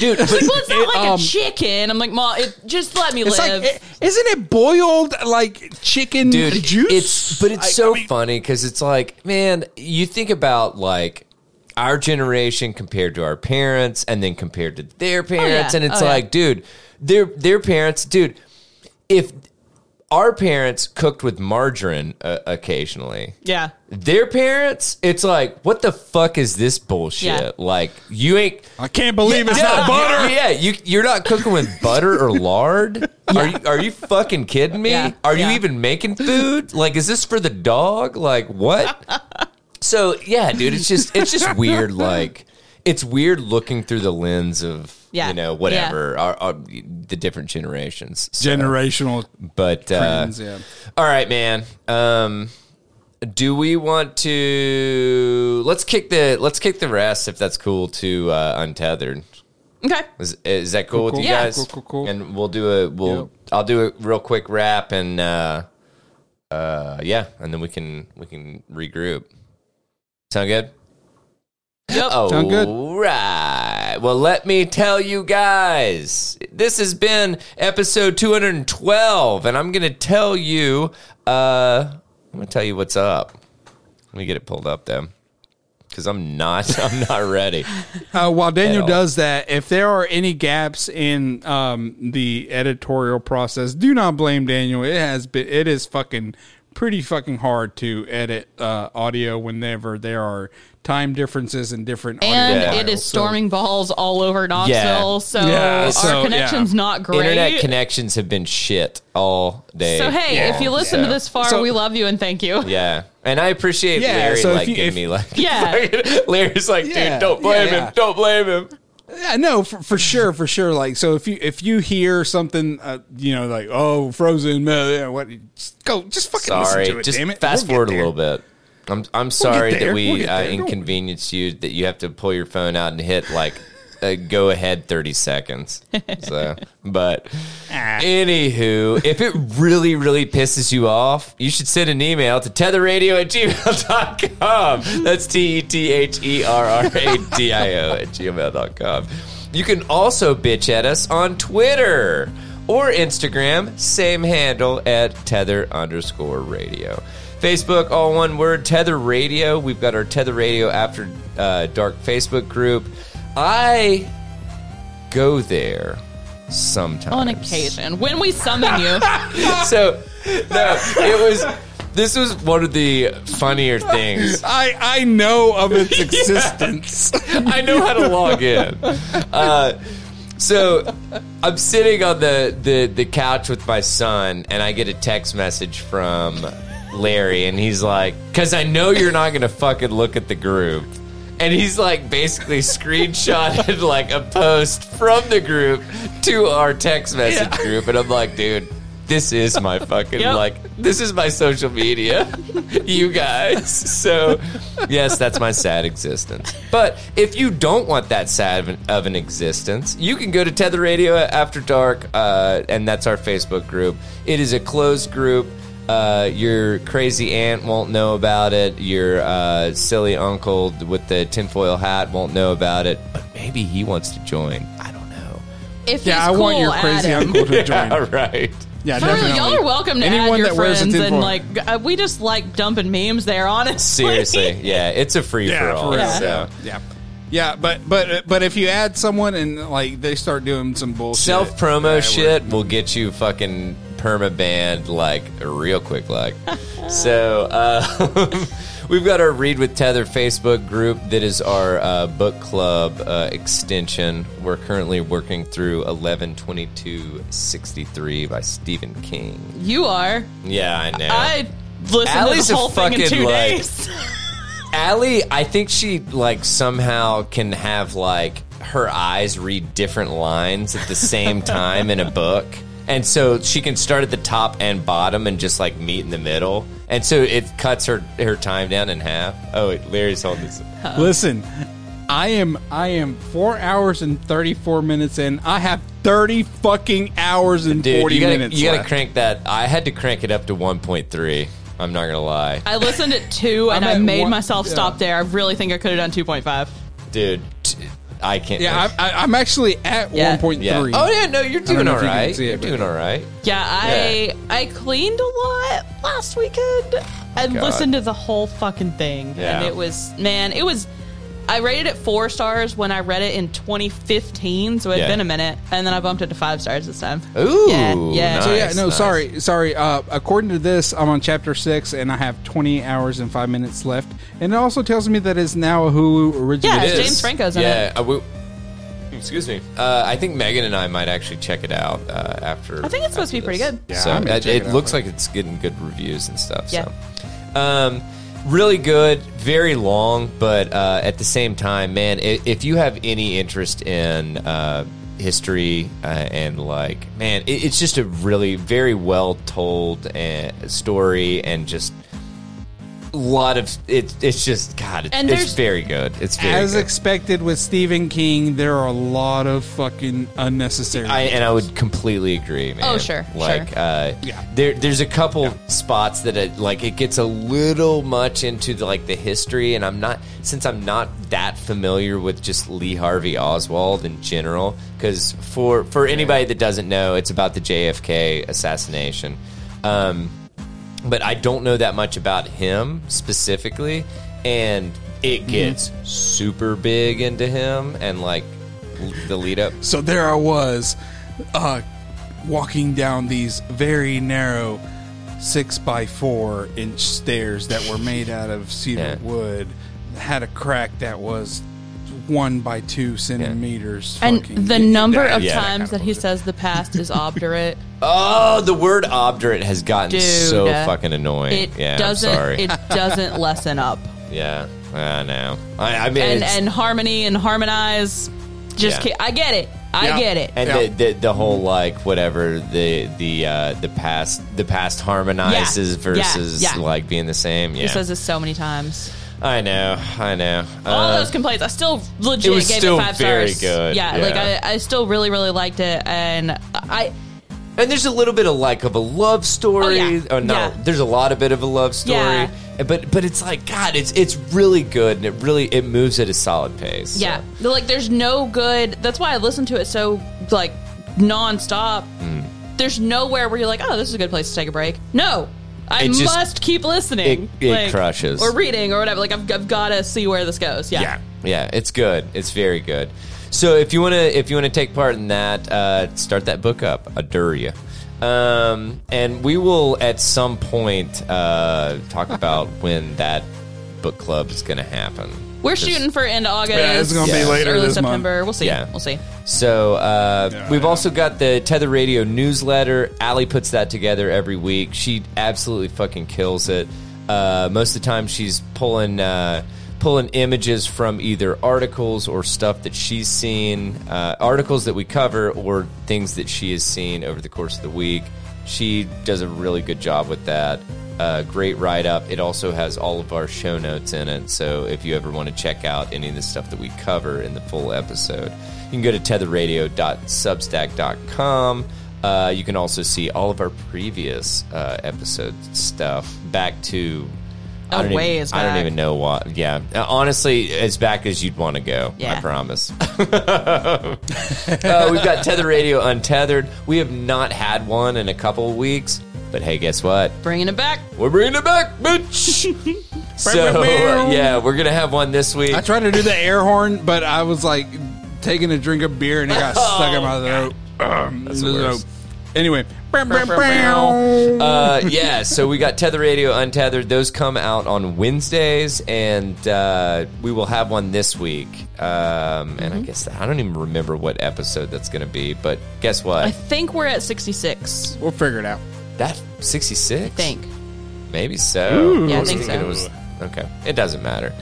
Speaker 2: Dude, but
Speaker 3: well, it's not like
Speaker 1: um,
Speaker 3: a chicken. I'm like, Mom, it, just let me
Speaker 1: It's
Speaker 3: live.
Speaker 1: like, i- isn't it boiled like chicken
Speaker 2: dude,
Speaker 1: juice?
Speaker 2: it's but it's
Speaker 1: I-
Speaker 2: so
Speaker 1: I mean,
Speaker 2: funny because it's like, man, you think about like our generation compared to our parents, and then compared to their parents, and it's
Speaker 3: Oh, yeah.
Speaker 2: like, dude, their their parents, dude, if our parents cooked with margarine uh, occasionally,
Speaker 3: yeah.
Speaker 2: their parents, it's like, what the fuck is this bullshit?
Speaker 3: Yeah.
Speaker 2: Like, you ain't.
Speaker 1: I can't believe it's
Speaker 2: Yeah,
Speaker 1: not butter.
Speaker 2: you- Yeah, you you're not cooking with butter or lard. Are you are you fucking kidding me?
Speaker 3: Yeah,
Speaker 2: Are
Speaker 3: yeah.
Speaker 2: you even making food? Like, is this for the dog? Like, what? so yeah, dude, it's just it's just weird. Like, it's weird looking through the lens of
Speaker 3: Yeah.
Speaker 2: you know whatever our, our- the different generations. So,
Speaker 1: Generational
Speaker 2: but uh,
Speaker 1: trends, yeah.
Speaker 2: all right, man. Um, do we want to let's kick the let's kick the rest if that's cool to uh, untethered.
Speaker 3: Okay.
Speaker 2: Is, is that cool, with
Speaker 1: cool.
Speaker 2: you
Speaker 1: Yeah.
Speaker 2: guys?
Speaker 1: Cool, cool, cool.
Speaker 2: And we'll do a we'll
Speaker 1: Yep.
Speaker 2: I'll do a real quick wrap and uh, uh, yeah, and then we can we can regroup. Sound good?
Speaker 3: Yep.
Speaker 1: Sound good.
Speaker 2: All right. Well, let me tell you guys, this has been episode 212, and I'm going to tell you, uh, I'm going to tell you what's up. Let me get it pulled up though, because I'm not, I'm not ready.
Speaker 1: Uh, while Daniel
Speaker 2: all.
Speaker 1: does that, if there are any gaps in um, the editorial process, do not blame Daniel. It has been it is fucking pretty fucking hard to edit uh, audio whenever there are time differences and different.
Speaker 3: And
Speaker 1: audio
Speaker 3: it is
Speaker 1: files. So-
Speaker 3: storming balls all over Knoxville,
Speaker 2: Yeah.
Speaker 3: so
Speaker 1: Yeah,
Speaker 3: our
Speaker 1: so,
Speaker 3: connection's
Speaker 1: yeah.
Speaker 3: not great.
Speaker 2: Internet connections have been shit all day.
Speaker 3: so hey,
Speaker 2: long,
Speaker 3: if you listen to
Speaker 2: so-
Speaker 3: this far,
Speaker 1: So-
Speaker 3: we love you and thank you.
Speaker 2: Yeah, and I appreciate
Speaker 1: Yeah,
Speaker 2: Larry
Speaker 1: so if
Speaker 2: like
Speaker 1: you-
Speaker 2: giving
Speaker 1: if-
Speaker 2: me like
Speaker 3: Yeah.
Speaker 2: Larry's like, dude,
Speaker 1: Yeah,
Speaker 2: don't blame
Speaker 1: yeah, yeah.
Speaker 2: him, don't blame him.
Speaker 1: Yeah, no, for, for sure, for sure. Like, so if you if you hear something, uh, you know, like oh, Frozen, uh, yeah, what? Just go, just fucking
Speaker 2: sorry.
Speaker 1: listen to it.
Speaker 2: Just
Speaker 1: damn it.
Speaker 2: fast
Speaker 1: We'll get
Speaker 2: forward a
Speaker 1: there.
Speaker 2: little bit. I'm I'm sorry
Speaker 1: there.
Speaker 2: that we
Speaker 1: We'll get
Speaker 2: uh,
Speaker 1: there. Don't-
Speaker 2: inconvenienced you that you have to pull your phone out and hit like uh, go ahead 30 seconds. So, but
Speaker 1: Ah.
Speaker 2: anywho, if it really really pisses you off, you should send an email to tetherradio at gmail.com. That's T E T H E R R A D I O at gmail.com. You can also bitch at us on Twitter or Instagram, same handle at tether underscore radio. Facebook, all one word, Tether Radio. We've got our Tether Radio After uh, Dark Facebook group. I go there sometimes.
Speaker 3: On occasion, when we summon you,
Speaker 2: So, no, it was, this was one of the funnier things.
Speaker 1: I I know of its existence.
Speaker 2: I know how to log in. Uh, so I'm sitting on the, the, the couch with my son, and I get a text message from Larry, and he's like, Because I know you're not going to fucking look at the group. And he's like basically screenshotted like a post from the group to our text message group. And I'm like, dude, this is my fucking
Speaker 3: Yep.
Speaker 2: like this is my social media you guys so yes that's my sad existence but if you don't want that sad of an, of an existence you can go to tether radio after dark uh, and that's our facebook group it is a closed group uh, your crazy aunt won't know about it. Your uh, silly uncle with the tinfoil hat won't know about it. But maybe he wants to join. I don't know.
Speaker 3: if
Speaker 1: yeah, I
Speaker 3: he's cool,
Speaker 1: want your crazy
Speaker 3: Adam.
Speaker 1: uncle to join.
Speaker 2: All right.
Speaker 1: Yeah,
Speaker 3: For real,
Speaker 1: definitely.
Speaker 3: y'all are welcome to
Speaker 1: Anyone
Speaker 3: add your
Speaker 1: that wears a
Speaker 3: friends and
Speaker 1: tinfoil.
Speaker 3: like uh, we just like dumping memes there. Honestly,
Speaker 2: Seriously, yeah, it's a free for all.
Speaker 1: real.
Speaker 2: so.
Speaker 1: Yeah. yeah, Yeah, But but but if you add someone and like they start doing some bullshit,
Speaker 2: Self
Speaker 1: yeah,
Speaker 2: promo
Speaker 1: we're-
Speaker 2: shit will get you fucking perma banned like real quick, like. so uh, we've got our Read with Tether Facebook group that is our uh, book club uh, extension. We're currently working through eleven twenty two sixty three by Stephen King.
Speaker 3: you are.
Speaker 2: Yeah, I know.
Speaker 3: I listened
Speaker 2: Allie's
Speaker 3: to
Speaker 2: a
Speaker 3: the whole thing in
Speaker 2: fucking,
Speaker 3: two
Speaker 2: like-
Speaker 3: days.
Speaker 2: Allie, I think she like somehow can have like her eyes read different lines at the same time in a book. And so she can start at the top and bottom and just like meet in the middle. And so it cuts her her time down in half. Oh, wait, Larry's holding this.
Speaker 1: Uh, Listen, I am I am four hours and thirty four minutes in. I have thirty fucking hours and
Speaker 2: Dude,
Speaker 1: forty
Speaker 2: you gotta,
Speaker 1: minutes.
Speaker 2: you gotta
Speaker 1: left.
Speaker 2: crank that. I had to crank it up to 1.3. I'm not gonna lie.
Speaker 3: I listened at two, and
Speaker 1: I'm
Speaker 3: I
Speaker 1: at
Speaker 3: made
Speaker 1: one-
Speaker 3: myself
Speaker 1: yeah.
Speaker 3: stop there. I really think I could have done two point five.
Speaker 2: Dude, t- I can't.
Speaker 1: Yeah, I, I, I'm actually at
Speaker 3: Yeah.
Speaker 1: one point
Speaker 2: yeah.
Speaker 1: three.
Speaker 2: Oh, yeah, no, you're
Speaker 1: don't
Speaker 2: doing
Speaker 1: know
Speaker 2: all
Speaker 1: if you can
Speaker 2: right.
Speaker 1: see it,
Speaker 2: You're
Speaker 1: but-
Speaker 2: doing all right.
Speaker 3: Yeah, I I cleaned a lot last weekend and
Speaker 2: God.
Speaker 3: listened to the whole fucking thing.
Speaker 2: Yeah.
Speaker 3: And it was man, it was I rated it four stars when I read it in 2015, so it had
Speaker 2: Yeah.
Speaker 3: been a minute, and then I bumped it to five stars this time.
Speaker 2: Ooh,
Speaker 3: Yeah, yeah.
Speaker 1: So yeah,
Speaker 2: nice,
Speaker 1: no,
Speaker 2: nice.
Speaker 1: sorry, sorry. Uh, according to this, I'm on chapter six, and I have 20 hours and five minutes left. And it also tells me that it's now a Hulu original.
Speaker 3: Yeah,
Speaker 2: It
Speaker 3: James
Speaker 2: is.
Speaker 3: Franco's in
Speaker 2: yeah, I will- excuse me. Uh, I think Megan and I might actually check it out uh, after.
Speaker 3: I think it's supposed to be
Speaker 2: after
Speaker 3: pretty
Speaker 2: this.
Speaker 3: good.
Speaker 1: Yeah,
Speaker 2: so
Speaker 1: I'm gonna
Speaker 2: it,
Speaker 1: check
Speaker 2: it
Speaker 1: it out
Speaker 2: looks like it's getting good reviews and stuff.
Speaker 3: Yeah.
Speaker 2: So. Um, really good, very long, but uh, at the same time, man, i- if you have any interest in uh, history uh, and like, man, it, it's just a really very well told uh, story and just a lot of it. It's just God, it,
Speaker 3: And
Speaker 2: it's
Speaker 3: there's-
Speaker 2: very good. It's very
Speaker 1: As
Speaker 2: good.
Speaker 1: expected with Stephen King, there are a lot of fucking unnecessary.
Speaker 2: I, and I would completely agree, man.
Speaker 3: Oh, sure,
Speaker 2: Like,
Speaker 3: sure.
Speaker 2: Uh,
Speaker 1: Yeah.
Speaker 2: There, there's a couple spots that it like it gets a little much into the, like the history, and I'm not since I'm not that familiar with just Lee Harvey Oswald in general. Because for for anybody that doesn't know, it's about the JFK assassination. Um, but I don't know that much about him specifically, and it
Speaker 1: Mm-hmm.
Speaker 2: gets super big into him and like l- the lead up.
Speaker 1: So there I was, uh, walking down these very narrow six by four inch stairs that were made out of cedar
Speaker 2: Yeah.
Speaker 1: wood, had a crack that was one by two centimeters.
Speaker 3: And
Speaker 1: fucking-
Speaker 3: the number
Speaker 1: Yeah,
Speaker 3: of
Speaker 1: yeah,
Speaker 3: times that he
Speaker 1: bullshit.
Speaker 3: says the past is obdurate,
Speaker 2: Oh, the word obdurate has gotten
Speaker 3: Dude,
Speaker 2: so
Speaker 3: uh,
Speaker 2: fucking annoying.
Speaker 3: it
Speaker 2: yeah,
Speaker 3: doesn't
Speaker 2: I'm sorry.
Speaker 3: it doesn't lessen up.
Speaker 2: yeah, I know. I, I mean,
Speaker 3: And
Speaker 2: it's-
Speaker 3: and harmony and harmonize just
Speaker 2: Yeah.
Speaker 3: ki- I get it. I
Speaker 1: Yeah.
Speaker 3: get it.
Speaker 2: and
Speaker 1: Yeah.
Speaker 2: the, the the whole like whatever the the uh, the past the past harmonizes
Speaker 3: Yeah,
Speaker 2: versus
Speaker 3: yeah.
Speaker 2: like being the same. Yeah,
Speaker 3: He says this so many times.
Speaker 2: I know, I know.
Speaker 3: all
Speaker 2: Uh,
Speaker 3: those complaints. I still legit
Speaker 2: it was
Speaker 3: gave
Speaker 2: still
Speaker 3: it five
Speaker 2: very
Speaker 3: stars.
Speaker 2: good,
Speaker 3: Yeah,
Speaker 2: yeah.
Speaker 3: like I, I still really, really liked it, and I
Speaker 2: and there's a little bit of like of a love story.
Speaker 3: Oh, yeah.
Speaker 2: Or no,
Speaker 3: Yeah.
Speaker 2: there's a lot of bit of a love story.
Speaker 3: Yeah.
Speaker 2: But but it's like God, it's it's really good and it really it moves at a solid pace. so.
Speaker 3: yeah, But, like there's no good. That's why I listen to it so like nonstop.
Speaker 2: Mm.
Speaker 3: There's nowhere where you're like, oh, this is a good place to take a break. No. I
Speaker 2: It just-
Speaker 3: must keep listening.
Speaker 2: it- it crushes.
Speaker 3: or reading or whatever. Like I've, I've got to see where this goes. Yeah,
Speaker 2: yeah yeah it's good it's very good so if you want to if you want to take part in that uh, start that book up i dare you um, and we will at some point uh, talk about when that book club is going to happen
Speaker 3: we're
Speaker 2: Just-
Speaker 3: shooting for end of August.
Speaker 1: Yeah, it's gonna
Speaker 2: be
Speaker 1: later
Speaker 3: early
Speaker 1: this month.
Speaker 3: September. We'll see.
Speaker 2: Yeah.
Speaker 3: We'll see.
Speaker 2: So uh,
Speaker 1: Yeah,
Speaker 2: we've
Speaker 1: yeah.
Speaker 2: also got the Tether Radio newsletter. Allie puts that together every week. She absolutely fucking kills it. Uh, most of the time, she's pulling uh, pulling images from either articles or stuff that she's seen, uh, articles that we cover, or things that she has seen over the course of the week. She does a really good job with that. Uh, great write up. It also has all of our show notes in it. So if you ever want to check out any of the stuff that we cover in the full episode, you can go to tetherradio.substack.com. Uh, you can also see all of our previous uh, episode stuff back to. I
Speaker 3: A
Speaker 2: don't,
Speaker 3: ways
Speaker 2: even, I don't
Speaker 3: back.
Speaker 2: even know why. Yeah. Uh, Honestly, as back as you'd want to go. I
Speaker 3: Yeah.
Speaker 2: promise. Uh, we've got Tether Radio Untethered. We have not had one in a couple of weeks, but hey, guess what?
Speaker 3: Bringing it back.
Speaker 2: We're bringing it back, bitch. so uh, yeah, we're gonna have one this week.
Speaker 1: I tried to do the air horn, but I was like taking a drink of beer and it got stuck in my throat. That's
Speaker 2: Oh, the worst.
Speaker 1: Anyway,
Speaker 2: Uh, yeah, so we got Tether Radio Untethered. Those come out on Wednesdays, and uh, we will have one this week. Um, And
Speaker 3: Mm-hmm.
Speaker 2: I guess I don't even remember what episode that's gonna be, but guess what?
Speaker 3: I think we're at 66.
Speaker 1: we'll figure it out.
Speaker 2: that sixty six.
Speaker 3: Think.
Speaker 2: Maybe so.
Speaker 3: Yeah, I
Speaker 2: was
Speaker 3: think
Speaker 2: thinking
Speaker 3: so.
Speaker 2: It was, okay, it doesn't matter.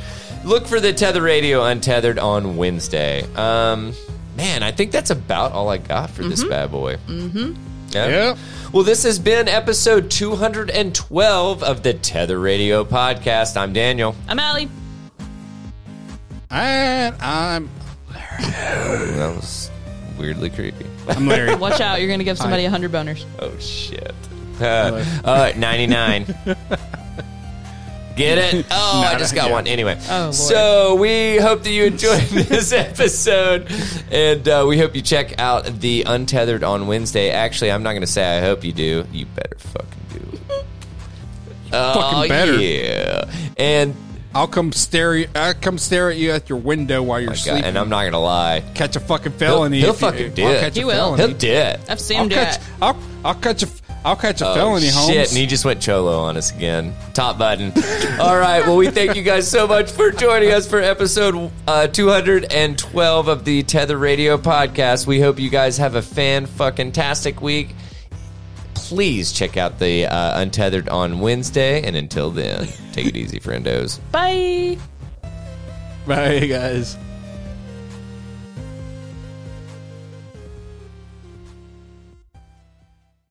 Speaker 2: Look for the Tether Radio Untethered on Wednesday. Um, man, I think that's about all I got for this bad boy. Mm-hmm. Yeah.
Speaker 1: Yep.
Speaker 2: Well, this has been episode 212 of the Tether Radio podcast. I'm Daniel.
Speaker 3: I'm Allie.
Speaker 1: And I'm
Speaker 2: That was weirdly creepy.
Speaker 1: I'm Larry.
Speaker 3: Watch out, you're gonna give somebody a hundred boners.
Speaker 2: Oh shit. Uh, uh, 99. Get it? Oh, I just got one. Anyway.
Speaker 3: Oh, Lord.
Speaker 2: so we hope that you enjoyed this episode. And uh, we hope you check out The Untethered on Wednesday. Actually, I'm not going to say I hope you do. You better fucking do it. Oh,
Speaker 1: better.
Speaker 2: Yeah. And,
Speaker 1: I'll come stare. I come stare at you at your window while you're
Speaker 2: Oh God,
Speaker 1: sleeping.
Speaker 2: and I'm not going to lie.
Speaker 1: catch a fucking felony.
Speaker 2: he'll
Speaker 1: if you-
Speaker 2: fucking do
Speaker 1: I'll
Speaker 2: it.
Speaker 1: catch
Speaker 3: He
Speaker 1: a
Speaker 3: will.
Speaker 1: felony.
Speaker 2: He'll do it.
Speaker 3: I've seen
Speaker 1: I'll
Speaker 3: him do
Speaker 1: catch.
Speaker 3: it.
Speaker 1: I'll, I'll catch a. I'll catch a
Speaker 2: Oh,
Speaker 1: felony, Holmes.
Speaker 2: Shit, and he just went cholo on us again. Top button. All right. Well, we thank you guys so much for joining us for episode uh, 212 of the Tether Radio podcast. We hope you guys have a fan fucking tastic week. please check out the uh, Untethered on Wednesday. And until then, take it easy, friendos.
Speaker 3: Bye.
Speaker 1: Bye, guys.